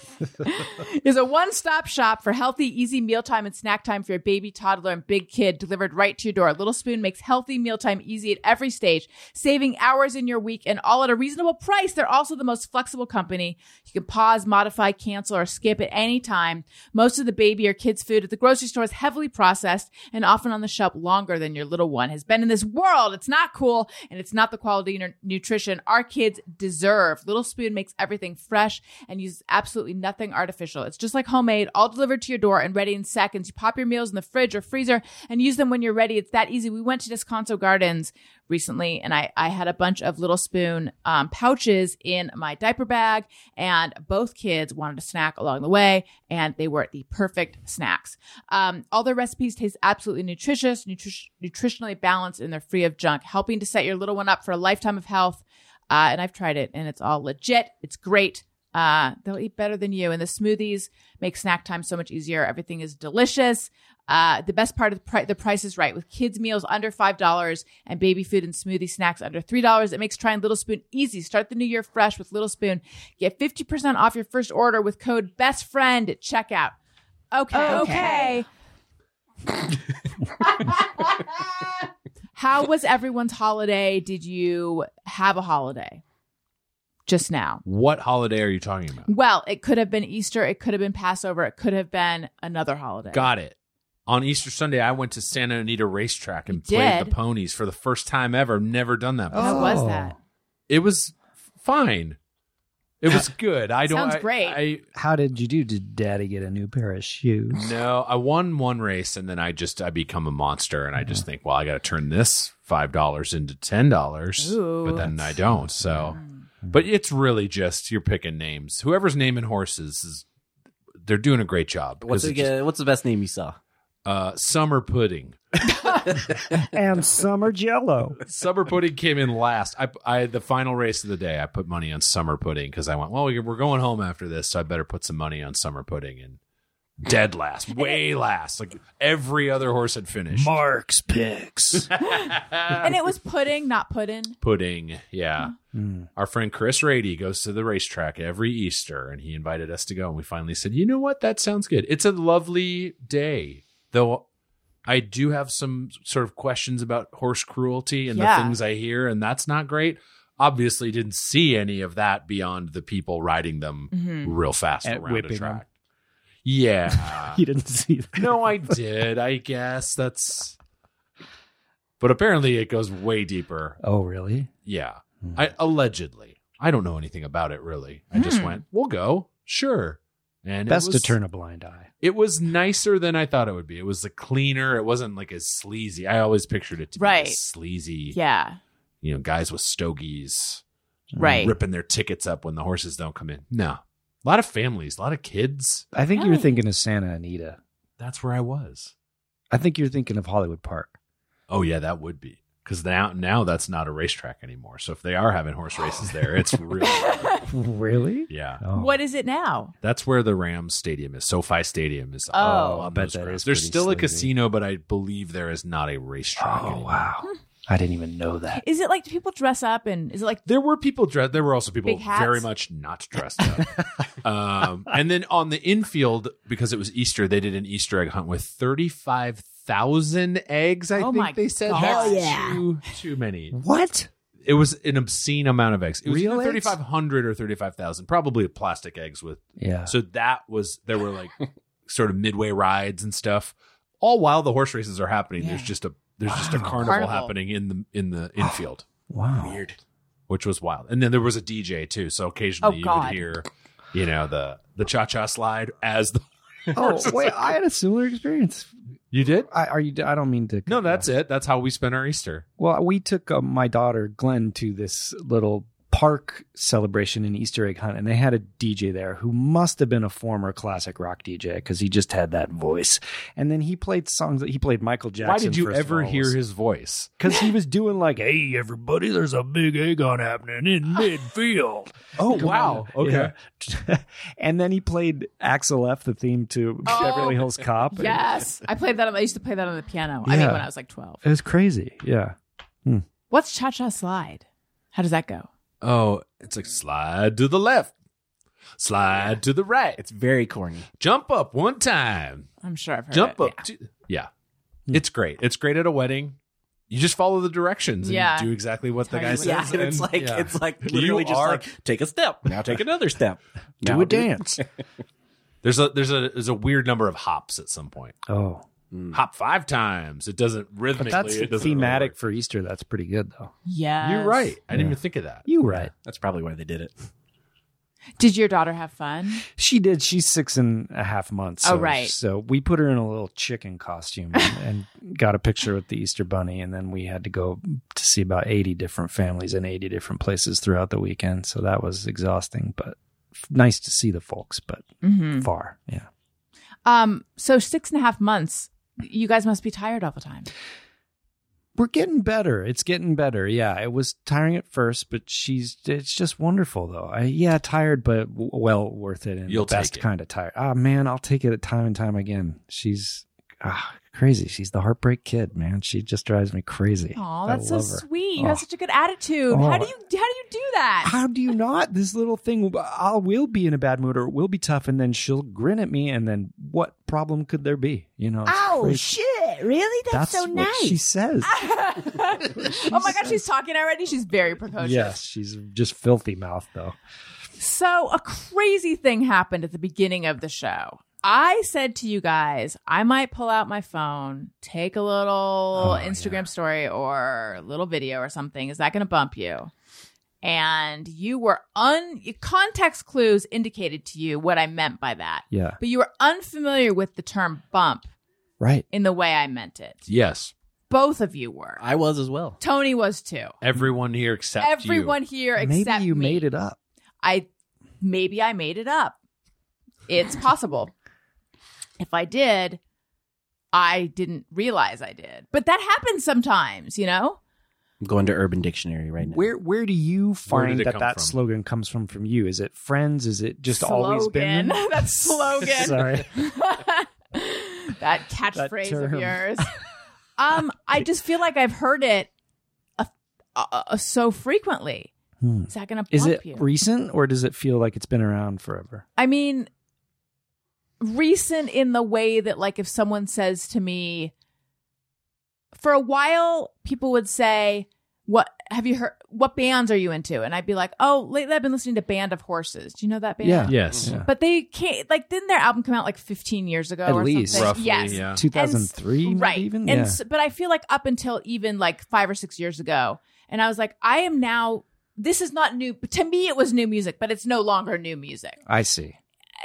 [SPEAKER 5] is a one-stop shop for healthy easy mealtime and snack time for your baby toddler and big kid delivered right to your door little spoon makes healthy mealtime easy at every stage saving hours in your week and all at a reasonable price they're also the most flexible company you can pause modify cancel or skip at any time most of the baby or kids food at the grocery store is heavily processed and often on the shelf longer than your little one has been in this world. It's not cool and it's not the quality nu- nutrition our kids deserve. Little Spoon makes everything fresh and uses absolutely nothing artificial. It's just like homemade, all delivered to your door and ready in seconds. You pop your meals in the fridge or freezer and use them when you're ready. It's that easy. We went to Descanso Gardens recently and I, I had a bunch of Little Spoon um, pouches in my diaper bag and both kids wanted a snack along the way and they were the perfect snacks. Um, all their recipes taste absolutely nutritious, nutri- nutritionally balanced, and they're free of junk, helping to set your little one up for a lifetime of health. Uh, and I've tried it, and it's all legit. It's great. Uh, they'll eat better than you, and the smoothies make snack time so much easier. Everything is delicious. Uh, the best part of the, pri- the price is right with kids meals under $5 and baby food and smoothie snacks under $3 it makes trying little spoon easy start the new year fresh with little spoon get 50% off your first order with code best friend at checkout okay okay how was everyone's holiday did you have a holiday just now
[SPEAKER 3] What holiday are you talking about?
[SPEAKER 5] well it could have been easter it could have been passover it could have been another holiday
[SPEAKER 3] Got it. On Easter Sunday, I went to Santa Anita Racetrack and
[SPEAKER 5] You
[SPEAKER 3] played
[SPEAKER 5] did?
[SPEAKER 3] the ponies for the first time ever. Never done that. Before.
[SPEAKER 5] how was that
[SPEAKER 3] It was f- fine. It was good. I don't.
[SPEAKER 5] Sounds
[SPEAKER 3] I-
[SPEAKER 5] great.
[SPEAKER 3] I,
[SPEAKER 2] How did you do? Did Daddy get a new pair of shoes?
[SPEAKER 3] No, I won one race and then I just I become a monster and I
[SPEAKER 5] Mm-hmm.
[SPEAKER 3] just think, well, I got to turn this five dollars into ten dollars,
[SPEAKER 5] Ooh. Mm-hmm.
[SPEAKER 3] but then I don't. So, but it's really just you're picking names. Whoever's naming horses is they're doing a great job.
[SPEAKER 1] What's
[SPEAKER 3] 'Cause
[SPEAKER 1] the,
[SPEAKER 3] it just-
[SPEAKER 1] what's the best name you saw?
[SPEAKER 3] uh, summer pudding?
[SPEAKER 2] and summer jello.
[SPEAKER 3] summer pudding came in last. I, I the final race of the day. I put money on summer pudding because I went. Well, we're we're going home after this, so I better put some money on summer pudding and. Dead last, way last. Like every other horse had finished.
[SPEAKER 2] Mark's picks.
[SPEAKER 5] and it was pudding not pudding
[SPEAKER 3] pudding. Yeah.
[SPEAKER 2] Hmm.
[SPEAKER 3] Our friend Chris Rady goes to the racetrack every Easter and he invited us to go. And we finally said, you know what? That sounds good. It's a lovely day. Though I do have some sort of questions about horse cruelty and
[SPEAKER 5] Yeah.
[SPEAKER 3] the things I hear, and that's not great. Obviously, didn't see any of that beyond the people riding them real fast
[SPEAKER 2] And
[SPEAKER 3] around
[SPEAKER 2] whipping
[SPEAKER 3] a
[SPEAKER 2] 'em.
[SPEAKER 3] track. Yeah.
[SPEAKER 2] you didn't see that.
[SPEAKER 3] no, I did. I guess that's. But apparently, it goes way deeper.
[SPEAKER 2] Oh, really?
[SPEAKER 3] Yeah. I allegedly. I don't know anything about it really. I just
[SPEAKER 5] Hmm.
[SPEAKER 3] went, we'll go. Sure. And
[SPEAKER 2] Best
[SPEAKER 3] it was,
[SPEAKER 2] to turn a blind eye.
[SPEAKER 3] It was nicer than I thought it would be. It was the cleaner. It wasn't like as sleazy. I always pictured it to
[SPEAKER 5] Right.
[SPEAKER 3] be this sleazy.
[SPEAKER 5] yeah
[SPEAKER 3] You know, guys with stogies Mm,
[SPEAKER 5] right
[SPEAKER 3] ripping their tickets up when the horses don't come in. No. A lot of families, a lot of kids.
[SPEAKER 2] I think you were
[SPEAKER 5] Right.
[SPEAKER 2] thinking of Santa Anita.
[SPEAKER 3] That's where I was.
[SPEAKER 2] I think you're thinking of Hollywood Park.
[SPEAKER 3] Oh yeah, that would be. because now now that's not a racetrack anymore. So if they are having horse races there, it's real.
[SPEAKER 2] Really?
[SPEAKER 3] yeah.
[SPEAKER 2] Oh.
[SPEAKER 5] What is it now?
[SPEAKER 3] That's where the Rams Stadium is. SoFi Stadium is.
[SPEAKER 5] Oh.
[SPEAKER 3] on
[SPEAKER 2] I bet
[SPEAKER 3] those
[SPEAKER 2] that
[SPEAKER 3] grounds.
[SPEAKER 2] is
[SPEAKER 3] There's
[SPEAKER 2] pretty
[SPEAKER 3] still a
[SPEAKER 2] sleazy.
[SPEAKER 3] casino, but I believe there is not a racetrack.
[SPEAKER 2] Oh
[SPEAKER 3] anymore.
[SPEAKER 2] wow! I didn't even know that.
[SPEAKER 5] Is it like do people dress up and is it like
[SPEAKER 3] There were people dressed. There were also people
[SPEAKER 5] Big hats?
[SPEAKER 3] very much not dressed up. um, and then on the infield, because it was Easter, they did an Easter egg hunt with thirty-five thousand eggs. I
[SPEAKER 5] Oh my
[SPEAKER 3] think they said
[SPEAKER 5] God.
[SPEAKER 3] that's
[SPEAKER 5] Hell yeah.
[SPEAKER 3] too too many.
[SPEAKER 2] What?
[SPEAKER 3] It was an obscene amount of eggs. It was
[SPEAKER 2] Real eggs?
[SPEAKER 3] thirty-five hundred or thirty-five thousand, probably plastic eggs with
[SPEAKER 2] Yeah.
[SPEAKER 3] So that was there were like sort of midway rides and stuff. All while the horse races are happening, there's
[SPEAKER 5] Yeah.
[SPEAKER 3] just a there's just a
[SPEAKER 2] Wow.
[SPEAKER 3] carnival,
[SPEAKER 5] Carnival.
[SPEAKER 3] happening in the in the infield,
[SPEAKER 2] wow.
[SPEAKER 3] which was wild. And then there was a DJ too, so occasionally
[SPEAKER 5] Oh,
[SPEAKER 3] you would
[SPEAKER 5] God.
[SPEAKER 3] hear, you know, the the cha cha slide as the
[SPEAKER 2] Oh wait, I had a similar experience.
[SPEAKER 3] you did.
[SPEAKER 2] I, are you? I don't mean to.
[SPEAKER 3] No, that's it. That's how we spent our Easter.
[SPEAKER 2] Well, we took uh, my daughter Glenn to this little park celebration and Easter egg hunt, and they had a DJ there who must have been a former classic rock DJ because he just had that voice. And then he played songs that he played Michael Jackson.
[SPEAKER 3] Why did you ever hear his voice?
[SPEAKER 2] Because he was doing like, "Hey, everybody, there's a big egg on happening in midfield."
[SPEAKER 3] Oh
[SPEAKER 2] Yeah. and then he played Axel F, the theme to
[SPEAKER 5] Oh.
[SPEAKER 2] Beverly Hills Cop.
[SPEAKER 5] Yes. I played that on I used to play that on the piano. I mean
[SPEAKER 2] Yeah.
[SPEAKER 5] when I was like twelve.
[SPEAKER 2] It was crazy. Yeah.
[SPEAKER 5] What's Cha Cha Slide? How does that go?
[SPEAKER 3] Oh, it's like slide to the left, slide to the right,
[SPEAKER 1] It's very corny.
[SPEAKER 3] jump up one time.
[SPEAKER 5] I'm sure I've heard it.
[SPEAKER 3] jump up. Yeah. yeah. It's great. It's great at a wedding. You just follow the directions and
[SPEAKER 5] Yeah.
[SPEAKER 3] you do exactly what the guy
[SPEAKER 5] hard
[SPEAKER 3] says.
[SPEAKER 5] to
[SPEAKER 1] Yeah, and it's
[SPEAKER 3] and-
[SPEAKER 1] like
[SPEAKER 3] yeah.
[SPEAKER 1] it's like literally
[SPEAKER 3] You
[SPEAKER 1] just
[SPEAKER 3] are-
[SPEAKER 1] like take a step, now take another step, now
[SPEAKER 2] Do a dance.
[SPEAKER 3] there's a there's a there's a weird number of hops at some point.
[SPEAKER 2] oh.
[SPEAKER 3] Hop five times. It doesn't rhythmically.
[SPEAKER 2] But that's
[SPEAKER 3] it doesn't really
[SPEAKER 2] thematic
[SPEAKER 3] work.
[SPEAKER 2] for Easter. That's pretty good, though.
[SPEAKER 5] Yeah.
[SPEAKER 3] You're right. I didn't even think of that.
[SPEAKER 2] You right.
[SPEAKER 1] That's probably why they did it.
[SPEAKER 5] Did your daughter have fun?
[SPEAKER 2] She did. She's six and a half months. So,
[SPEAKER 5] Oh, right.
[SPEAKER 2] So we put her in a little chicken costume and, and got a picture with the Easter bunny. And then we had to go to see about 80 different families in 80 different places throughout the weekend. So that was exhausting, but f- nice to see the folks, but
[SPEAKER 5] Mm-hmm.
[SPEAKER 2] far. Yeah.
[SPEAKER 5] Um, so six and a half months. You guys must be tired all the time.
[SPEAKER 2] We're getting better. It's getting better. Yeah. It was tiring at first, but she's, it's just wonderful, though. I, yeah, tired, but w- well worth it. And
[SPEAKER 3] You'll
[SPEAKER 2] the best
[SPEAKER 3] take it.
[SPEAKER 2] kind of tired. Ah, man, I'll take it time and time again. She's ah, crazy. She's the heartbreak kid, man. She just drives me crazy.
[SPEAKER 5] Oh,
[SPEAKER 2] I
[SPEAKER 5] that's so
[SPEAKER 2] love her.
[SPEAKER 5] sweet. You
[SPEAKER 2] Oh.
[SPEAKER 5] have such a good attitude.
[SPEAKER 2] Oh.
[SPEAKER 5] How do you how do you do that?
[SPEAKER 2] How do you not? This little thing, I will be in a bad mood or it will be tough, and then she'll grin at me, and then what problem could there be? You know? it's crazy.
[SPEAKER 5] shit. Really?
[SPEAKER 2] that's, what She says.
[SPEAKER 5] Ah. oh my god, she's talking already. She's very precocious.
[SPEAKER 2] yes, she's just filthy mouth though.
[SPEAKER 5] So, a crazy thing happened at the beginning of the show. I said to you guys, I might pull out my phone, take a little
[SPEAKER 2] Oh,
[SPEAKER 5] Instagram story or little video or something. Is that going to bump you? And you were un context clues indicated to you what I meant by that.
[SPEAKER 2] Yeah.
[SPEAKER 5] But you were unfamiliar with the term bump
[SPEAKER 2] Right.
[SPEAKER 5] in the way I meant it.
[SPEAKER 3] Yes.
[SPEAKER 5] Both of you were.
[SPEAKER 1] I was as well.
[SPEAKER 5] Tony was too.
[SPEAKER 3] Everyone here except
[SPEAKER 5] Everyone here except
[SPEAKER 2] Maybe you
[SPEAKER 5] me.
[SPEAKER 2] made it up.
[SPEAKER 5] I maybe I made it up. It's possible. if I did, I didn't realize I did. But that happens sometimes, you know?
[SPEAKER 1] I'm going to Urban Dictionary right now.
[SPEAKER 2] Where where do you find
[SPEAKER 3] it
[SPEAKER 2] that
[SPEAKER 3] come
[SPEAKER 2] that
[SPEAKER 3] from?
[SPEAKER 2] slogan comes from? From you? Is it friends? Is it just always been?
[SPEAKER 5] Slogan. that slogan.
[SPEAKER 2] Sorry.
[SPEAKER 5] that catchphrase
[SPEAKER 2] term.
[SPEAKER 5] of yours. Um, I just feel like I've heard it a, a, a, so frequently.
[SPEAKER 2] Hmm.
[SPEAKER 5] Is that going to
[SPEAKER 2] Is
[SPEAKER 5] bump
[SPEAKER 2] it
[SPEAKER 5] you?
[SPEAKER 2] recent or does it feel like it's been around forever?
[SPEAKER 5] I mean, recent in the way that, like, if someone says to me, for a while, people would say, "What have you heard? What bands are you into?" And I'd be like, "Oh, lately I've been listening to Band of Horses. Do you know that band?"
[SPEAKER 2] Yeah.
[SPEAKER 3] Yes.
[SPEAKER 2] Yeah.
[SPEAKER 5] But they can't like didn't their album come out like 15 years ago
[SPEAKER 2] At
[SPEAKER 5] or
[SPEAKER 2] least.
[SPEAKER 5] something?
[SPEAKER 3] Roughly.
[SPEAKER 5] yes.
[SPEAKER 3] Yeah.
[SPEAKER 2] Two thousand three,
[SPEAKER 5] right?
[SPEAKER 2] Even
[SPEAKER 5] And
[SPEAKER 2] yeah.
[SPEAKER 5] s but I feel like up until even like five or six years ago, and I was like, I am now. This is not new to me. It was new music, but it's no longer new music
[SPEAKER 2] I see.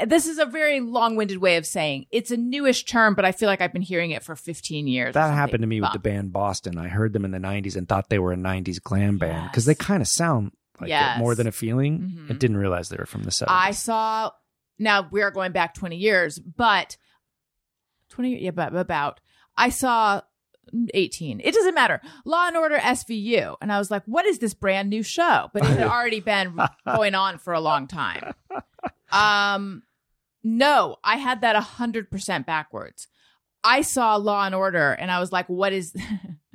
[SPEAKER 5] this is a very long-winded way of saying it's a newish term, but I feel like I've been hearing it for 15 years.
[SPEAKER 2] That happened to me with the band Boston. I heard them in the 90s and thought they were a 90s glam band because they
[SPEAKER 5] Yes.
[SPEAKER 2] kind of sound like
[SPEAKER 5] Yes.
[SPEAKER 2] it more than a feeling.
[SPEAKER 5] Mhm.
[SPEAKER 2] I didn't realize they were from the 70s.
[SPEAKER 5] I saw. Now we are going back 20 years, but 20 yeah, but about I saw 18. It doesn't matter. Law and Order SVU. And I was like, what is this brand new show? But it had already been going on for a long time. Um, no, I had that 100% backwards. I saw Law and Order and I was like, what is.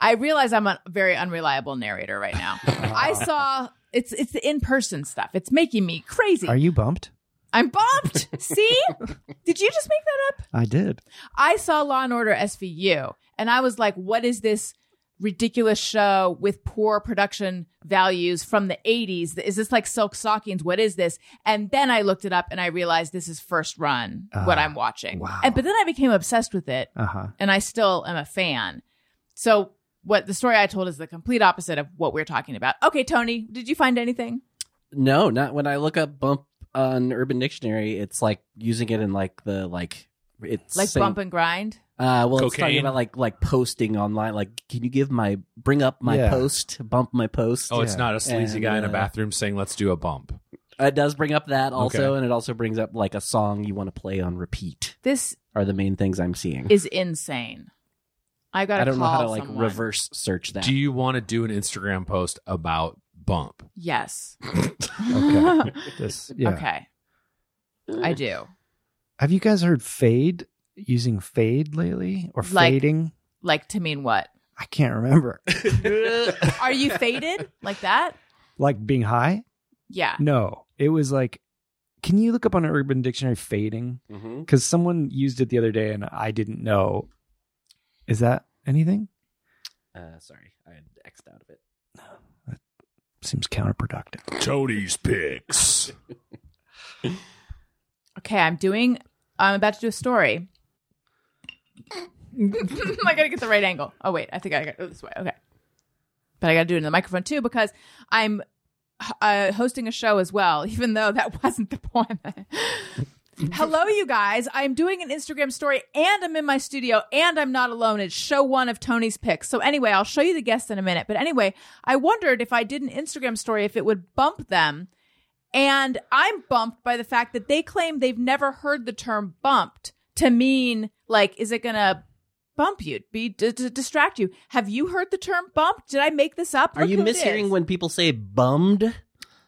[SPEAKER 5] I realize I'm a very unreliable narrator right now. I saw it's it's the in person stuff. It's making me crazy.
[SPEAKER 2] Are you bumped?
[SPEAKER 5] I'm bumped. See? Did you just make that up?
[SPEAKER 2] I did.
[SPEAKER 5] I saw Law and Order SVU and I was like, what is this ridiculous show with poor production values from the 80s? Is this like Silk Stockings? What is this? And then I looked it up and I realized this is first run what
[SPEAKER 2] Ah,
[SPEAKER 5] I'm watching.
[SPEAKER 2] wow.
[SPEAKER 5] And, but then I became obsessed with it
[SPEAKER 2] Uh huh.
[SPEAKER 5] and I still am a fan. So what the story I told is the complete opposite of what we're talking about. Okay, Tony, did you find anything?
[SPEAKER 1] No, not when I look up bump on Urban Dictionary. It's like using it in like the like it's
[SPEAKER 5] Like
[SPEAKER 1] saying-
[SPEAKER 5] bump and grind?
[SPEAKER 1] Uh, well, it's talking
[SPEAKER 3] Cocaine.
[SPEAKER 1] about like like posting online. Like, can you give my bring up my
[SPEAKER 2] Yeah.
[SPEAKER 1] post, bump my post?
[SPEAKER 3] Oh, it's
[SPEAKER 2] Yeah.
[SPEAKER 3] not a sleazy
[SPEAKER 1] And,
[SPEAKER 3] guy in a
[SPEAKER 1] uh,
[SPEAKER 3] bathroom saying, let's do a bump.
[SPEAKER 1] It does bring up that also,
[SPEAKER 3] Okay.
[SPEAKER 1] and it also brings up like a song you want to play on repeat.
[SPEAKER 5] This
[SPEAKER 1] Are the main things I'm seeing.
[SPEAKER 5] is insane. I got
[SPEAKER 1] I don't know how to
[SPEAKER 5] call
[SPEAKER 1] like
[SPEAKER 5] someone.
[SPEAKER 1] reverse search that.
[SPEAKER 3] Do you want to do an Instagram post about bump?
[SPEAKER 5] Yes.
[SPEAKER 2] Okay. This. Yeah.
[SPEAKER 5] Okay. I do.
[SPEAKER 2] Have you guys heard fade using fade lately or
[SPEAKER 5] Like-
[SPEAKER 2] fading?
[SPEAKER 5] Like to mean what?
[SPEAKER 2] I can't remember.
[SPEAKER 5] Are you faded like that?
[SPEAKER 2] like being high?
[SPEAKER 5] Yeah.
[SPEAKER 2] No. It was like, can you look up on Urban Dictionary fading?
[SPEAKER 1] Mhm.
[SPEAKER 2] Because someone used it the other day and I didn't know. Is that anything?
[SPEAKER 1] Uh, sorry, I had X'd out of it.
[SPEAKER 2] Seems counterproductive.
[SPEAKER 3] Tony's picks.
[SPEAKER 5] Okay. I'm doing. I'm about to do a story. I gotta get the right angle. Oh wait, I think I gotta go this way. Okay. But I gotta do it in the microphone too because I'm uh, hosting a show as well. Even though that wasn't the point. Hello, you guys. I'm doing an Instagram story and I'm in my studio and I'm not alone. It's show one of Tony's picks. So, anyway, I'll show you the guests in a minute. But anyway, I wondered if I did an Instagram story, if it would bump them. And I'm bumped by the fact that they claim they've never heard the term bumped to mean, like, is it going to bump you, be d- d- distract you? Have you heard the term bumped? Did I make this up?
[SPEAKER 1] Are
[SPEAKER 5] Look
[SPEAKER 1] you
[SPEAKER 5] who it is.
[SPEAKER 1] mishearing when people say bummed?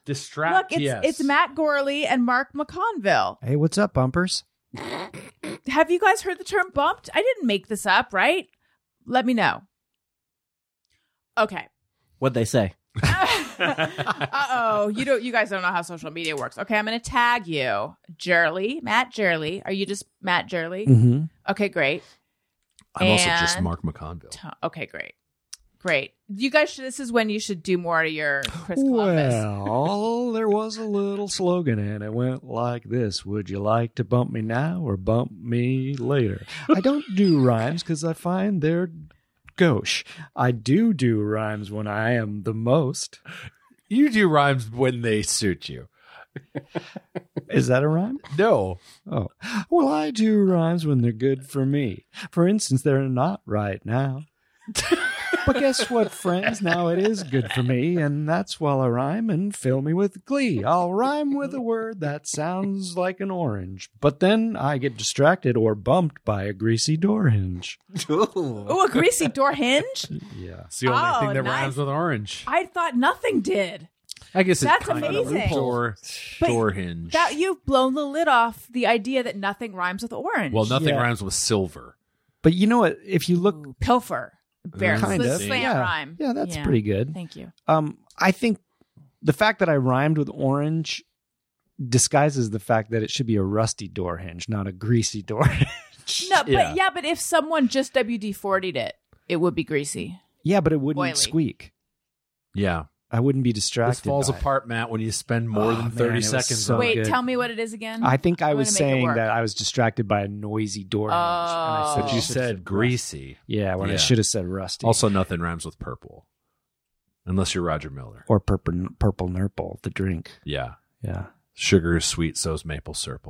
[SPEAKER 3] Distract.
[SPEAKER 5] Look, it's,
[SPEAKER 3] yes.
[SPEAKER 5] it's Matt Gorley and Mark McConville.
[SPEAKER 2] Hey, what's up, bumpers?
[SPEAKER 5] Have you guys heard the term bumped? I didn't make this up, right? Let me know. Okay.
[SPEAKER 1] What'd they say?
[SPEAKER 5] uh oh, you don't. You guys don't know how social media works. Okay, I'm gonna tag you, Jerly, Matt Jerly. Are you just Matt Jerly?
[SPEAKER 2] Mm-hmm.
[SPEAKER 5] Okay, great.
[SPEAKER 3] I'm also just
[SPEAKER 5] and-
[SPEAKER 3] Mark McConville.
[SPEAKER 5] T- Okay, great, great. You guys, should, this is when you should do more of your Chris Columbus.
[SPEAKER 2] Well, there was a little slogan and it went like this Would you like to bump me now or bump me later? I don't do rhymes because I find they're gauche. I do do rhymes when I am the most.
[SPEAKER 3] You do rhymes when they suit you.
[SPEAKER 2] Is that a rhyme?
[SPEAKER 3] No.
[SPEAKER 2] Oh, well, I do rhymes when they're good for me. For instance, they're not right now. but guess what, friends? Now it is good for me, and that's while I rhyme and fill me with glee. I'll rhyme with a word that sounds like an orange, but then I get distracted or bumped by a greasy door hinge.
[SPEAKER 5] Ooh, a greasy door hinge.
[SPEAKER 2] Yeah.
[SPEAKER 3] It's the only
[SPEAKER 5] Oh,
[SPEAKER 3] thing that
[SPEAKER 5] nice.
[SPEAKER 3] rhymes with orange.
[SPEAKER 5] I thought nothing did.
[SPEAKER 3] I guess
[SPEAKER 5] That's
[SPEAKER 3] it's kind of a
[SPEAKER 5] amazing.
[SPEAKER 3] door,
[SPEAKER 5] But
[SPEAKER 3] door hinge.
[SPEAKER 5] That you've blown the lid off the idea that nothing rhymes with orange.
[SPEAKER 3] well, nothing
[SPEAKER 2] Yeah.
[SPEAKER 3] rhymes with silver.
[SPEAKER 2] But you know what? If you look
[SPEAKER 5] pilfer, bear,
[SPEAKER 2] kind
[SPEAKER 5] sl-
[SPEAKER 2] of,
[SPEAKER 5] slant
[SPEAKER 2] yeah,
[SPEAKER 5] rhyme.
[SPEAKER 2] Mm, yeah, that's pretty good.
[SPEAKER 5] Thank you.
[SPEAKER 2] Um, I think the fact that I rhymed with orange disguises the fact that it should be a rusty door hinge, not a greasy door hinge.
[SPEAKER 5] No, but yeah, but if someone just WD 40'd it, it would be greasy.
[SPEAKER 2] Yeah, but it wouldn't
[SPEAKER 5] Oily.
[SPEAKER 2] squeak.
[SPEAKER 3] Yeah.
[SPEAKER 2] I wouldn't be distracted.
[SPEAKER 3] This falls
[SPEAKER 2] by it.
[SPEAKER 3] apart, Matt, when you spend more
[SPEAKER 2] Oh,
[SPEAKER 3] than
[SPEAKER 2] man,
[SPEAKER 3] 30
[SPEAKER 2] it was
[SPEAKER 3] seconds
[SPEAKER 2] so
[SPEAKER 3] on
[SPEAKER 5] Wait,
[SPEAKER 2] good.
[SPEAKER 5] tell me what it is again.
[SPEAKER 2] I think I
[SPEAKER 5] I'm
[SPEAKER 2] was
[SPEAKER 5] gonna make it
[SPEAKER 2] saying
[SPEAKER 5] work.
[SPEAKER 2] that I was distracted by a noisy door hinge.
[SPEAKER 5] Oh.
[SPEAKER 3] But
[SPEAKER 5] Oh.
[SPEAKER 3] you said greasy.
[SPEAKER 2] Yeah, when I
[SPEAKER 3] Yeah.
[SPEAKER 2] should have said rusty.
[SPEAKER 3] Also, nothing rhymes with purple, unless you're Roger Miller.
[SPEAKER 2] or purple purple nurple, the drink.
[SPEAKER 3] Yeah,
[SPEAKER 2] Yeah.
[SPEAKER 3] sugar is sweet, so's maple syrup.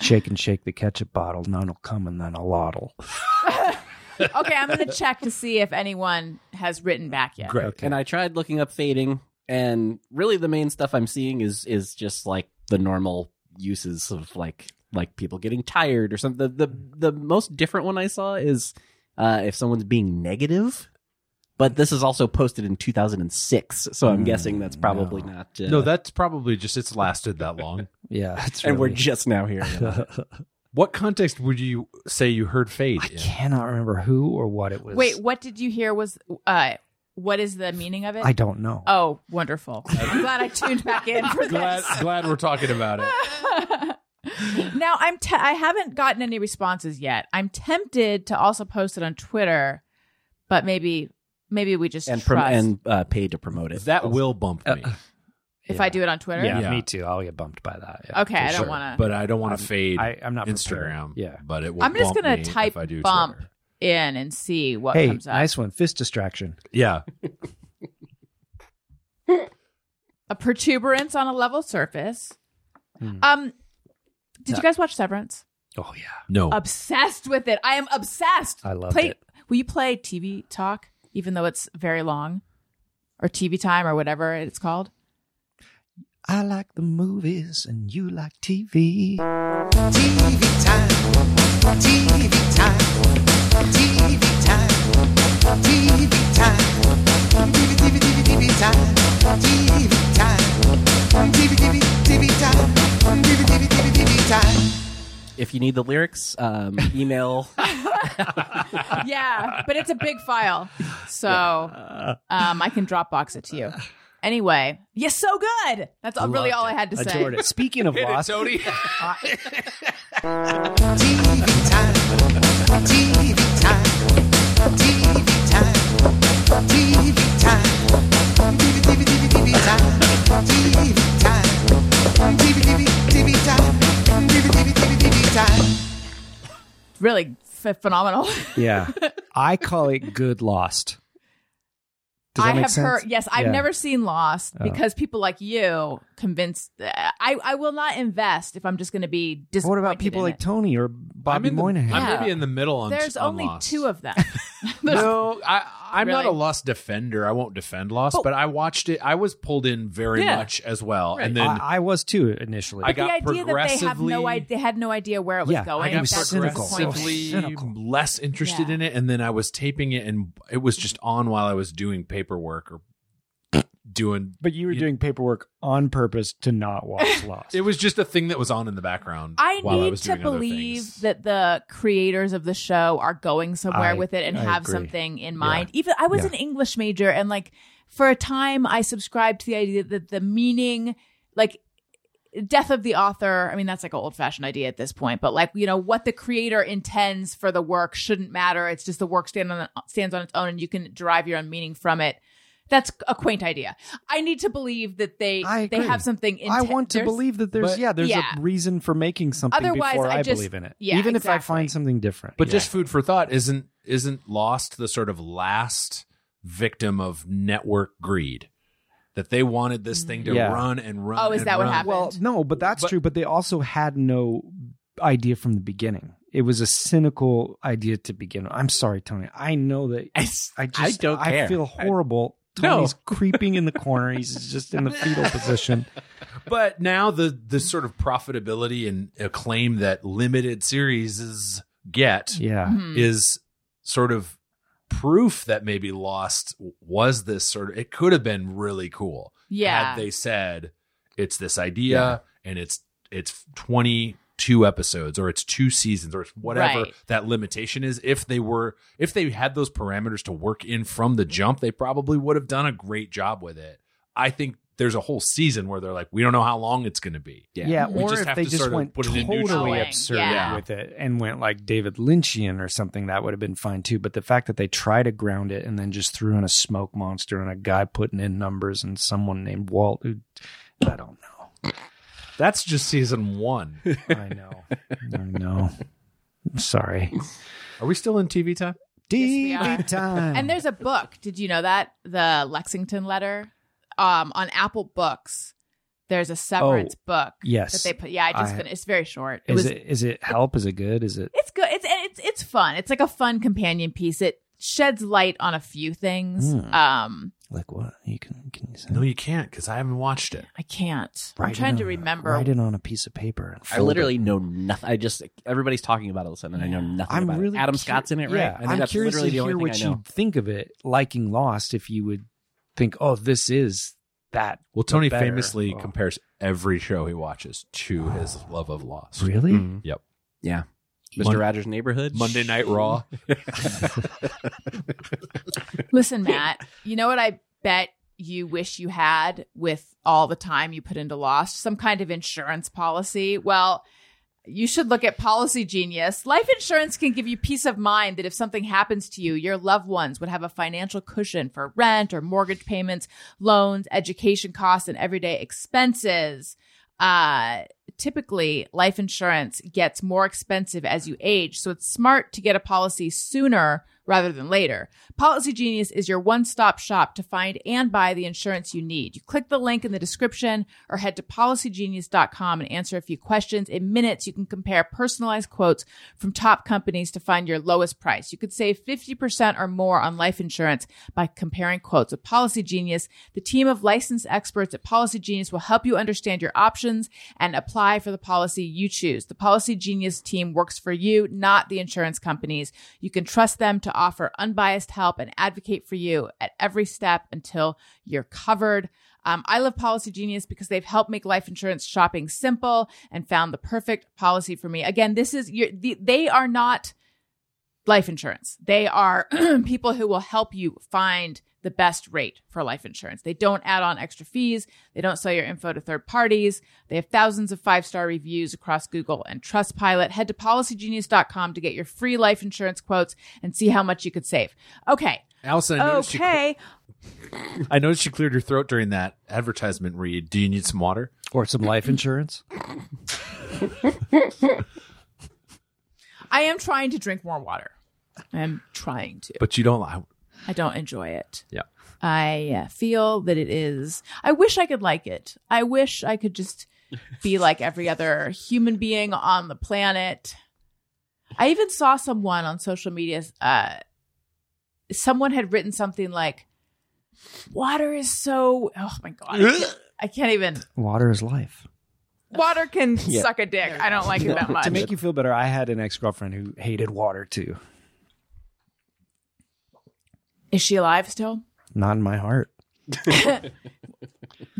[SPEAKER 2] Shake and shake the ketchup bottle, none'll come and then I'll waddle.
[SPEAKER 5] okay, I'm going to check to see if anyone has written back yet.
[SPEAKER 3] Great.
[SPEAKER 2] Okay.
[SPEAKER 1] And I tried looking up fading, and really the main stuff I'm seeing is is just like the normal uses of like like people getting tired or something. The the, the most different one I saw is uh, if someone's being negative. But this is also posted in 2006, so I'm
[SPEAKER 2] Mm,
[SPEAKER 1] guessing that's probably
[SPEAKER 2] no.
[SPEAKER 1] not. Uh,
[SPEAKER 3] No, that's probably just it's lasted that long.
[SPEAKER 2] Yeah, it's
[SPEAKER 1] and we're
[SPEAKER 2] really-
[SPEAKER 1] just now here.
[SPEAKER 3] what context would you say you heard fade?
[SPEAKER 2] I
[SPEAKER 3] in?
[SPEAKER 2] cannot remember who or what it was.
[SPEAKER 5] Wait, what did you hear? Was uh, what is the meaning of it?
[SPEAKER 2] I don't know.
[SPEAKER 5] Oh, wonderful! I'm glad I tuned back in for
[SPEAKER 3] Glad
[SPEAKER 5] this.
[SPEAKER 3] glad we're talking about it.
[SPEAKER 5] now I'm te- I haven't gotten any responses yet. I'm tempted to also post it on Twitter, but maybe maybe we just
[SPEAKER 1] and prom-
[SPEAKER 5] trust
[SPEAKER 1] and uh, paid to promote it.
[SPEAKER 3] That will bump
[SPEAKER 5] Uh,
[SPEAKER 3] me.
[SPEAKER 5] if I do it on Twitter.
[SPEAKER 2] yeah,
[SPEAKER 3] Yeah.
[SPEAKER 2] me too. I'll get bumped by that. yeah,
[SPEAKER 5] Okay,
[SPEAKER 2] for
[SPEAKER 5] I don't
[SPEAKER 2] sure.
[SPEAKER 5] want to
[SPEAKER 3] but I don't want to fade
[SPEAKER 2] I, I'm not prepared.
[SPEAKER 3] Instagram.
[SPEAKER 2] Yeah.
[SPEAKER 3] But it will
[SPEAKER 5] I'm just
[SPEAKER 3] bump
[SPEAKER 5] gonna
[SPEAKER 3] me
[SPEAKER 5] type
[SPEAKER 3] if I do
[SPEAKER 5] bump.
[SPEAKER 3] Twitter.
[SPEAKER 5] in and see what
[SPEAKER 2] Hey,
[SPEAKER 5] comes up.
[SPEAKER 2] nice one. Fist distraction.
[SPEAKER 3] Yeah.
[SPEAKER 5] A protuberance on a level surface.
[SPEAKER 2] Hmm.
[SPEAKER 5] Um, did you guys watch Severance?
[SPEAKER 2] Oh yeah,
[SPEAKER 3] No.
[SPEAKER 5] Obsessed with it. I am obsessed.
[SPEAKER 2] I loved
[SPEAKER 5] play,
[SPEAKER 2] it.
[SPEAKER 5] Will you play TV Talk, even though it's very long, or TV Time, or whatever it's called?
[SPEAKER 2] I like the movies and you like TV.
[SPEAKER 4] TV time. TV time. TV time. TV time. TV TV TV TV time. TV time. TV TV TV time. TV TV TV TV time.
[SPEAKER 1] If you need the lyrics, um, email
[SPEAKER 5] yeah, but it's a big file, so um, I can Dropbox it to you. Anyway, yes, so good. That's all, really all I had to say.
[SPEAKER 2] Adored it. Speaking of lost,
[SPEAKER 3] Tony.
[SPEAKER 4] TV time. TV time. TV time. TV time. TV TV TV TV time. TV time. TV TV TV time. TV TV TV TV time.
[SPEAKER 5] Really ph phenomenal.
[SPEAKER 2] yeah, I call it good lost. Does that
[SPEAKER 5] I
[SPEAKER 2] make
[SPEAKER 5] have
[SPEAKER 2] sense?
[SPEAKER 5] heard. Yes, I've
[SPEAKER 2] Yeah.
[SPEAKER 5] never seen Lost because people like you convinced. I I will not invest if I'm just going to be disappointed.
[SPEAKER 2] What about people
[SPEAKER 5] in
[SPEAKER 2] like
[SPEAKER 5] it.
[SPEAKER 2] Tony or Bobby
[SPEAKER 3] I'm, in the,
[SPEAKER 2] Moynihan?
[SPEAKER 5] Yeah.
[SPEAKER 3] I'm maybe in the middle on
[SPEAKER 5] There's
[SPEAKER 3] on
[SPEAKER 5] only
[SPEAKER 3] Lost.
[SPEAKER 5] two of them.
[SPEAKER 3] No, I, I'm not a
[SPEAKER 5] Really?
[SPEAKER 3] Lost defender. I won't defend Lost, but I watched it. I was pulled in very
[SPEAKER 5] Yeah.
[SPEAKER 3] much as well, and then
[SPEAKER 2] I, I was too initially.
[SPEAKER 3] I
[SPEAKER 5] the
[SPEAKER 3] got
[SPEAKER 5] idea that they have no
[SPEAKER 3] progressively-
[SPEAKER 5] idea, they had no idea where it was
[SPEAKER 2] Yeah, I
[SPEAKER 5] going.
[SPEAKER 2] got
[SPEAKER 5] at
[SPEAKER 2] was
[SPEAKER 5] that
[SPEAKER 2] cynical.
[SPEAKER 5] point.
[SPEAKER 3] progressively
[SPEAKER 2] So cynical.
[SPEAKER 3] less interested
[SPEAKER 5] Yeah.
[SPEAKER 3] in it, and then I was taping it, and it was just on while I was doing paperwork or doing.
[SPEAKER 2] but you were
[SPEAKER 3] You-
[SPEAKER 2] doing paperwork on purpose to not watch Lost.
[SPEAKER 3] It was just a thing that was on in the background.
[SPEAKER 5] I
[SPEAKER 3] while I
[SPEAKER 5] need
[SPEAKER 3] was
[SPEAKER 5] to
[SPEAKER 3] doing other
[SPEAKER 5] believe
[SPEAKER 3] things.
[SPEAKER 5] that the creators of the show are going somewhere
[SPEAKER 2] I-
[SPEAKER 5] with it and
[SPEAKER 2] I
[SPEAKER 5] have
[SPEAKER 2] agree.
[SPEAKER 5] something in mind. Even I was
[SPEAKER 2] Yeah.
[SPEAKER 5] an English major and like for a time I subscribed to the idea that the meaning like death of the author, I mean that's like an old-fashioned idea at this point, but like you know what the creator intends for the work shouldn't matter. It's just the work stand on stands on its own and you can derive your own meaning from it. That's a quaint idea. I need to believe that they
[SPEAKER 2] I
[SPEAKER 5] they
[SPEAKER 2] agree.
[SPEAKER 5] have something in
[SPEAKER 2] I want to believe that there's
[SPEAKER 3] but-
[SPEAKER 2] yeah there's
[SPEAKER 5] Yeah.
[SPEAKER 2] a reason for making something
[SPEAKER 5] Otherwise,
[SPEAKER 2] before
[SPEAKER 5] I
[SPEAKER 2] I,
[SPEAKER 5] just-
[SPEAKER 2] believe in it.
[SPEAKER 5] yeah,
[SPEAKER 2] Even if I
[SPEAKER 5] exactly.
[SPEAKER 2] find something different.
[SPEAKER 3] But
[SPEAKER 2] Yeah.
[SPEAKER 3] just food for thought isn't isn't lost the sort of last victim of network greed that they wanted this thing to
[SPEAKER 2] Yeah.
[SPEAKER 3] run and run.
[SPEAKER 5] Oh, is
[SPEAKER 3] and
[SPEAKER 5] that what
[SPEAKER 3] run.
[SPEAKER 5] happened?
[SPEAKER 2] well, no, but that's
[SPEAKER 3] But-
[SPEAKER 2] true. But they also had no idea from the beginning. It was a cynical idea to begin with. I'm sorry, Tony. I know that
[SPEAKER 1] I,
[SPEAKER 2] I just
[SPEAKER 1] don't care.
[SPEAKER 2] feel horrible.
[SPEAKER 1] No.
[SPEAKER 2] Tony's creeping in the corner. He's just in the fetal position.
[SPEAKER 3] But now the the sort of profitability and acclaim that limited series get
[SPEAKER 2] Yeah.
[SPEAKER 5] Mm-hmm. Hmm.
[SPEAKER 3] is sort of proof that maybe Lost was this sort of. It could have been really cool.
[SPEAKER 5] yeah.
[SPEAKER 3] had they said it's this idea and it's it's 22 episodes or it's two seasons or it's whatever
[SPEAKER 5] Right.
[SPEAKER 3] that limitation is if they were if they had those parameters to work in from the jump they probably would have done a great job with it i think there's a whole season where they're like we don't know how long it's going to be
[SPEAKER 2] Yeah,
[SPEAKER 3] We
[SPEAKER 2] or
[SPEAKER 3] just
[SPEAKER 2] if
[SPEAKER 3] have
[SPEAKER 2] they
[SPEAKER 3] to
[SPEAKER 2] just
[SPEAKER 3] sort of
[SPEAKER 2] went
[SPEAKER 3] put it in neutral.
[SPEAKER 2] totally
[SPEAKER 5] Going,
[SPEAKER 2] absurd
[SPEAKER 5] yeah.
[SPEAKER 2] with it and went like David Lynchian or something, that would have been fine too. But the fact that they try to ground it and then just threw in a smoke monster and a guy putting in numbers and someone named Walt, who I don't
[SPEAKER 3] that's just season one
[SPEAKER 2] know. I know. I know. I'm sorry.
[SPEAKER 3] are we still in tv time
[SPEAKER 5] we are.
[SPEAKER 2] TV time.
[SPEAKER 5] And there's a book. Did you know that the Lexington Letter um, on Apple Books? There's a severance book
[SPEAKER 2] Oh, yes.
[SPEAKER 5] that they put. Yeah, I just
[SPEAKER 2] I-
[SPEAKER 5] finished. It's very short. It
[SPEAKER 2] is
[SPEAKER 5] was.
[SPEAKER 2] it is it help? Is it good? Is it
[SPEAKER 5] It's good. It's and it's it's fun. It's like a fun companion piece. It sheds light on a few things.
[SPEAKER 2] Hmm.
[SPEAKER 5] Um,
[SPEAKER 2] Like what? You can can you say?
[SPEAKER 3] No, you can't because I haven't watched it.
[SPEAKER 5] I can't.
[SPEAKER 2] Write
[SPEAKER 5] I'm
[SPEAKER 2] it
[SPEAKER 5] trying to
[SPEAKER 2] on-
[SPEAKER 5] remember.
[SPEAKER 2] Write it on a piece of paper. And
[SPEAKER 1] I
[SPEAKER 2] fold it.
[SPEAKER 1] literally know nothing. I just everybody's talking about Ellison, and I know nothing
[SPEAKER 2] I'm
[SPEAKER 1] about
[SPEAKER 2] really
[SPEAKER 1] it. Adam
[SPEAKER 2] cur-
[SPEAKER 1] Scott's in it, right?
[SPEAKER 2] Yeah,
[SPEAKER 1] I think
[SPEAKER 2] am
[SPEAKER 1] that's
[SPEAKER 2] curious
[SPEAKER 1] literally
[SPEAKER 2] to
[SPEAKER 1] the only
[SPEAKER 2] hear
[SPEAKER 1] thing
[SPEAKER 2] what
[SPEAKER 1] I know.
[SPEAKER 2] you think of it, liking Lost. If you would think, oh, this is that.
[SPEAKER 3] Well, Tony
[SPEAKER 2] better.
[SPEAKER 3] famously
[SPEAKER 2] Oh.
[SPEAKER 3] compares every show he watches to his love of Lost.
[SPEAKER 2] Really?
[SPEAKER 1] Mm.
[SPEAKER 3] Yep.
[SPEAKER 1] Yeah, Mr.
[SPEAKER 3] Mon-
[SPEAKER 1] Rogers' Neighborhood,
[SPEAKER 3] Monday Night Raw.
[SPEAKER 5] Listen, Matt, you know what I bet you wish you had with all the time you put into Lost? Some kind of insurance policy. Well, you should look at Policy Genius. Life insurance can give you peace of mind that if something happens to you, your loved ones would have a financial cushion for rent or mortgage payments, loans, education costs, and everyday expenses. Uh, typically, life insurance gets more expensive as you age, so it's smart to get a policy sooner rather than later. Policy Genius is your one stop shop to find and buy the insurance you need. You click the link in the description or head to policygenius.com and answer a few questions. In minutes, you can compare personalized quotes from top companies to find your lowest price. You could save 50% or more on life insurance by comparing quotes with Policy Genius. The team of licensed experts at Policy Genius will help you understand your options and apply for the policy you choose. The Policy Genius team works for you, not the insurance companies. You can trust them to offer unbiased help and advocate for you at every step until you're covered. Um, I love Policy Genius because they've helped make life insurance shopping simple and found the perfect policy for me. Again, this is you're, the, they are not life insurance. They are people who will help you find the best rate for life insurance. They don't add on extra fees. They don't sell your info to third parties. They have thousands of five star reviews across Google and Trustpilot. Head to policygenius.com to get your free life insurance quotes and see how much you could save. Okay.
[SPEAKER 3] Allison, I noticed, you,
[SPEAKER 5] Okay.
[SPEAKER 3] I noticed you cleared your throat during that advertisement read. Do you need some water?
[SPEAKER 2] Or some life insurance?
[SPEAKER 5] I am trying to drink more water. I am trying to.
[SPEAKER 3] But you don't. I,
[SPEAKER 5] I don't enjoy it.
[SPEAKER 3] Yeah.
[SPEAKER 5] I uh, feel that it is. I wish I could like it. I wish I could just be like every other human being on the planet. I even saw someone on social media. Uh, someone had written something like, "Water is so." Oh my god! I can't, I can't even.
[SPEAKER 2] Water is life.
[SPEAKER 5] Water can
[SPEAKER 1] Yeah.
[SPEAKER 5] suck a dick. I don't like it that much.
[SPEAKER 2] to make you feel better, I had an ex girlfriend who hated water too.
[SPEAKER 5] is she alive still?
[SPEAKER 2] Not in my heart.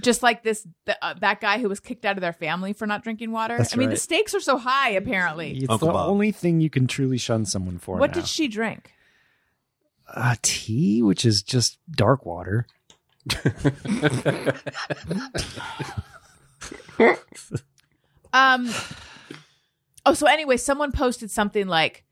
[SPEAKER 5] just like this th- uh, that guy who was kicked out of their family for not drinking water.
[SPEAKER 2] That's
[SPEAKER 5] I mean, the
[SPEAKER 2] right.
[SPEAKER 5] stakes are so high. Apparently,
[SPEAKER 2] It's
[SPEAKER 3] Uncle
[SPEAKER 2] the
[SPEAKER 3] Bob.
[SPEAKER 2] only thing you can truly shun someone for.
[SPEAKER 5] what
[SPEAKER 2] now.
[SPEAKER 5] did she drink?
[SPEAKER 2] Uh, tea, which is just dark water.
[SPEAKER 5] Um. Oh, so anyway, someone posted something like,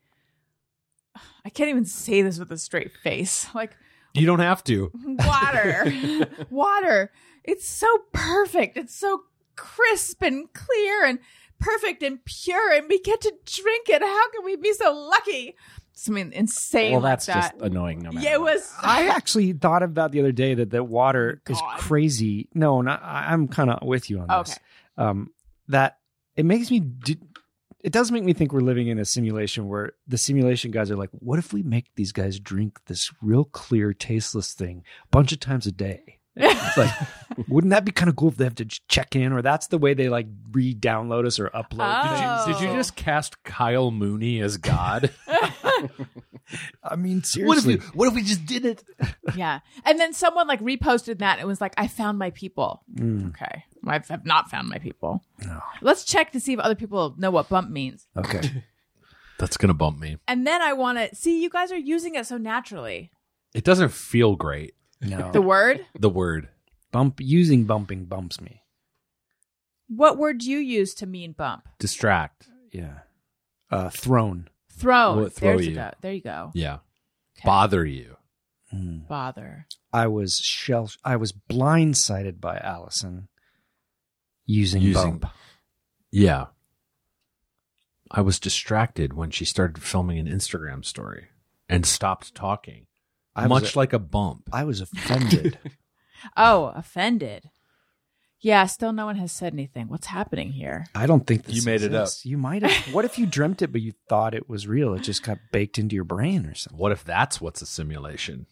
[SPEAKER 5] "I can't even say this with a straight face." Like
[SPEAKER 3] you don't have to.
[SPEAKER 5] water, water. It's so perfect. It's so crisp and clear and perfect and pure, and we get to drink it. How can we be so lucky? Something insane.
[SPEAKER 1] Well,
[SPEAKER 5] like
[SPEAKER 1] that's
[SPEAKER 5] that.
[SPEAKER 1] just annoying. No matter.
[SPEAKER 5] yeah, it
[SPEAKER 1] what.
[SPEAKER 5] was.
[SPEAKER 2] I actually thought about the other day that that water is
[SPEAKER 5] Oh, God.
[SPEAKER 2] crazy. No, not, I- I'm kind of with you on this.
[SPEAKER 5] Okay.
[SPEAKER 2] Um, that it makes me. d- It does make me think we're living in a simulation where the simulation guys are like, "What if we make these guys drink this real clear, tasteless thing a bunch of times a day?" It's like, wouldn't that be kind of cool if they have to ch- check in, or that's the way they like re-download us or upload?
[SPEAKER 5] Oh.
[SPEAKER 2] things?
[SPEAKER 3] Did you just cast Kyle Mooney as God?
[SPEAKER 2] I mean,
[SPEAKER 3] what if
[SPEAKER 2] seriously,
[SPEAKER 3] we, what if we just did it?
[SPEAKER 5] Yeah. And then someone like reposted that and was like, I found my people.
[SPEAKER 2] Mm.
[SPEAKER 5] Okay. I have not found my people.
[SPEAKER 2] No.
[SPEAKER 5] Let's check to see if other people know what bump means.
[SPEAKER 2] okay,
[SPEAKER 3] That's gonna bump me.
[SPEAKER 5] And then I want to see you guys are using it so naturally.
[SPEAKER 3] It doesn't feel great.
[SPEAKER 2] no,
[SPEAKER 5] The word?
[SPEAKER 3] The word.
[SPEAKER 2] bump using bumping bumps me.
[SPEAKER 5] What word do you use to mean bump?
[SPEAKER 3] Distract.
[SPEAKER 2] Yeah. Uh, throne.
[SPEAKER 5] Throw.
[SPEAKER 3] Will it throw
[SPEAKER 5] There's
[SPEAKER 3] you?
[SPEAKER 5] You go. There you go.
[SPEAKER 3] Yeah.
[SPEAKER 5] Okay.
[SPEAKER 3] Bother you.
[SPEAKER 5] Bother.
[SPEAKER 2] I was shell. I was blindsided by Allison using,
[SPEAKER 3] Using-
[SPEAKER 2] bump.
[SPEAKER 3] Yeah. I was distracted when she started filming an Instagram story and stopped talking.
[SPEAKER 2] I
[SPEAKER 3] much
[SPEAKER 2] was,
[SPEAKER 3] like a bump.
[SPEAKER 2] I was offended.
[SPEAKER 5] Oh, offended. Yeah, still no one has said anything. What's happening here?
[SPEAKER 2] I don't think this
[SPEAKER 3] You made it up.
[SPEAKER 2] exists. You might have. What if you dreamt it, but you thought it was real? It just got baked into your brain or something.
[SPEAKER 3] What if that's what's a simulation?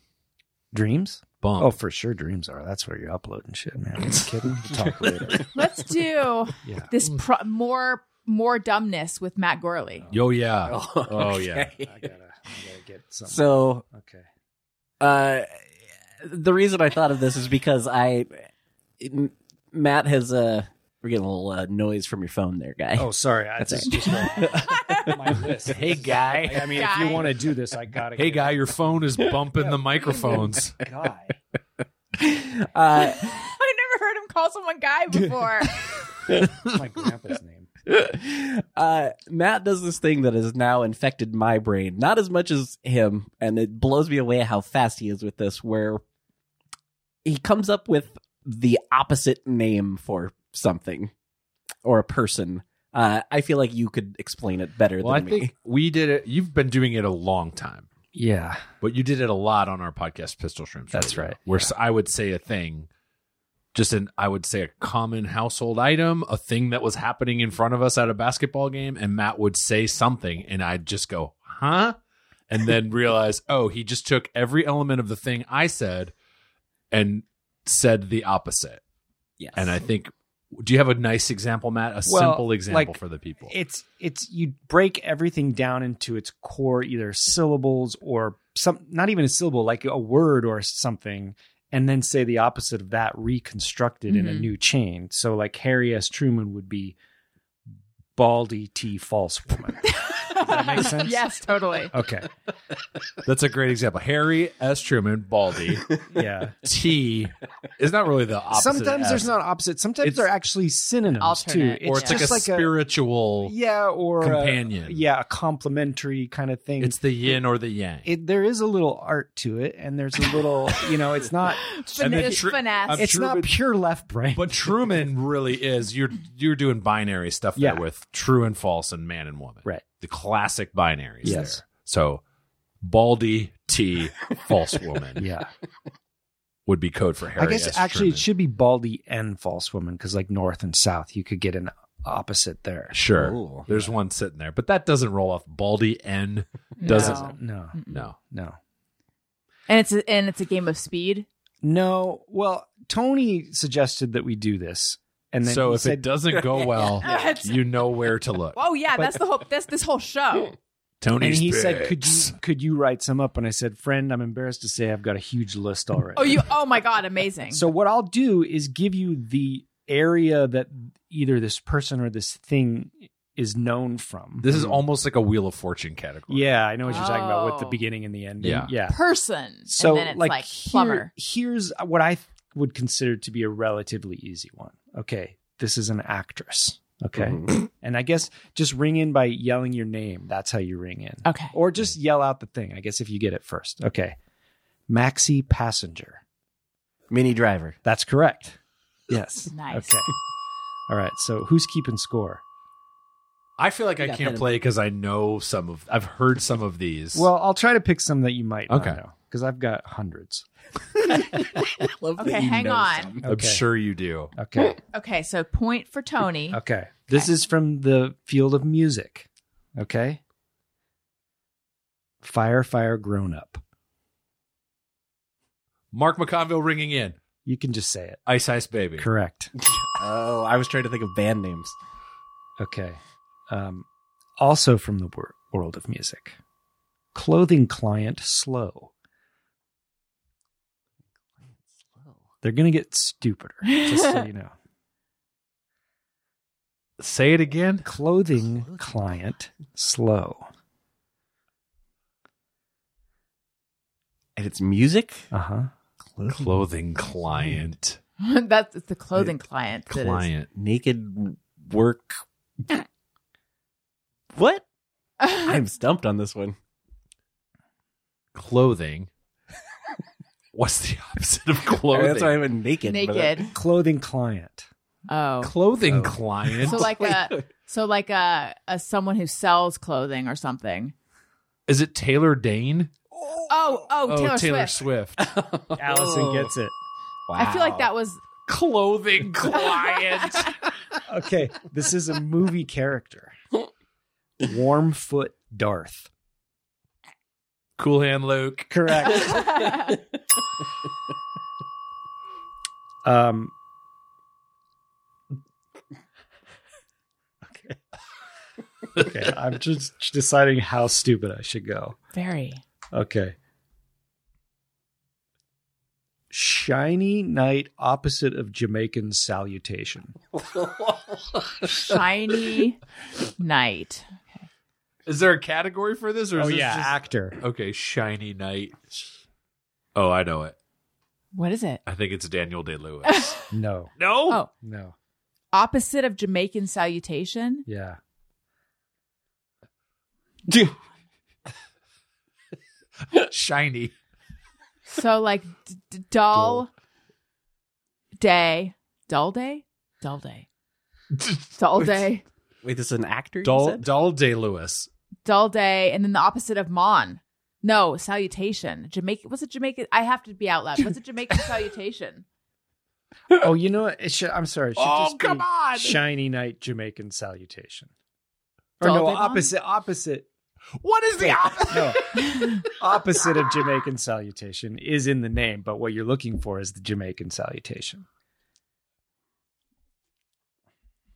[SPEAKER 2] Dreams?
[SPEAKER 3] bump.
[SPEAKER 2] Oh, for sure, dreams are. That's where you're uploading shit, man. Are you kidding? We'll talk later.
[SPEAKER 5] Let's do
[SPEAKER 2] Yeah.
[SPEAKER 5] this pro- more more dumbness with Matt Gorley.
[SPEAKER 3] Yo, yeah. Oh, yeah.
[SPEAKER 2] I gotta, I gotta get something.
[SPEAKER 1] So
[SPEAKER 2] okay.
[SPEAKER 1] uh, the reason I thought of this is because I it- Matt has uh we're getting a little uh, noise from your phone there, guy.
[SPEAKER 2] Oh, sorry. I
[SPEAKER 1] That's
[SPEAKER 2] just, just my list.
[SPEAKER 1] Hey, guy.
[SPEAKER 2] I mean, if
[SPEAKER 5] Guy.
[SPEAKER 2] you want to do this, I gotta.
[SPEAKER 3] Hey,
[SPEAKER 2] get-
[SPEAKER 3] guy, your phone is bumping the microphones.
[SPEAKER 2] guy.
[SPEAKER 1] Uh,
[SPEAKER 5] I never heard him call someone guy before.
[SPEAKER 2] That's my grandpa's name.
[SPEAKER 1] uh, Matt does this thing that has now infected my brain, not as much as him, and it blows me away how fast he is with this. Where he comes up with the opposite name for something or a person. Uh, I feel like you could explain it better
[SPEAKER 3] Well, I
[SPEAKER 1] than me.
[SPEAKER 3] think we did it. You've been doing it a long time,
[SPEAKER 2] Yeah.
[SPEAKER 3] but you did it a lot on our podcast, Pistol Shrimps.
[SPEAKER 2] That's right.
[SPEAKER 3] Where s I I would say a thing, just an, I would say a common household item, a thing that was happening in front of us at a basketball game, and Matt would say something, and I'd just go, huh? And then realize, oh, he just took every element of the thing I said and said the opposite.
[SPEAKER 1] Yes.
[SPEAKER 3] And I think, do you have a nice example, Matt? A
[SPEAKER 2] Well,
[SPEAKER 3] simple example
[SPEAKER 2] like,
[SPEAKER 3] for the people.
[SPEAKER 2] It's it's you break everything down into its core, either syllables or some, not even a syllable, like a word or something, and then say the opposite of that, reconstructed in a
[SPEAKER 5] Mhm.
[SPEAKER 2] new chain. So, like Harry S. Truman would be Baldy T. False Woman. Does that make sense?
[SPEAKER 5] yes, totally.
[SPEAKER 2] Okay.
[SPEAKER 3] That's a great example. Harry S. Truman, Baldy.
[SPEAKER 2] Yeah.
[SPEAKER 3] T is not really the opposite. of
[SPEAKER 2] Sometimes
[SPEAKER 3] S.
[SPEAKER 2] there's not opposite. Sometimes
[SPEAKER 3] It's-
[SPEAKER 2] they're actually synonyms
[SPEAKER 5] Alternate,
[SPEAKER 2] too.
[SPEAKER 5] yeah.
[SPEAKER 3] or it's like a
[SPEAKER 2] just
[SPEAKER 3] spiritual.
[SPEAKER 2] yeah or a-
[SPEAKER 3] companion.
[SPEAKER 2] yeah, a complementary kind of thing.
[SPEAKER 3] It's the yin or the yang.
[SPEAKER 2] it, there is a little art to it, and there's a little, you know, it's not,
[SPEAKER 5] Fin-
[SPEAKER 3] And then
[SPEAKER 5] it's
[SPEAKER 3] tr-
[SPEAKER 5] finesse.
[SPEAKER 3] I'm
[SPEAKER 2] it's
[SPEAKER 3] Truman-
[SPEAKER 2] not pure left brain.
[SPEAKER 3] but Truman really is. You're you're doing binary stuff
[SPEAKER 2] Yeah.
[SPEAKER 3] there with true and false and man and woman.
[SPEAKER 2] Right.
[SPEAKER 3] The classic binaries.
[SPEAKER 2] Yes.
[SPEAKER 3] There. So Baldy T false woman
[SPEAKER 2] yeah,
[SPEAKER 3] would be code for
[SPEAKER 2] I
[SPEAKER 3] Harry.
[SPEAKER 2] guess
[SPEAKER 3] S.
[SPEAKER 2] actually
[SPEAKER 3] Truman.
[SPEAKER 2] it should be Baldy and False Woman because like North and South, you could get an opposite there.
[SPEAKER 3] Sure.
[SPEAKER 1] Ooh.
[SPEAKER 3] There's one sitting there, but that doesn't roll off. Baldy N doesn't.
[SPEAKER 5] No.
[SPEAKER 2] No,
[SPEAKER 3] No.
[SPEAKER 2] no,
[SPEAKER 5] and it's a, and it's a game of speed.
[SPEAKER 2] no. Well, Tony suggested that we do this, and then
[SPEAKER 3] so
[SPEAKER 2] he
[SPEAKER 3] if
[SPEAKER 2] said,
[SPEAKER 3] it doesn't go well,
[SPEAKER 5] It's-
[SPEAKER 3] you know where to look.
[SPEAKER 5] Oh yeah, that's the whole that's this whole show.
[SPEAKER 3] Tony.
[SPEAKER 2] and he said, "Could you could you write some up?" And I said, "Friend, I'm embarrassed to say I've got a huge list already."
[SPEAKER 5] Oh you oh my god, amazing.
[SPEAKER 2] So what I'll do is give you the area that either this person or this thing is known from.
[SPEAKER 3] This is almost like a Wheel of Fortune category.
[SPEAKER 2] yeah, I know what you're talking about with the
[SPEAKER 5] Oh.
[SPEAKER 2] beginning and the end.
[SPEAKER 3] Yeah.
[SPEAKER 2] yeah.
[SPEAKER 5] person.
[SPEAKER 2] So
[SPEAKER 5] and then it's
[SPEAKER 2] like,
[SPEAKER 5] like,
[SPEAKER 2] here-
[SPEAKER 5] plumber.
[SPEAKER 2] here's what I th- would consider to be a relatively easy one. Okay, this is an actress. Okay,
[SPEAKER 3] Mm-hmm.
[SPEAKER 1] Mm-hmm.
[SPEAKER 2] and I guess just ring in by yelling your name. That's how you ring in.
[SPEAKER 5] Okay.
[SPEAKER 2] Or just yell out the thing. I guess if you get it first. Okay, Maxi Passenger.
[SPEAKER 1] Mini driver.
[SPEAKER 2] That's correct. Yes.
[SPEAKER 5] Nice.
[SPEAKER 2] Okay. All right. So who's keeping score?
[SPEAKER 3] I feel like I
[SPEAKER 1] got
[SPEAKER 3] can't
[SPEAKER 1] that.
[SPEAKER 3] play because I know some of. I've heard some of these.
[SPEAKER 2] Well, I'll try to pick some that you might not
[SPEAKER 3] Okay.
[SPEAKER 2] know because I've got hundreds.
[SPEAKER 5] Okay, hang on.
[SPEAKER 3] I'm sure you do.
[SPEAKER 2] Okay.
[SPEAKER 5] Okay, so point for Tony.
[SPEAKER 2] Okay. This is from the field of music. Okay. Fire, fire, grown up.
[SPEAKER 3] Mark McConville ringing in.
[SPEAKER 2] You can just say it.
[SPEAKER 3] Ice Ice Baby.
[SPEAKER 2] Correct.
[SPEAKER 1] Oh, I was trying to think of band names.
[SPEAKER 2] Okay. Um, also from the wor- world of music. Clothing client slow. They're going to get stupider, just so you know.
[SPEAKER 3] Say it again.
[SPEAKER 2] clothing client slow.
[SPEAKER 1] And it's music?
[SPEAKER 2] Uh huh.
[SPEAKER 3] Clothing client.
[SPEAKER 5] that's it's the clothing client. that is-
[SPEAKER 3] Client.
[SPEAKER 1] Naked work. What? I'm stumped on this one.
[SPEAKER 3] Clothing. What's the opposite of clothing?
[SPEAKER 1] That's why I went naked. but-
[SPEAKER 5] naked.
[SPEAKER 2] Clothing client.
[SPEAKER 5] Oh.
[SPEAKER 3] Clothing client.
[SPEAKER 5] So like a so like a, a someone who sells clothing or something.
[SPEAKER 3] is it Taylor Dane?
[SPEAKER 5] Oh, oh, Taylor, Swift.
[SPEAKER 3] Swift. Oh.
[SPEAKER 2] Allison gets it.
[SPEAKER 5] I feel like that was
[SPEAKER 3] clothing client.
[SPEAKER 2] Okay. This is a movie character. Warmfoot Darth.
[SPEAKER 3] cool hand Luke.
[SPEAKER 2] Correct. Um, okay. okay. I'm just deciding how stupid I should go.
[SPEAKER 5] Very.
[SPEAKER 2] Okay. Shiny night opposite of Jamaican salutation.
[SPEAKER 5] Shiny night.
[SPEAKER 3] Is there a category for this? Or
[SPEAKER 2] Oh,
[SPEAKER 3] is this just-
[SPEAKER 2] actor.
[SPEAKER 3] okay, shiny night. Oh, I know it.
[SPEAKER 5] What is it?
[SPEAKER 3] I think it's Daniel Day Lewis.
[SPEAKER 2] No,
[SPEAKER 3] no,
[SPEAKER 5] Oh,
[SPEAKER 2] no.
[SPEAKER 5] opposite of Jamaican salutation.
[SPEAKER 2] Yeah. Oh.
[SPEAKER 3] shiny.
[SPEAKER 5] So like d- d- dull day, dull day, dull day, dull day,
[SPEAKER 1] Wait, this is an actor?
[SPEAKER 3] Doll Doll Day Lewis.
[SPEAKER 5] dull day, and then the opposite of mon. No salutation. Jamaica. What's a Jamaican? I have to be out loud. What's a Jamaican salutation?
[SPEAKER 2] Oh, you know what? It should, I'm sorry. It should
[SPEAKER 3] Oh,
[SPEAKER 2] just be
[SPEAKER 3] come on.
[SPEAKER 2] Shiny night Jamaican salutation. Or
[SPEAKER 5] Doll
[SPEAKER 2] no,
[SPEAKER 5] day long?
[SPEAKER 2] opposite, opposite.
[SPEAKER 3] What is the opposite?
[SPEAKER 2] No, opposite of Jamaican salutation is in the name, but what you're looking for is the Jamaican salutation.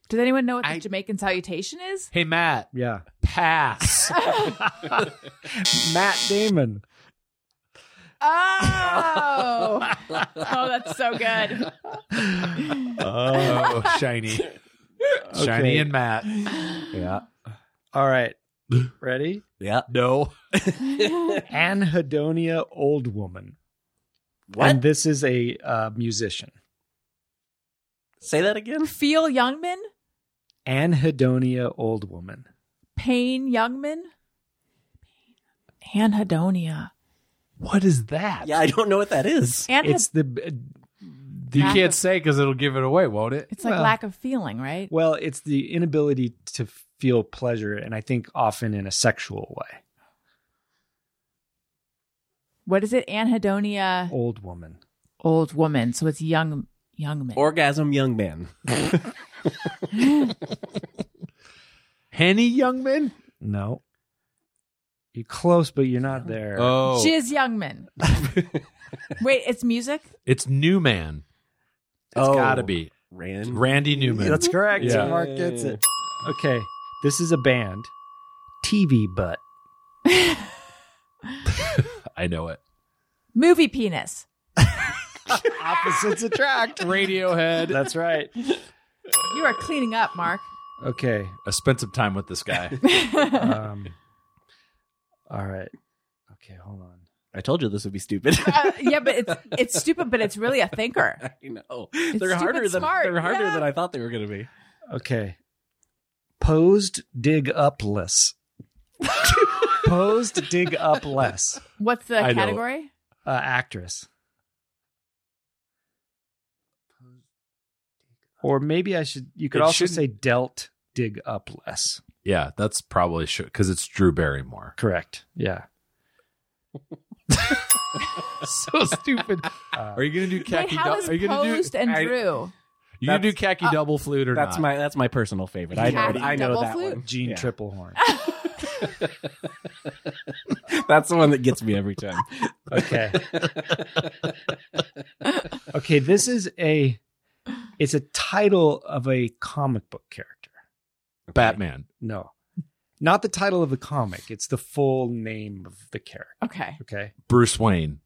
[SPEAKER 5] Does anyone know what the
[SPEAKER 3] I-
[SPEAKER 5] Jamaican salutation is?
[SPEAKER 3] Hey Matt,
[SPEAKER 2] Yeah.
[SPEAKER 3] pass.
[SPEAKER 2] Oh. Matt Damon.
[SPEAKER 5] Oh, oh, that's so good.
[SPEAKER 3] oh, shiny, shiny
[SPEAKER 2] Okay.
[SPEAKER 3] and Matt.
[SPEAKER 1] Yeah.
[SPEAKER 2] All right. Ready?
[SPEAKER 1] Yeah.
[SPEAKER 3] No,
[SPEAKER 2] Anhedonia Old Woman.
[SPEAKER 1] What?
[SPEAKER 2] And this is a uh, musician.
[SPEAKER 1] Say that again.
[SPEAKER 5] Feel Youngman,
[SPEAKER 2] Anhedonia Old Woman.
[SPEAKER 5] Payne Youngman, Anhedonia,
[SPEAKER 3] what is that?
[SPEAKER 1] Yeah, I don't know what that is.
[SPEAKER 5] and
[SPEAKER 2] It's the
[SPEAKER 3] you
[SPEAKER 5] Lack
[SPEAKER 3] can't
[SPEAKER 5] of-
[SPEAKER 3] say because it'll give it away, won't it?
[SPEAKER 5] it's like
[SPEAKER 2] well-
[SPEAKER 5] lack of feeling, right?
[SPEAKER 2] well, it's the inability to feel pleasure, and I think often in a sexual way.
[SPEAKER 5] What is it? Anhedonia,
[SPEAKER 2] Old woman.
[SPEAKER 5] old woman. So it's young, young man.
[SPEAKER 1] Orgasm young man.
[SPEAKER 3] Henny Youngman.
[SPEAKER 2] No. You're close, but you're not there.
[SPEAKER 3] Oh,
[SPEAKER 5] Jizz Youngman. Wait, it's music.
[SPEAKER 3] it's Newman. It's
[SPEAKER 1] Oh.
[SPEAKER 3] gotta be
[SPEAKER 1] Ran.
[SPEAKER 3] Randy Newman.
[SPEAKER 2] That's correct.
[SPEAKER 3] Yeah.
[SPEAKER 2] Mark gets it. Okay. This is a band. TV butt.
[SPEAKER 3] I know it.
[SPEAKER 5] Movie penis.
[SPEAKER 2] Opposites attract.
[SPEAKER 3] Radiohead.
[SPEAKER 2] That's right.
[SPEAKER 5] You are cleaning up, Mark.
[SPEAKER 2] Okay.
[SPEAKER 3] I spent some time with this guy.
[SPEAKER 2] Um, all right. Okay, hold on.
[SPEAKER 1] I told you this would be stupid.
[SPEAKER 5] Uh, yeah, but it's it's stupid, but it's really a thinker.
[SPEAKER 1] I know.
[SPEAKER 5] stupid
[SPEAKER 1] they're harder than
[SPEAKER 5] smart,
[SPEAKER 1] they're harder
[SPEAKER 5] yeah.
[SPEAKER 1] than I thought they were going to be.
[SPEAKER 2] Okay. Posed dig up less. Posed dig up less.
[SPEAKER 5] What's the
[SPEAKER 3] I know.
[SPEAKER 5] category?
[SPEAKER 2] Uh, actress. Or maybe I should. You could
[SPEAKER 3] It
[SPEAKER 2] also
[SPEAKER 3] shouldn't-
[SPEAKER 2] say dealt dig up less.
[SPEAKER 3] yeah, that's probably should because it's Drew Barrymore.
[SPEAKER 2] Correct. Yeah.
[SPEAKER 3] so stupid.
[SPEAKER 2] Uh,
[SPEAKER 3] Are you gonna do
[SPEAKER 5] Wait,
[SPEAKER 3] khaki?
[SPEAKER 5] how
[SPEAKER 3] dou-
[SPEAKER 5] is
[SPEAKER 3] are you gonna do?
[SPEAKER 5] posed and
[SPEAKER 3] are you-
[SPEAKER 5] Drew?
[SPEAKER 3] You gonna do
[SPEAKER 1] That's-
[SPEAKER 3] khaki double flute or
[SPEAKER 1] That's
[SPEAKER 3] not?
[SPEAKER 1] my that's my personal favorite. I know
[SPEAKER 5] Khaki
[SPEAKER 1] I know
[SPEAKER 5] double
[SPEAKER 1] that
[SPEAKER 5] flute.
[SPEAKER 1] one.
[SPEAKER 2] Gene
[SPEAKER 1] Yeah.
[SPEAKER 2] Triplehorn.
[SPEAKER 1] That's the one that gets me every time.
[SPEAKER 2] Okay. okay, this is a it's a title of a comic book character.
[SPEAKER 3] Batman.
[SPEAKER 2] No. Not the title of the comic, it's the full name of the character,
[SPEAKER 5] Okay.
[SPEAKER 2] okay?
[SPEAKER 3] Bruce Wayne.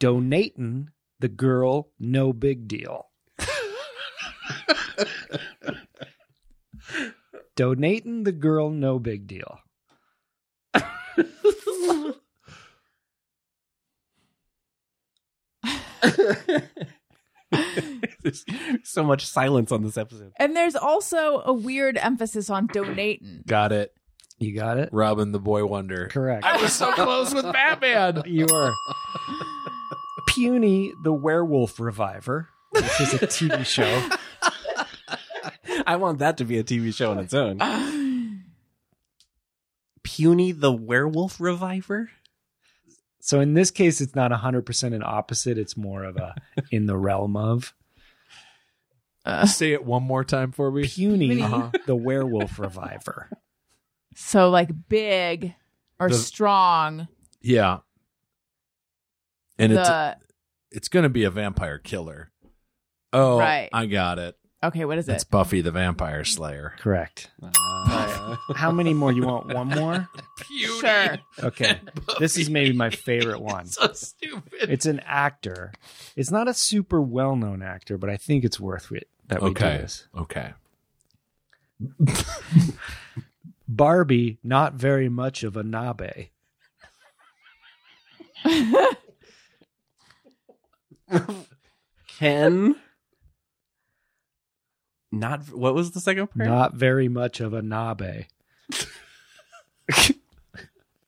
[SPEAKER 2] Donatin the girl no big deal. Donatin the girl no big deal.
[SPEAKER 1] There's so much silence on this episode.
[SPEAKER 5] And there's also a weird emphasis on donating.
[SPEAKER 3] Got it.
[SPEAKER 2] You got it?
[SPEAKER 3] Robin the Boy Wonder.
[SPEAKER 2] Correct.
[SPEAKER 3] I was so close with Batman.
[SPEAKER 2] You are Puny the werewolf reviver, which is a TV show.
[SPEAKER 1] I want that to be a TV show on its own. Puny the werewolf reviver?
[SPEAKER 2] So in this case, it's not 100% an opposite. It's more of a in the realm of
[SPEAKER 3] Say it one more time for me.
[SPEAKER 2] Puny the werewolf reviver.
[SPEAKER 5] So like big or
[SPEAKER 3] The-
[SPEAKER 5] strong.
[SPEAKER 3] Yeah. And it's
[SPEAKER 5] the
[SPEAKER 3] it's going to be a vampire killer. Oh,
[SPEAKER 5] Right.
[SPEAKER 3] I got it.
[SPEAKER 5] Okay, what is
[SPEAKER 3] It's
[SPEAKER 5] it?
[SPEAKER 3] Buffy the Vampire Slayer.
[SPEAKER 2] Correct.
[SPEAKER 5] Uh,
[SPEAKER 2] How many more? You want one more?
[SPEAKER 5] Sure.
[SPEAKER 2] Okay. This is maybe my favorite one.
[SPEAKER 3] so stupid.
[SPEAKER 2] It's an actor. It's not a super well known actor, but I think it's worth it that we do
[SPEAKER 3] Okay.
[SPEAKER 2] this.
[SPEAKER 3] Okay.
[SPEAKER 2] Barbie, not very much of a nabe.
[SPEAKER 1] Ken. Not what was the second part?
[SPEAKER 2] Not very much of a nabe.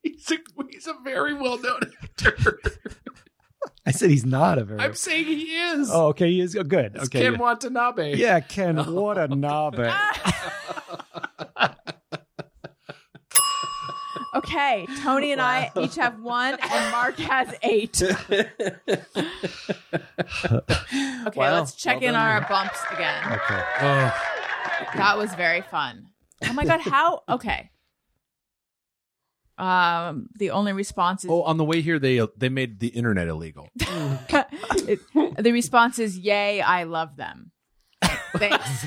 [SPEAKER 3] He's a, he's a very well known actor.
[SPEAKER 2] I said he's not a very.
[SPEAKER 3] I'm saying he is.
[SPEAKER 2] oh, okay. He is oh, good.
[SPEAKER 3] It's
[SPEAKER 2] okay.
[SPEAKER 3] Ken Oh,
[SPEAKER 2] yeah.
[SPEAKER 3] Watanabe.
[SPEAKER 2] yeah, Ken. What a nabe.
[SPEAKER 5] Okay, Tony and I each have one, and Mark has eight. Okay,
[SPEAKER 1] Wow.
[SPEAKER 5] let's check
[SPEAKER 1] Well
[SPEAKER 5] in
[SPEAKER 1] done.
[SPEAKER 5] our bumps again.
[SPEAKER 2] Okay.
[SPEAKER 3] Oh,
[SPEAKER 5] That was very fun. Oh my god, how? Okay. Um, the only response is
[SPEAKER 3] oh, on the way here, they they made the internet illegal.
[SPEAKER 5] it, the response is yay, I love them. Thanks.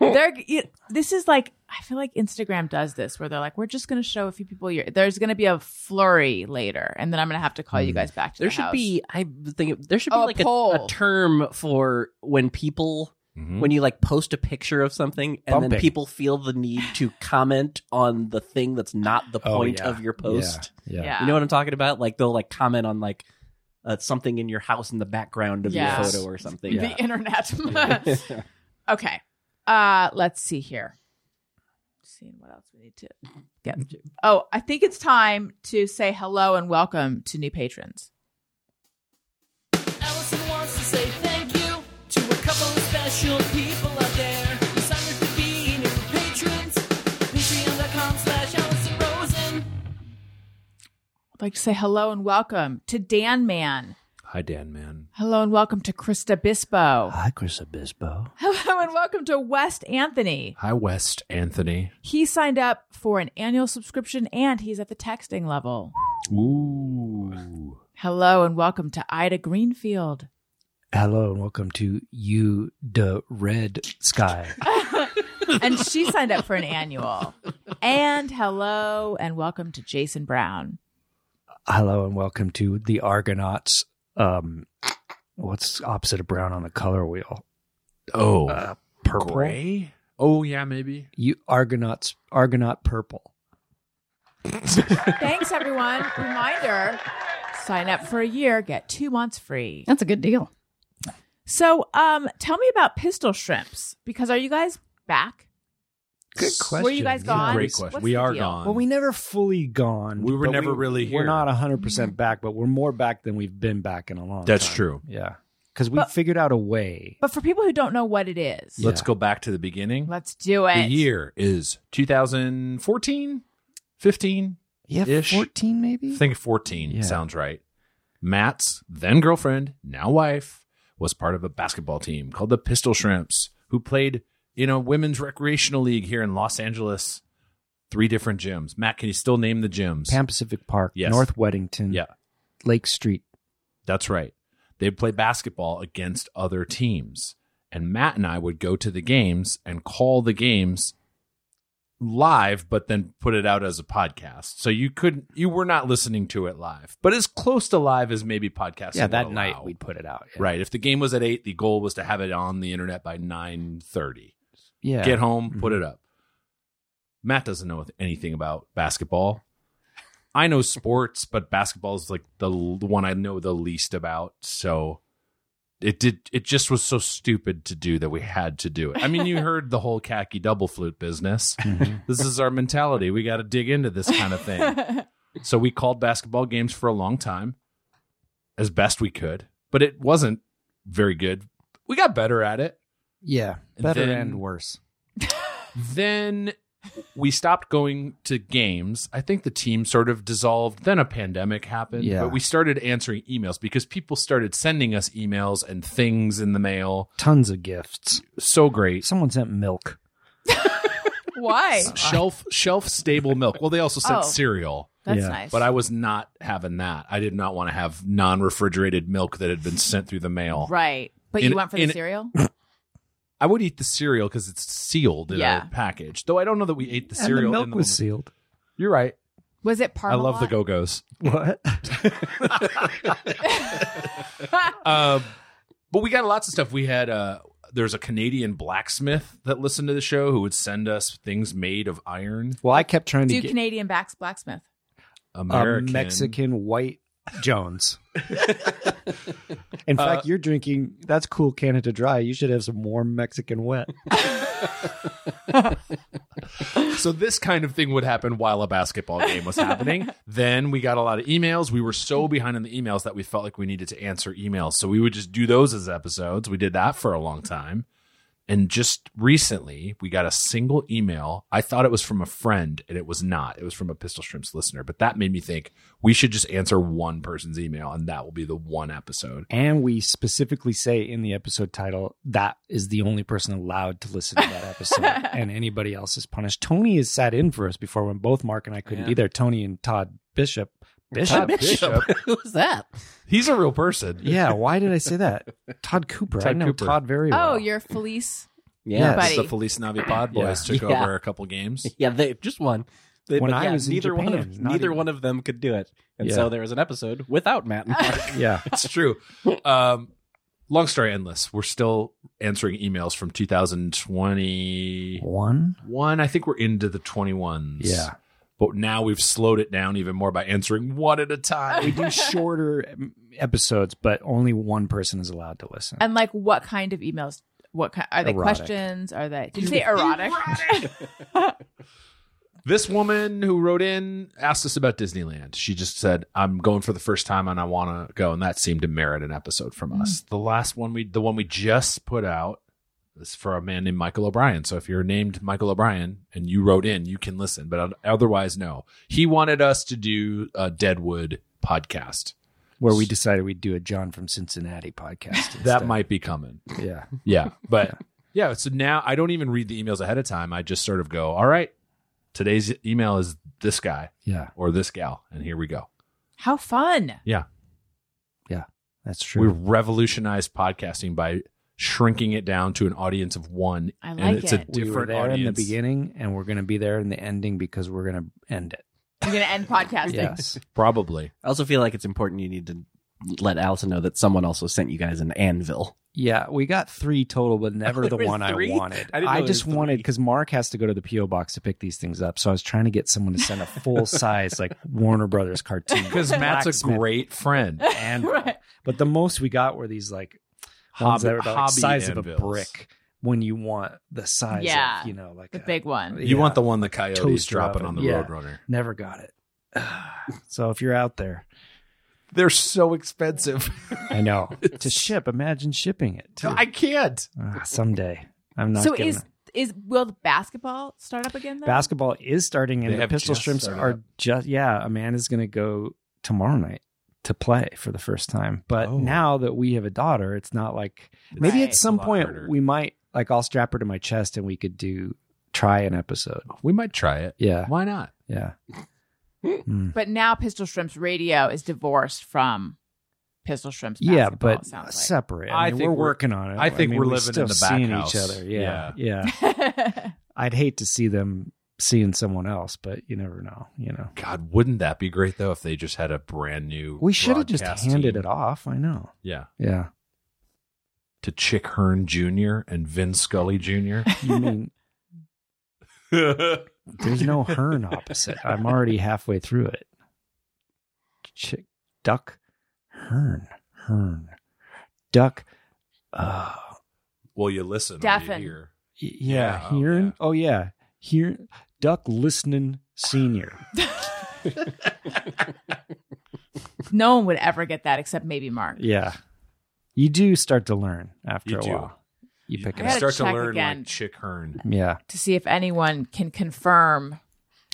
[SPEAKER 5] they're you, this is like I feel like Instagram does this where they're like we're just going to show a few people your there's going to be a flurry later and then I'm going to have to call you guys back to
[SPEAKER 1] Hmm. There
[SPEAKER 5] the
[SPEAKER 1] should
[SPEAKER 5] house.
[SPEAKER 1] be. I think there should be
[SPEAKER 5] Oh, a
[SPEAKER 1] like a, a
[SPEAKER 5] poll.
[SPEAKER 1] term for when people
[SPEAKER 3] Mhm.
[SPEAKER 1] when you like post a picture of something and then
[SPEAKER 2] Hmm? Bumping.
[SPEAKER 1] people feel the need to comment on the thing that's not the
[SPEAKER 2] Oh,
[SPEAKER 1] point
[SPEAKER 2] yeah.
[SPEAKER 1] of your post.
[SPEAKER 2] Yeah.
[SPEAKER 5] yeah.
[SPEAKER 1] You know what I'm talking about? Like they'll like comment on like uh, something in your house in the background of
[SPEAKER 5] Yes.
[SPEAKER 1] your photo or something.
[SPEAKER 5] the internet. okay. Uh let's see here. Seeing what else we need to get to. Oh, I think it's time to say hello and welcome to new patrons.
[SPEAKER 9] Allison wants to say thank you to a couple of special people out there who signed up to be new patrons. Patreon.com slash Allison Rosen.
[SPEAKER 5] I'd like to say hello and welcome to Dan Man.
[SPEAKER 3] Hi, Dan, man.
[SPEAKER 5] Hello and welcome to Krista Bispo.
[SPEAKER 2] Hi, Chris Obispo.
[SPEAKER 5] Hello and welcome to West Anthony.
[SPEAKER 3] Hi, West Anthony.
[SPEAKER 5] He signed up for an annual subscription and he's at the texting level.
[SPEAKER 3] Ooh.
[SPEAKER 5] Hello and welcome to Ida Greenfield.
[SPEAKER 2] Hello and welcome to You the Red Sky.
[SPEAKER 5] and she signed up for an annual. And hello and welcome to Jason Brown.
[SPEAKER 2] Hello and welcome to the Argonauts. Um, what's opposite of brown on the color wheel?
[SPEAKER 3] Oh,
[SPEAKER 2] Uh, purple.
[SPEAKER 3] gray. Oh yeah, maybe.
[SPEAKER 2] You Argonauts, Argonaut purple.
[SPEAKER 5] Thanks, everyone. Reminder sign up for a year, get two months free.
[SPEAKER 10] That's a good deal.
[SPEAKER 5] So, um, tell me about pistol shrimps because are you guys back?
[SPEAKER 2] Good question.
[SPEAKER 5] Were you guys
[SPEAKER 2] Yeah.
[SPEAKER 5] gone?
[SPEAKER 3] Great question.
[SPEAKER 5] What's
[SPEAKER 3] we
[SPEAKER 5] the
[SPEAKER 3] are
[SPEAKER 5] deal?
[SPEAKER 3] gone.
[SPEAKER 2] Well, we never fully gone.
[SPEAKER 3] We were
[SPEAKER 2] but
[SPEAKER 3] never really
[SPEAKER 2] We're
[SPEAKER 3] here.
[SPEAKER 2] not 100% back, but we're more back than we've been back in a long
[SPEAKER 3] That's
[SPEAKER 2] time.
[SPEAKER 3] true.
[SPEAKER 2] Yeah. Because we
[SPEAKER 5] But-
[SPEAKER 2] figured out a way.
[SPEAKER 5] But for people who don't know what it is,
[SPEAKER 3] Let's go back to the beginning.
[SPEAKER 5] let's do it.
[SPEAKER 3] The year is 2014, 15.
[SPEAKER 2] Yeah,
[SPEAKER 3] Ish.
[SPEAKER 2] 14 maybe?
[SPEAKER 3] I think 14
[SPEAKER 2] Yeah.
[SPEAKER 3] sounds right. Matt's then girlfriend, now wife, was part of a basketball team called the Pistol Shrimps, who played in a women's recreational league here in Los Angeles. Three different gyms. Matt, can you still name the gyms?
[SPEAKER 2] Pan Pacific Park,
[SPEAKER 3] Yes.
[SPEAKER 2] North Weddington,
[SPEAKER 3] Yeah.
[SPEAKER 2] Lake Street.
[SPEAKER 3] That's right. They'd play basketball against other teams. And Matt and I would go to the games and call the games live, but then put it out as a podcast. So you couldn't, you were not listening to it live, but as close to live as maybe podcasts.
[SPEAKER 2] yeah,
[SPEAKER 3] would
[SPEAKER 2] that
[SPEAKER 3] allow.
[SPEAKER 2] night we'd put it out. Yeah.
[SPEAKER 3] Right. If the game was at eight, the goal was to have it on the internet by nine thirty.
[SPEAKER 2] Yeah.
[SPEAKER 3] Get home, put it up. Matt doesn't know anything about basketball. I know sports, but basketball is like the, l- the one I know the least about. So it did. It just was so stupid to do that we had to do it. I mean, you heard the whole khaki double flute business. This is our mentality. We got to dig into this kind of thing. So we called basketball games for a long time as best we could, but it wasn't very good. We got better at it.
[SPEAKER 2] Yeah.
[SPEAKER 3] And
[SPEAKER 2] Better
[SPEAKER 3] then-
[SPEAKER 2] and worse.
[SPEAKER 3] Then we stopped going to games. I think the team sort of dissolved. Then a pandemic happened,
[SPEAKER 2] Yeah.
[SPEAKER 3] but we started answering emails because people started sending us emails and things in the mail.
[SPEAKER 2] Tons of gifts.
[SPEAKER 3] So great.
[SPEAKER 2] Someone sent milk.
[SPEAKER 5] Why?
[SPEAKER 3] Shelf shelf stable milk. Well, they also sent
[SPEAKER 5] Oh.
[SPEAKER 3] cereal.
[SPEAKER 5] That's
[SPEAKER 2] Yeah.
[SPEAKER 5] nice.
[SPEAKER 3] But I was not having that. I did not want to have non refrigerated milk that had been sent through the mail.
[SPEAKER 5] right. But
[SPEAKER 3] In-
[SPEAKER 5] you went for
[SPEAKER 3] in-
[SPEAKER 5] the cereal?
[SPEAKER 3] I would eat the cereal because it's sealed in
[SPEAKER 5] Yeah.
[SPEAKER 3] a package. Though I don't know that we ate the cereal.
[SPEAKER 2] and the milk
[SPEAKER 3] in the
[SPEAKER 2] was
[SPEAKER 3] moment.
[SPEAKER 2] sealed.
[SPEAKER 3] You're right.
[SPEAKER 5] Was it Parmalat?
[SPEAKER 3] I love the Go Go's.
[SPEAKER 2] What?
[SPEAKER 3] Um, but we got lots of stuff. We had uh, there's a Canadian blacksmith that listened to the show who would send us things made of iron.
[SPEAKER 2] Well, I kept trying to
[SPEAKER 5] Do
[SPEAKER 2] get
[SPEAKER 5] Canadian backs blacksmith.
[SPEAKER 2] a
[SPEAKER 3] American
[SPEAKER 2] Mexican white Jones. In fact, you're drinking. That's cool, Canada Dry. You should have some warm Mexican wet.
[SPEAKER 3] So this kind of thing would happen while a basketball game was happening. then we got a lot of emails. We were so behind in the emails that we felt like we needed to answer emails. So we would just do those as episodes. We did that for a long time. And just recently, we got a single email. I thought it was from a friend, and it was not. It was from a Pistol Shrimps listener. But that made me think we should just answer one person's email, and that will be the one episode.
[SPEAKER 2] And we specifically say in the episode title that is the only person allowed to listen to that episode, and anybody else is punished. Tony has sat in for us before when both Mark and I couldn't
[SPEAKER 1] Yeah.
[SPEAKER 2] be there. Tony and Todd Bishop.
[SPEAKER 3] Todd Bishop.
[SPEAKER 1] Who's that?
[SPEAKER 3] He's a real person.
[SPEAKER 2] Yeah, why did I say that? Todd Cooper. I
[SPEAKER 3] Todd
[SPEAKER 2] know
[SPEAKER 3] Cooper.
[SPEAKER 2] Todd very well.
[SPEAKER 5] Oh, you're Felice.
[SPEAKER 2] Yeah.
[SPEAKER 5] Buddy.
[SPEAKER 3] The Felice Navi Pod Boys took
[SPEAKER 1] Yeah.
[SPEAKER 3] over a couple games.
[SPEAKER 1] Yeah, they just one. They,
[SPEAKER 2] When
[SPEAKER 1] but
[SPEAKER 2] I
[SPEAKER 1] yeah,
[SPEAKER 2] was in
[SPEAKER 1] neither one of
[SPEAKER 2] Japan, not
[SPEAKER 1] neither
[SPEAKER 2] even-
[SPEAKER 1] one of them could do it, and
[SPEAKER 2] Yeah.
[SPEAKER 1] so there was an episode without Matt. And Mark.
[SPEAKER 2] Yeah.
[SPEAKER 3] it's true. Um, long story endless. We're still answering emails from 2021.
[SPEAKER 2] One?
[SPEAKER 3] I think we're into the 21s.
[SPEAKER 2] Yeah.
[SPEAKER 3] But now we've slowed it down even more by answering one at a
[SPEAKER 2] We
[SPEAKER 3] time.
[SPEAKER 2] do shorter um, episodes, but only one person is allowed to listen.
[SPEAKER 1] Um,
[SPEAKER 5] And like what kind of emails? What kind are they
[SPEAKER 2] Erotic.
[SPEAKER 5] questions? Are they did you say erotic?
[SPEAKER 3] this woman who wrote in asked us about Disneyland. She just said, "I'm going for the first time and I want to go," and that seemed to merit an episode from us. The last one we, the one we just put out, is for a man named Michael O'Brien. So if you're named Michael O'Brien and you wrote in, you can listen, but otherwise, no. He wanted us to do a Deadwood podcast.
[SPEAKER 2] where we decided we'd do a John from Cincinnati podcast.
[SPEAKER 3] That
[SPEAKER 2] instead.
[SPEAKER 3] might be coming.
[SPEAKER 2] yeah.
[SPEAKER 3] Yeah, but yeah. So now I don't even read the emails ahead of time. I just sort of go, "All right, today's email is this guy
[SPEAKER 2] Yeah.
[SPEAKER 3] or this gal," and here we go.
[SPEAKER 5] How fun.
[SPEAKER 3] Yeah.
[SPEAKER 2] That's true.
[SPEAKER 3] We revolutionized podcasting by shrinking it down to an audience of one.
[SPEAKER 5] I
[SPEAKER 3] and
[SPEAKER 5] like
[SPEAKER 3] it's a
[SPEAKER 5] it.
[SPEAKER 2] We were
[SPEAKER 3] different
[SPEAKER 2] there in the
[SPEAKER 3] audience.
[SPEAKER 2] beginning, and we're going to be there in the ending because we're going to end it.
[SPEAKER 5] You're gonna end podcasting.
[SPEAKER 2] Yes.
[SPEAKER 3] Probably.
[SPEAKER 1] I also feel like it's important you need to let Allison know that someone also sent you guys an anvil.
[SPEAKER 2] yeah. We got three total, but never the
[SPEAKER 1] There were
[SPEAKER 2] one
[SPEAKER 1] three?
[SPEAKER 2] I wanted.
[SPEAKER 1] I didn't know there
[SPEAKER 2] just
[SPEAKER 1] was three.
[SPEAKER 2] wanted because Mark has to go to the PO box to pick these things up, so I was trying to get someone to send a full size like Warner Brothers cartoon.
[SPEAKER 3] Because Matt's a
[SPEAKER 2] Blacksmith
[SPEAKER 3] great friend.
[SPEAKER 2] anvil.
[SPEAKER 5] Right.
[SPEAKER 2] But the most we got were these like ones
[SPEAKER 3] Hobby-
[SPEAKER 2] that were about like,
[SPEAKER 3] hobby
[SPEAKER 2] size of a
[SPEAKER 3] anvils.
[SPEAKER 2] brick. When you want the size,
[SPEAKER 5] Yeah.
[SPEAKER 2] of, you know, like
[SPEAKER 5] The
[SPEAKER 2] a-
[SPEAKER 5] big one.
[SPEAKER 2] Yeah.
[SPEAKER 3] You want the one the coyote's
[SPEAKER 2] Toaster
[SPEAKER 3] dropping
[SPEAKER 2] oven.
[SPEAKER 3] on the
[SPEAKER 2] Yeah.
[SPEAKER 3] Roadrunner.
[SPEAKER 2] Never got it. so if you're out there,
[SPEAKER 3] They're so expensive.
[SPEAKER 2] I know to ship. Imagine shipping it. Too.
[SPEAKER 3] I can't.
[SPEAKER 2] Ah, someday, I'm not.
[SPEAKER 5] So
[SPEAKER 2] giving
[SPEAKER 5] is
[SPEAKER 2] up.
[SPEAKER 5] is will basketball start up again then?
[SPEAKER 2] basketball is starting,
[SPEAKER 3] They
[SPEAKER 2] and the
[SPEAKER 3] have
[SPEAKER 2] pistol
[SPEAKER 3] just
[SPEAKER 2] shrimps
[SPEAKER 3] started
[SPEAKER 2] are
[SPEAKER 3] up.
[SPEAKER 2] just yeah. Amanda's going to go tomorrow night to play for the first time. But
[SPEAKER 3] Oh.
[SPEAKER 2] now that we have a daughter, it's not like maybe
[SPEAKER 5] Right.
[SPEAKER 2] at some
[SPEAKER 3] A lot
[SPEAKER 2] point
[SPEAKER 3] harder.
[SPEAKER 2] we might like I'll strap her to my chest and we could do try an episode.
[SPEAKER 3] We might try it.
[SPEAKER 2] Yeah,
[SPEAKER 3] Why not?
[SPEAKER 2] yeah.
[SPEAKER 5] but now Pistol Shrimps Radio is divorced from Pistol Shrimps.
[SPEAKER 2] Yeah,
[SPEAKER 5] Basketball,
[SPEAKER 2] but
[SPEAKER 5] it sounds like.
[SPEAKER 2] separate.
[SPEAKER 3] I
[SPEAKER 2] I, mean,
[SPEAKER 3] think
[SPEAKER 2] we're
[SPEAKER 3] we're-
[SPEAKER 2] working on it.
[SPEAKER 3] I think
[SPEAKER 2] mean,
[SPEAKER 3] we're
[SPEAKER 2] we're
[SPEAKER 3] living
[SPEAKER 2] still
[SPEAKER 3] in the back
[SPEAKER 2] seeing
[SPEAKER 3] house.
[SPEAKER 2] each other. Yeah, yeah, I'd hate to see them seeing someone else, but you never know. You know,
[SPEAKER 3] God, wouldn't that be great though if they just had a brand new
[SPEAKER 2] we should have just
[SPEAKER 3] broadcast
[SPEAKER 2] handed
[SPEAKER 3] team?
[SPEAKER 2] it off. I know.
[SPEAKER 3] Yeah.
[SPEAKER 2] Yeah,
[SPEAKER 3] To Chick Hearn Jr. and Vin Scully Jr.
[SPEAKER 2] you mean there's no Hearn opposite? I'm already halfway through it. Chick, duck, Hearn, Hearn, duck. Uh,
[SPEAKER 3] well, you listen. or
[SPEAKER 5] Deafen.
[SPEAKER 3] You hear.
[SPEAKER 2] y-
[SPEAKER 3] Yeah,
[SPEAKER 2] yeah,
[SPEAKER 3] oh,
[SPEAKER 2] Hearn.
[SPEAKER 3] yeah.
[SPEAKER 2] Oh yeah, here, duck listening senior.
[SPEAKER 5] no one would ever get that except maybe Mark.
[SPEAKER 2] Yeah. You do start to learn after
[SPEAKER 3] You
[SPEAKER 2] a
[SPEAKER 3] do.
[SPEAKER 2] while. You pick it
[SPEAKER 5] gotta
[SPEAKER 2] up.
[SPEAKER 3] start to
[SPEAKER 5] check
[SPEAKER 3] learn
[SPEAKER 5] again.
[SPEAKER 3] like Chick Hearn.
[SPEAKER 2] Yeah.
[SPEAKER 5] To see if anyone can confirm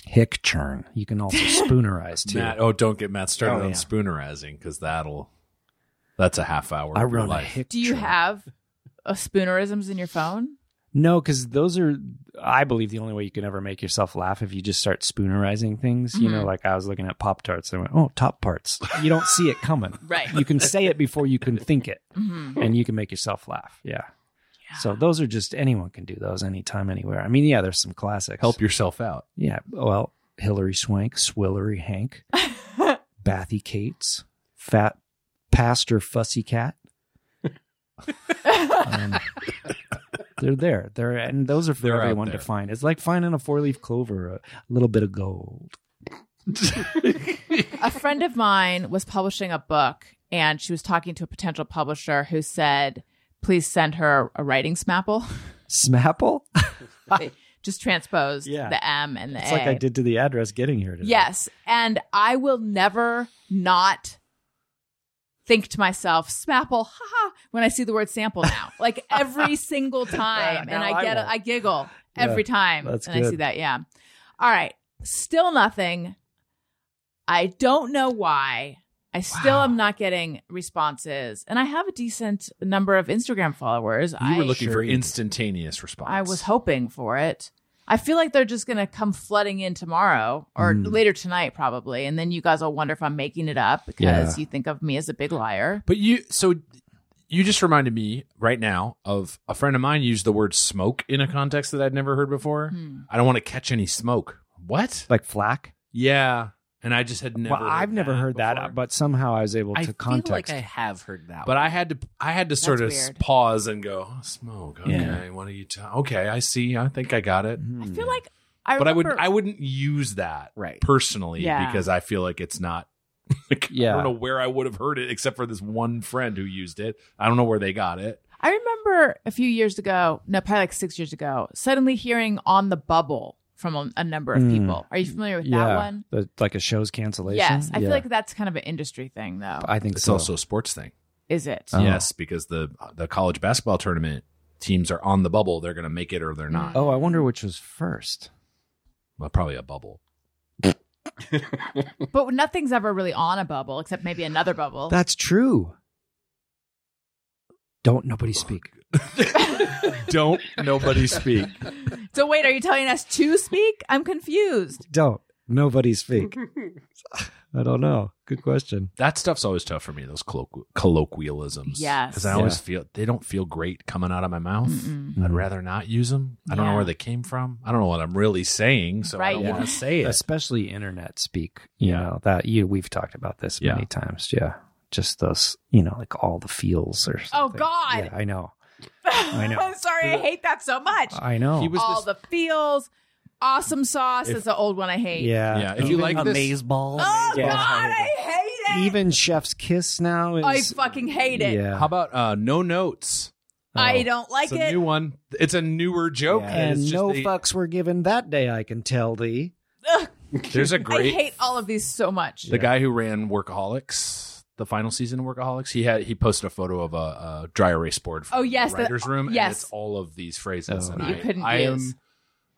[SPEAKER 2] Hick churn. You can also spoonerize too.
[SPEAKER 3] Matt, oh, don't get Matt started
[SPEAKER 2] Oh,
[SPEAKER 3] on
[SPEAKER 2] yeah.
[SPEAKER 3] spoonerizing because that'll that's a half hour.
[SPEAKER 2] I
[SPEAKER 3] of your
[SPEAKER 2] run a
[SPEAKER 3] life.
[SPEAKER 2] hick
[SPEAKER 5] Do you
[SPEAKER 2] churn.
[SPEAKER 5] have uh, spoonerisms in your phone?
[SPEAKER 2] No, because those are, I believe, the only way you can ever make yourself laugh if you just start spoonerizing things. You
[SPEAKER 3] Mm-hmm.
[SPEAKER 2] know, like I was looking at Pop Tarts and I went, oh, Top Parts. You don't see it coming.
[SPEAKER 5] Right.
[SPEAKER 2] You can say it before you can think it
[SPEAKER 5] Mhm.
[SPEAKER 2] and you can make yourself laugh. Yeah. So those are just, anyone can do those anytime, anywhere. I mean, yeah, there's some classics.
[SPEAKER 3] Help yourself out.
[SPEAKER 2] Yeah. Well, Hillary Swank, Swillery Hank, Bathy Cates, Fat Pastor Fussy Cat. um, they're there. They're and those are for
[SPEAKER 3] They're out
[SPEAKER 2] everyone to
[SPEAKER 3] there.
[SPEAKER 2] find. It's like finding a four-leaf clover, a little bit of gold.
[SPEAKER 5] a friend of mine was publishing a book and she was talking to a potential publisher who said, please send her a writing smapple.
[SPEAKER 2] Smapple.
[SPEAKER 5] Just transpose
[SPEAKER 2] Yeah.
[SPEAKER 5] the M and the
[SPEAKER 2] It's
[SPEAKER 5] A.
[SPEAKER 2] like I did to the address getting here today.
[SPEAKER 5] Yes. And I will never not think to myself, Smapple, haha, when I see the word sample now. Like every single time.
[SPEAKER 2] Now
[SPEAKER 5] and I
[SPEAKER 2] I
[SPEAKER 5] get I
[SPEAKER 2] won't.
[SPEAKER 5] giggle
[SPEAKER 2] Yeah,
[SPEAKER 5] every time.
[SPEAKER 2] that's
[SPEAKER 5] and I see
[SPEAKER 2] good.
[SPEAKER 5] that, yeah. All right. Still nothing. I don't know why. I still am not getting responses. And I have a decent number of Instagram followers.
[SPEAKER 3] You
[SPEAKER 5] I,
[SPEAKER 3] were looking for
[SPEAKER 2] sure did.
[SPEAKER 3] instantaneous response.
[SPEAKER 5] I was hoping for it. I feel like they're just going to come flooding in tomorrow or
[SPEAKER 3] Mm.
[SPEAKER 5] later tonight, probably. And then you guys will wonder if I'm making it up because you think of me as a big liar.
[SPEAKER 3] But you, so you just reminded me right now of a friend of mine used the word smoke in a context that I'd never heard before.
[SPEAKER 5] Mm-hmm. Hmm.
[SPEAKER 3] I don't want to catch any smoke. What?
[SPEAKER 2] Like flack.
[SPEAKER 3] Yeah. And I just had never.
[SPEAKER 2] well, I've never heard that, uh,
[SPEAKER 3] before.
[SPEAKER 2] but somehow I was able to context.
[SPEAKER 1] have heard that.
[SPEAKER 3] But I had to, I had to sort of
[SPEAKER 5] That's weird.
[SPEAKER 3] pause and go, oh, smoke. Okay,
[SPEAKER 2] Yeah.
[SPEAKER 3] what are you? Ta- okay, I see. I think I got it.
[SPEAKER 5] I
[SPEAKER 2] Hmm.
[SPEAKER 5] feel like I
[SPEAKER 3] Hmm. but I would,
[SPEAKER 5] remember.
[SPEAKER 3] I wouldn't use that
[SPEAKER 1] Right.
[SPEAKER 3] personally
[SPEAKER 5] Yeah.
[SPEAKER 3] because I feel like it's not. Like, I
[SPEAKER 2] Yeah.
[SPEAKER 3] don't know where I would have heard it except for this one friend who used it. I don't know where they got it.
[SPEAKER 5] I remember a few years ago, no, probably like six years ago, suddenly hearing on the bubble from a, a number of
[SPEAKER 3] Hmm.
[SPEAKER 2] Mm.
[SPEAKER 5] people. Are you familiar with
[SPEAKER 2] yeah,
[SPEAKER 5] that one?
[SPEAKER 2] The- like a show's cancellation.
[SPEAKER 5] Yes. I
[SPEAKER 2] Yeah.
[SPEAKER 5] feel like that's kind of an industry thing, though.
[SPEAKER 2] I think
[SPEAKER 3] It's
[SPEAKER 2] so.
[SPEAKER 3] also a sports thing.
[SPEAKER 5] Is it?
[SPEAKER 2] Oh.
[SPEAKER 3] Yes, because the the college basketball tournament teams are on the bubble. They're going to make it or
[SPEAKER 5] Mm.
[SPEAKER 3] they're not.
[SPEAKER 2] Oh, I wonder which was first.
[SPEAKER 3] Well, probably a bubble. Oh.
[SPEAKER 5] But nothing's ever really on a bubble except maybe another bubble.
[SPEAKER 2] That's true. Don't nobody speak.
[SPEAKER 3] Don't nobody speak.
[SPEAKER 5] so, wait, are you telling us to speak? I'm confused.
[SPEAKER 2] Don't nobody speak. I don't know. Good question.
[SPEAKER 3] That stuff's always tough for me. Those colloqu- colloquialisms.
[SPEAKER 5] Yes.
[SPEAKER 3] because I always feel they don't feel great coming out of my mouth.
[SPEAKER 5] Mm-mm.
[SPEAKER 3] I'd rather not use them. I don't know
[SPEAKER 5] Yeah.
[SPEAKER 3] where they came from. I don't know what I'm really saying, so I
[SPEAKER 5] Right,
[SPEAKER 3] don't
[SPEAKER 5] yeah.
[SPEAKER 3] want to say it.
[SPEAKER 2] Especially internet speak. You
[SPEAKER 3] Yeah.
[SPEAKER 2] know that you we've talked about this
[SPEAKER 3] Yeah.
[SPEAKER 2] many times. Yeah, just those. You know, like all the feels or. Something.
[SPEAKER 5] God.
[SPEAKER 2] Yeah, I know. I know.
[SPEAKER 5] I'm sorry, I hate that so much.
[SPEAKER 2] I know.
[SPEAKER 3] He Uh, was
[SPEAKER 5] All
[SPEAKER 3] this-
[SPEAKER 5] the feels, awesome sauce
[SPEAKER 3] If-
[SPEAKER 5] is an old one I hate.
[SPEAKER 2] yeah.
[SPEAKER 3] yeah. If you like this,
[SPEAKER 1] Amaze ball.
[SPEAKER 5] Oh
[SPEAKER 2] Yeah.
[SPEAKER 5] God, I hate it.
[SPEAKER 2] Even Chef's Kiss now is.
[SPEAKER 5] I fucking hate it.
[SPEAKER 2] Yeah.
[SPEAKER 3] how about uh, no notes?
[SPEAKER 5] I don't like
[SPEAKER 3] it's a
[SPEAKER 5] it.
[SPEAKER 3] new one. It's a newer joke.
[SPEAKER 2] And
[SPEAKER 3] It's just
[SPEAKER 2] no
[SPEAKER 3] the-
[SPEAKER 2] fucks were given that day. I can tell thee.
[SPEAKER 3] There's a
[SPEAKER 5] I
[SPEAKER 3] great
[SPEAKER 5] hate all of these so much.
[SPEAKER 3] The guy who ran Workaholics, the final season of Workaholics, he had he posted a photo of a, a dry erase board from
[SPEAKER 5] Oh, yes,
[SPEAKER 3] the
[SPEAKER 5] the-
[SPEAKER 3] writer's room, and
[SPEAKER 5] yes.
[SPEAKER 3] it's all of these phrases.
[SPEAKER 2] Oh,
[SPEAKER 3] and
[SPEAKER 5] You
[SPEAKER 3] I,
[SPEAKER 5] couldn't
[SPEAKER 3] I
[SPEAKER 5] use.
[SPEAKER 3] am,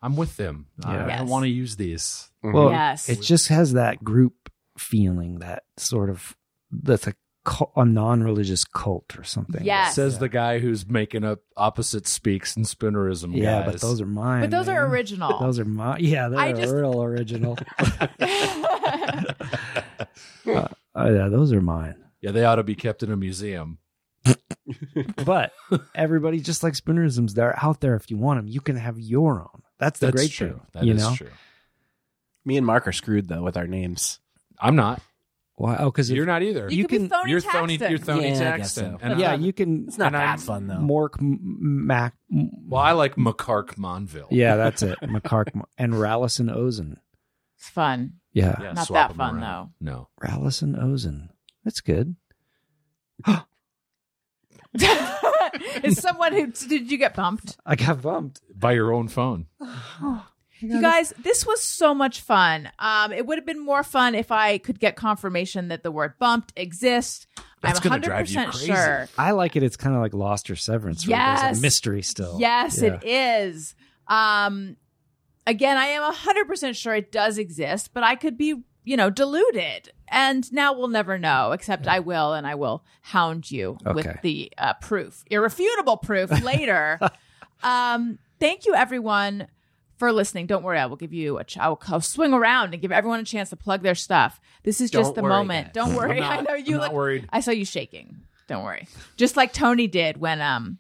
[SPEAKER 3] I'm with them. I-
[SPEAKER 2] Yeah.
[SPEAKER 3] I
[SPEAKER 5] Yes.
[SPEAKER 3] don't want to use these.
[SPEAKER 1] Mm-hmm.
[SPEAKER 2] Well,
[SPEAKER 5] Yes.
[SPEAKER 2] it just has that group feeling, that sort of that's a cult, a non-religious cult or something.
[SPEAKER 5] Yes.
[SPEAKER 3] Says the guy who's making up opposite speaks and spoonerism.
[SPEAKER 2] Yeah,
[SPEAKER 3] guys.
[SPEAKER 2] but those are mine.
[SPEAKER 5] but those are
[SPEAKER 2] man.
[SPEAKER 5] original.
[SPEAKER 2] Those are mine. Yeah, they're
[SPEAKER 5] I just-
[SPEAKER 2] real original. Uh, yeah, those are mine.
[SPEAKER 3] yeah, they ought to be kept in a museum.
[SPEAKER 2] But everybody, just like spoonerisms, they're out there. If you want them, you can have your own. That's the
[SPEAKER 3] That's
[SPEAKER 2] great
[SPEAKER 3] true.
[SPEAKER 2] thing.
[SPEAKER 3] That
[SPEAKER 2] you
[SPEAKER 3] is
[SPEAKER 2] know?
[SPEAKER 3] true.
[SPEAKER 1] Me and Mark are screwed though with our names.
[SPEAKER 3] I'm not.
[SPEAKER 2] Why? Oh, because
[SPEAKER 3] You're not either.
[SPEAKER 5] you,
[SPEAKER 2] you
[SPEAKER 5] could be
[SPEAKER 2] can-
[SPEAKER 5] phony
[SPEAKER 3] You're Thony.
[SPEAKER 5] Taxton.
[SPEAKER 3] You're Thony
[SPEAKER 1] Yeah, I guess so.
[SPEAKER 3] Taxton. And
[SPEAKER 2] yeah,
[SPEAKER 3] I'm-
[SPEAKER 2] you can.
[SPEAKER 1] It's not
[SPEAKER 3] And
[SPEAKER 1] that
[SPEAKER 3] I'm-
[SPEAKER 1] fun though.
[SPEAKER 2] Mork M- Mac. M-
[SPEAKER 3] Well, I like McCark Monville.
[SPEAKER 2] Yeah, that's it. McCark and Rallison Ozen.
[SPEAKER 5] It's fun.
[SPEAKER 2] Yeah.
[SPEAKER 3] Yeah,
[SPEAKER 5] Not that
[SPEAKER 3] swap them
[SPEAKER 5] fun,
[SPEAKER 3] around. No.
[SPEAKER 2] Rallison Ozen. That's good.
[SPEAKER 5] Is someone who did you get bumped?
[SPEAKER 2] I got bumped.
[SPEAKER 3] By your own phone.
[SPEAKER 5] You guys, this was so much fun. Um, it would have been more fun if I could get confirmation that the word bumped exists.
[SPEAKER 3] That's
[SPEAKER 5] I'm
[SPEAKER 3] gonna
[SPEAKER 5] 100%
[SPEAKER 3] drive you crazy.
[SPEAKER 5] sure.
[SPEAKER 2] I like it. It's kind of like Lost or Severance. where There's
[SPEAKER 5] Yes.
[SPEAKER 2] a mystery still.
[SPEAKER 5] Yes,
[SPEAKER 2] Yeah.
[SPEAKER 5] it is. Um, again, I am 100% sure it does exist, but I could be, you know, deluded. And now we'll never know, except I will, and I will hound you with
[SPEAKER 2] Okay.
[SPEAKER 5] the uh, proof, irrefutable proof later. Um, thank you, everyone, for listening. Don't worry, I will give you a. Ch- I will I'll swing around and give everyone a chance to plug their stuff. This is just
[SPEAKER 3] Don't
[SPEAKER 5] the
[SPEAKER 3] worry,
[SPEAKER 5] moment.
[SPEAKER 3] guys.
[SPEAKER 5] Don't worry.
[SPEAKER 3] I'm not-
[SPEAKER 5] I know you
[SPEAKER 3] I'm
[SPEAKER 5] look.
[SPEAKER 3] not worried.
[SPEAKER 5] I saw you shaking. Don't worry. Just like Tony did when um,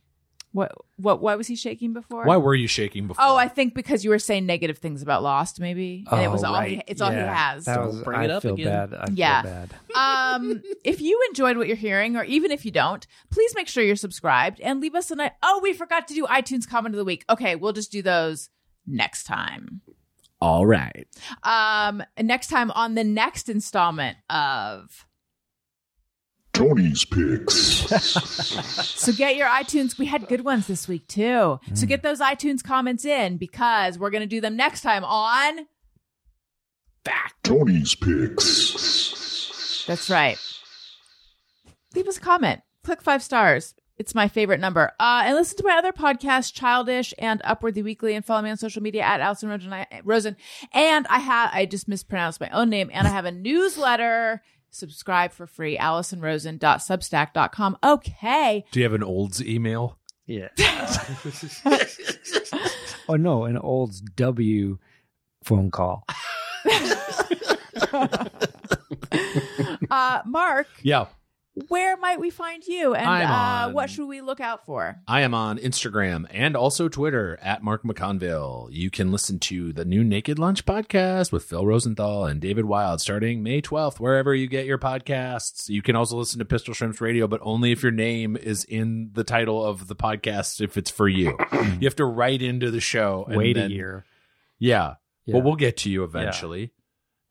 [SPEAKER 5] what what why was he shaking before?
[SPEAKER 3] Why were you shaking before?
[SPEAKER 5] Oh, I think because you were saying negative things about Lost, maybe, and it was all he, it's all he has.
[SPEAKER 2] That
[SPEAKER 1] Don't
[SPEAKER 2] was,
[SPEAKER 1] bring
[SPEAKER 2] I
[SPEAKER 1] it up
[SPEAKER 2] feel
[SPEAKER 1] again.
[SPEAKER 2] bad. I
[SPEAKER 5] Yeah.
[SPEAKER 2] feel bad.
[SPEAKER 5] um, if you enjoyed what you're hearing, or even if you don't, please make sure you're subscribed and leave us a night. Oh, we forgot to do iTunes comment of the week. Okay, we'll just do those next time.
[SPEAKER 1] All right.
[SPEAKER 5] Um, next time on the next installment of.
[SPEAKER 7] Tony's Picks.
[SPEAKER 5] So get your iTunes. We had good ones this week too. So get those iTunes comments in because we're gonna do them next time on.
[SPEAKER 7] Tony's Picks.
[SPEAKER 5] That's right. Leave us a comment. Click five stars. It's my favorite number. Uh, and listen to my other podcasts, Childish and Upward the Weekly, and follow me on social media at Alison Rosen. I- Rosen. And I have I just mispronounced my own name, and I have a newsletter. Subscribe for free, AlisonRosen.substack.com. Okay.
[SPEAKER 3] Do you have an Olds email?
[SPEAKER 2] Yeah. oh no, an old W phone call.
[SPEAKER 5] Uh, Mark,
[SPEAKER 3] Yeah.
[SPEAKER 5] where might we find you? And
[SPEAKER 3] I'm
[SPEAKER 5] uh,
[SPEAKER 3] on-
[SPEAKER 5] what should we look out for?
[SPEAKER 3] I am on Instagram and also Twitter at Mark McConville. You can listen to the new Naked Lunch podcast with Phil Rosenthal and David Wild starting May 12th, wherever you get your podcasts. You can also listen to Pistol Shrimps Radio, but only if your name is in the title of the podcast, if it's for you. you have to write into the show. and
[SPEAKER 2] Wait
[SPEAKER 3] then-
[SPEAKER 2] a year.
[SPEAKER 3] Yeah.
[SPEAKER 2] Yeah.
[SPEAKER 3] Well, we'll get to you eventually.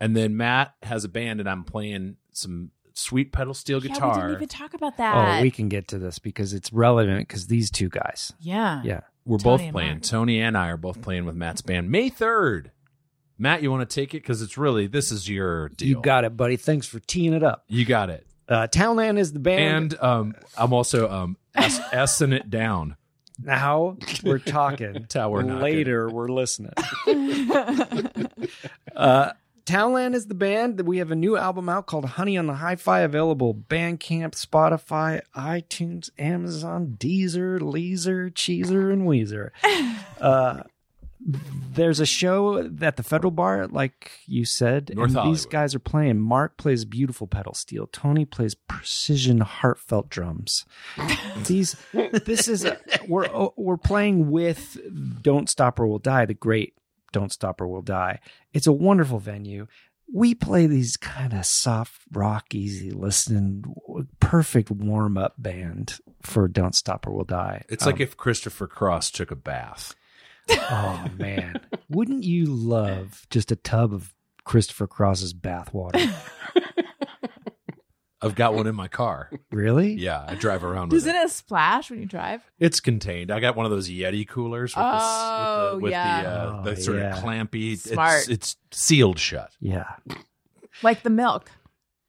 [SPEAKER 3] And then Matt has a band, and I'm playing some sweet pedal steel
[SPEAKER 5] Yeah, we
[SPEAKER 3] guitar.
[SPEAKER 5] didn't even talk about that.
[SPEAKER 2] oh, we can get to this because it's relevant because these two guys.
[SPEAKER 5] yeah.
[SPEAKER 2] Yeah.
[SPEAKER 3] We're
[SPEAKER 5] Tony
[SPEAKER 3] both
[SPEAKER 5] and
[SPEAKER 3] playing.
[SPEAKER 5] Matt.
[SPEAKER 3] Tony and I are both playing with Matt's band May 3rd. Matt, you want to take it? Because it's really, this is your deal.
[SPEAKER 2] You got it, buddy. Thanks for teeing it up.
[SPEAKER 3] You got it.
[SPEAKER 2] Uh, Townland is the band.
[SPEAKER 3] And um, I'm also um, S- S-ing it down.
[SPEAKER 2] now we're talking.
[SPEAKER 3] Tower knocking.
[SPEAKER 2] Later, we're listening. uh, Townland is the band. We have a new album out called Honey on the Hi-Fi, available Bandcamp, Spotify, iTunes, Amazon, Deezer, Leezer, Cheezer, and Weezer. Uh, there's a show at the Federal Bar, like you said.
[SPEAKER 3] North
[SPEAKER 2] and these
[SPEAKER 3] Hollywood.
[SPEAKER 2] guys are playing. Mark plays beautiful pedal steel. Tony plays precision, heartfelt drums. these, this is a, we're oh, we're playing with "Don't Stop or We'll Die," the great "Don't Stop or We'll Die." It's a wonderful venue. We play these kind of soft rock, easy listening, w- perfect warm up band for "Don't Stop or We'll Die."
[SPEAKER 3] It's
[SPEAKER 2] Um,
[SPEAKER 3] like if Christopher Cross took a bath.
[SPEAKER 2] Oh man, wouldn't you love just a tub of Christopher Cross's bathwater?
[SPEAKER 3] I've got one in my car.
[SPEAKER 2] Really?
[SPEAKER 3] Yeah, I drive around with
[SPEAKER 5] Doesn't it splash when you drive?
[SPEAKER 3] It's contained. I got one of those Yeti coolers with,
[SPEAKER 5] Oh,
[SPEAKER 3] the, with
[SPEAKER 5] yeah.
[SPEAKER 3] the, uh,
[SPEAKER 2] Oh,
[SPEAKER 3] the sort
[SPEAKER 2] yeah.
[SPEAKER 3] of clampy.
[SPEAKER 5] Smart.
[SPEAKER 3] It's, it's sealed shut.
[SPEAKER 2] Yeah.
[SPEAKER 5] Like the milk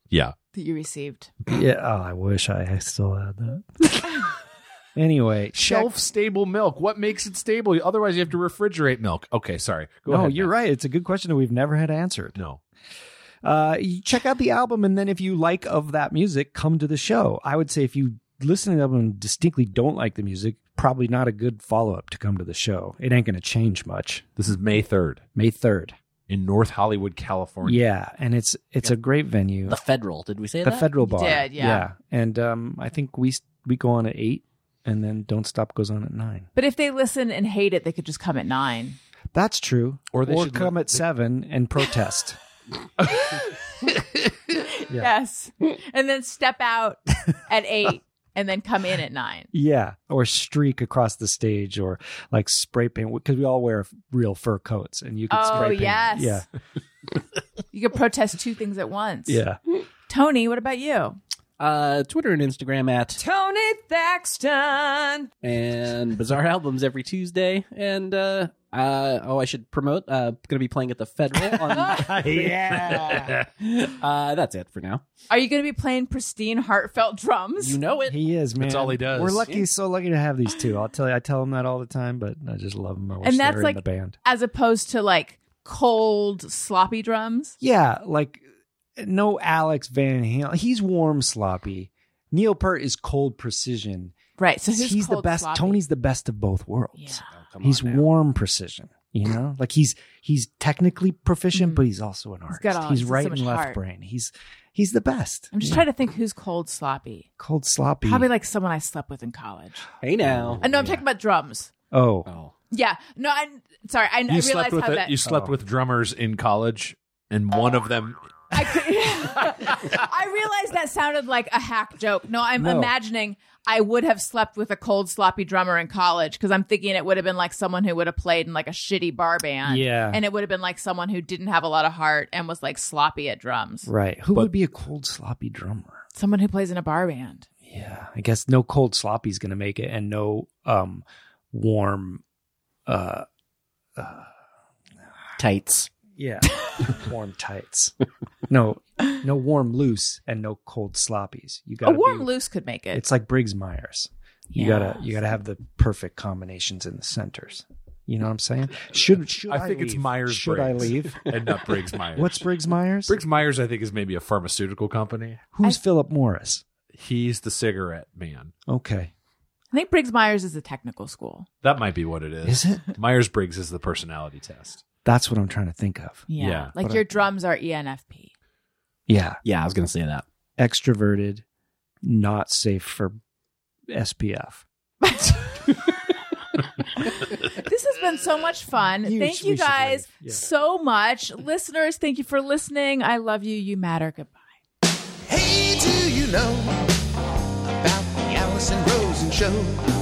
[SPEAKER 3] Yeah.
[SPEAKER 5] that you received.
[SPEAKER 2] Yeah. Oh, I wish I still had that. anyway, check-
[SPEAKER 3] shelf stable milk. What makes it stable? Otherwise, you have to refrigerate milk. Okay, sorry. Go
[SPEAKER 2] no,
[SPEAKER 3] ahead.
[SPEAKER 2] you're right. It's a good question that we've never had answered.
[SPEAKER 3] No.
[SPEAKER 2] Uh, you check out the album, and then if you like of that music, come to the show. I would say if you listen to the album and distinctly don't like the music, probably not a good follow up to come to the show. It ain't going to change much.
[SPEAKER 3] This is May 3rd
[SPEAKER 2] May third.
[SPEAKER 3] in North Hollywood, California.
[SPEAKER 2] Yeah, and it's it's a great venue.
[SPEAKER 1] The Federal. Did we say
[SPEAKER 2] the
[SPEAKER 1] that?
[SPEAKER 2] federal
[SPEAKER 5] You
[SPEAKER 2] bar.
[SPEAKER 5] did, yeah.
[SPEAKER 2] And um, I think we we go on at eight, and then Don't Stop goes on at nine.
[SPEAKER 5] But if they listen and hate it, they could just come at nine.
[SPEAKER 2] That's true.
[SPEAKER 3] Or they
[SPEAKER 2] or
[SPEAKER 3] should
[SPEAKER 2] come
[SPEAKER 3] look-
[SPEAKER 2] at seven and protest.
[SPEAKER 5] Yes. And then step out at eight and then come in at nine.
[SPEAKER 2] yeah, or streak across the stage, or like spray paint because we all wear real fur coats, and you can
[SPEAKER 5] Oh,
[SPEAKER 2] spray paint.
[SPEAKER 5] yes.
[SPEAKER 2] Yeah,
[SPEAKER 5] You could protest two things at once.
[SPEAKER 2] yeah.
[SPEAKER 5] Tony, what about you?
[SPEAKER 1] Uh, Twitter and Instagram at
[SPEAKER 6] Tony Thaxton.
[SPEAKER 1] and Bizarre Albums every Tuesday. And uh, uh, oh, I should promote. Uh, going to be playing at the Federal. On- yeah. uh, that's it for now.
[SPEAKER 5] Are you going to be playing pristine, heartfelt drums?
[SPEAKER 1] You know it.
[SPEAKER 2] He is man.
[SPEAKER 3] all he does.
[SPEAKER 2] We're lucky, so lucky to have these two. I'll tell you, I tell him that all the time, but I just love them. I wish
[SPEAKER 5] And
[SPEAKER 2] they
[SPEAKER 5] that's
[SPEAKER 2] were in
[SPEAKER 5] like-
[SPEAKER 2] the band.
[SPEAKER 5] As opposed to like cold, sloppy drums?
[SPEAKER 2] Yeah, like no Alex Van Halen. He's warm sloppy. Neil Peart is cold precision.
[SPEAKER 5] Right. So who's
[SPEAKER 2] he's the
[SPEAKER 5] cold
[SPEAKER 2] best.
[SPEAKER 5] sloppy?
[SPEAKER 2] Tony's the best of both worlds.
[SPEAKER 5] Yeah.
[SPEAKER 1] Oh, come
[SPEAKER 2] he's
[SPEAKER 1] on now.
[SPEAKER 2] warm precision. You know, like he's he's technically proficient,
[SPEAKER 5] Mhm.
[SPEAKER 2] but he's also an artist.
[SPEAKER 5] got all- he's got so
[SPEAKER 2] right
[SPEAKER 5] much
[SPEAKER 2] and left
[SPEAKER 5] heart.
[SPEAKER 2] brain. He's he's the best.
[SPEAKER 5] I'm just
[SPEAKER 2] Yeah.
[SPEAKER 5] trying to think who's cold sloppy.
[SPEAKER 2] cold sloppy.
[SPEAKER 5] Probably like someone I slept with in college.
[SPEAKER 1] Hey now.
[SPEAKER 5] I know I'm talking about drums.
[SPEAKER 2] oh,
[SPEAKER 1] Oh.
[SPEAKER 5] Yeah. No, I sorry. I, I
[SPEAKER 3] you
[SPEAKER 5] realized
[SPEAKER 3] slept with
[SPEAKER 5] how
[SPEAKER 3] it-
[SPEAKER 5] that
[SPEAKER 3] you slept
[SPEAKER 2] Oh.
[SPEAKER 3] with drummers in college, and one of them.
[SPEAKER 5] I, could, I realized that sounded like a hack joke. No, I'm
[SPEAKER 2] No.
[SPEAKER 5] imagining I would have slept with a cold sloppy drummer in college because I'm thinking it would have been like someone who would have played in like a shitty bar band.
[SPEAKER 2] Yeah.
[SPEAKER 5] And it would have been like someone who didn't have a lot of heart and was like sloppy at drums.
[SPEAKER 2] right. Who
[SPEAKER 3] But-
[SPEAKER 2] would be a cold sloppy drummer?
[SPEAKER 5] Someone who plays in a bar band.
[SPEAKER 2] Yeah, I guess no cold sloppy's going to make it, and no um warm. uh
[SPEAKER 1] Tights.
[SPEAKER 2] Yeah, warm tights. No, no warm loose, and no cold sloppies. You got
[SPEAKER 5] a warm
[SPEAKER 2] be,
[SPEAKER 5] loose could make it.
[SPEAKER 2] It's like Briggs Myers. You gotta you gotta have the perfect combinations in the centers. You know what I'm saying? Should should I,
[SPEAKER 3] I think it's
[SPEAKER 2] leave?
[SPEAKER 3] Myers.
[SPEAKER 2] Should I
[SPEAKER 3] Briggs
[SPEAKER 2] leave?
[SPEAKER 3] And not Briggs Myers.
[SPEAKER 2] What's Briggs Myers?
[SPEAKER 3] Briggs Myers? I think is maybe a pharmaceutical company.
[SPEAKER 2] Who's Philip Morris?
[SPEAKER 3] He's the cigarette man.
[SPEAKER 2] Okay,
[SPEAKER 5] I think Briggs Myers is a technical school.
[SPEAKER 3] That might be what it is.
[SPEAKER 2] is it?
[SPEAKER 3] Myers Briggs is the personality test.
[SPEAKER 2] That's what I'm trying to think of.
[SPEAKER 5] Yeah.
[SPEAKER 3] Yeah.
[SPEAKER 5] Like
[SPEAKER 2] But
[SPEAKER 5] your
[SPEAKER 2] I-
[SPEAKER 5] drums are E ENFP.
[SPEAKER 2] Yeah,
[SPEAKER 1] Yeah, I was going to say that.
[SPEAKER 2] extroverted, not safe for SPF.
[SPEAKER 5] This has been so much fun.
[SPEAKER 2] You
[SPEAKER 5] thank
[SPEAKER 2] sh-
[SPEAKER 5] you
[SPEAKER 2] we should
[SPEAKER 5] guys
[SPEAKER 2] leave. Yeah.
[SPEAKER 5] so much. Listeners, thank you for listening. I love you. You matter. Goodbye.
[SPEAKER 4] Hey, do you know about the Allison Rosen show?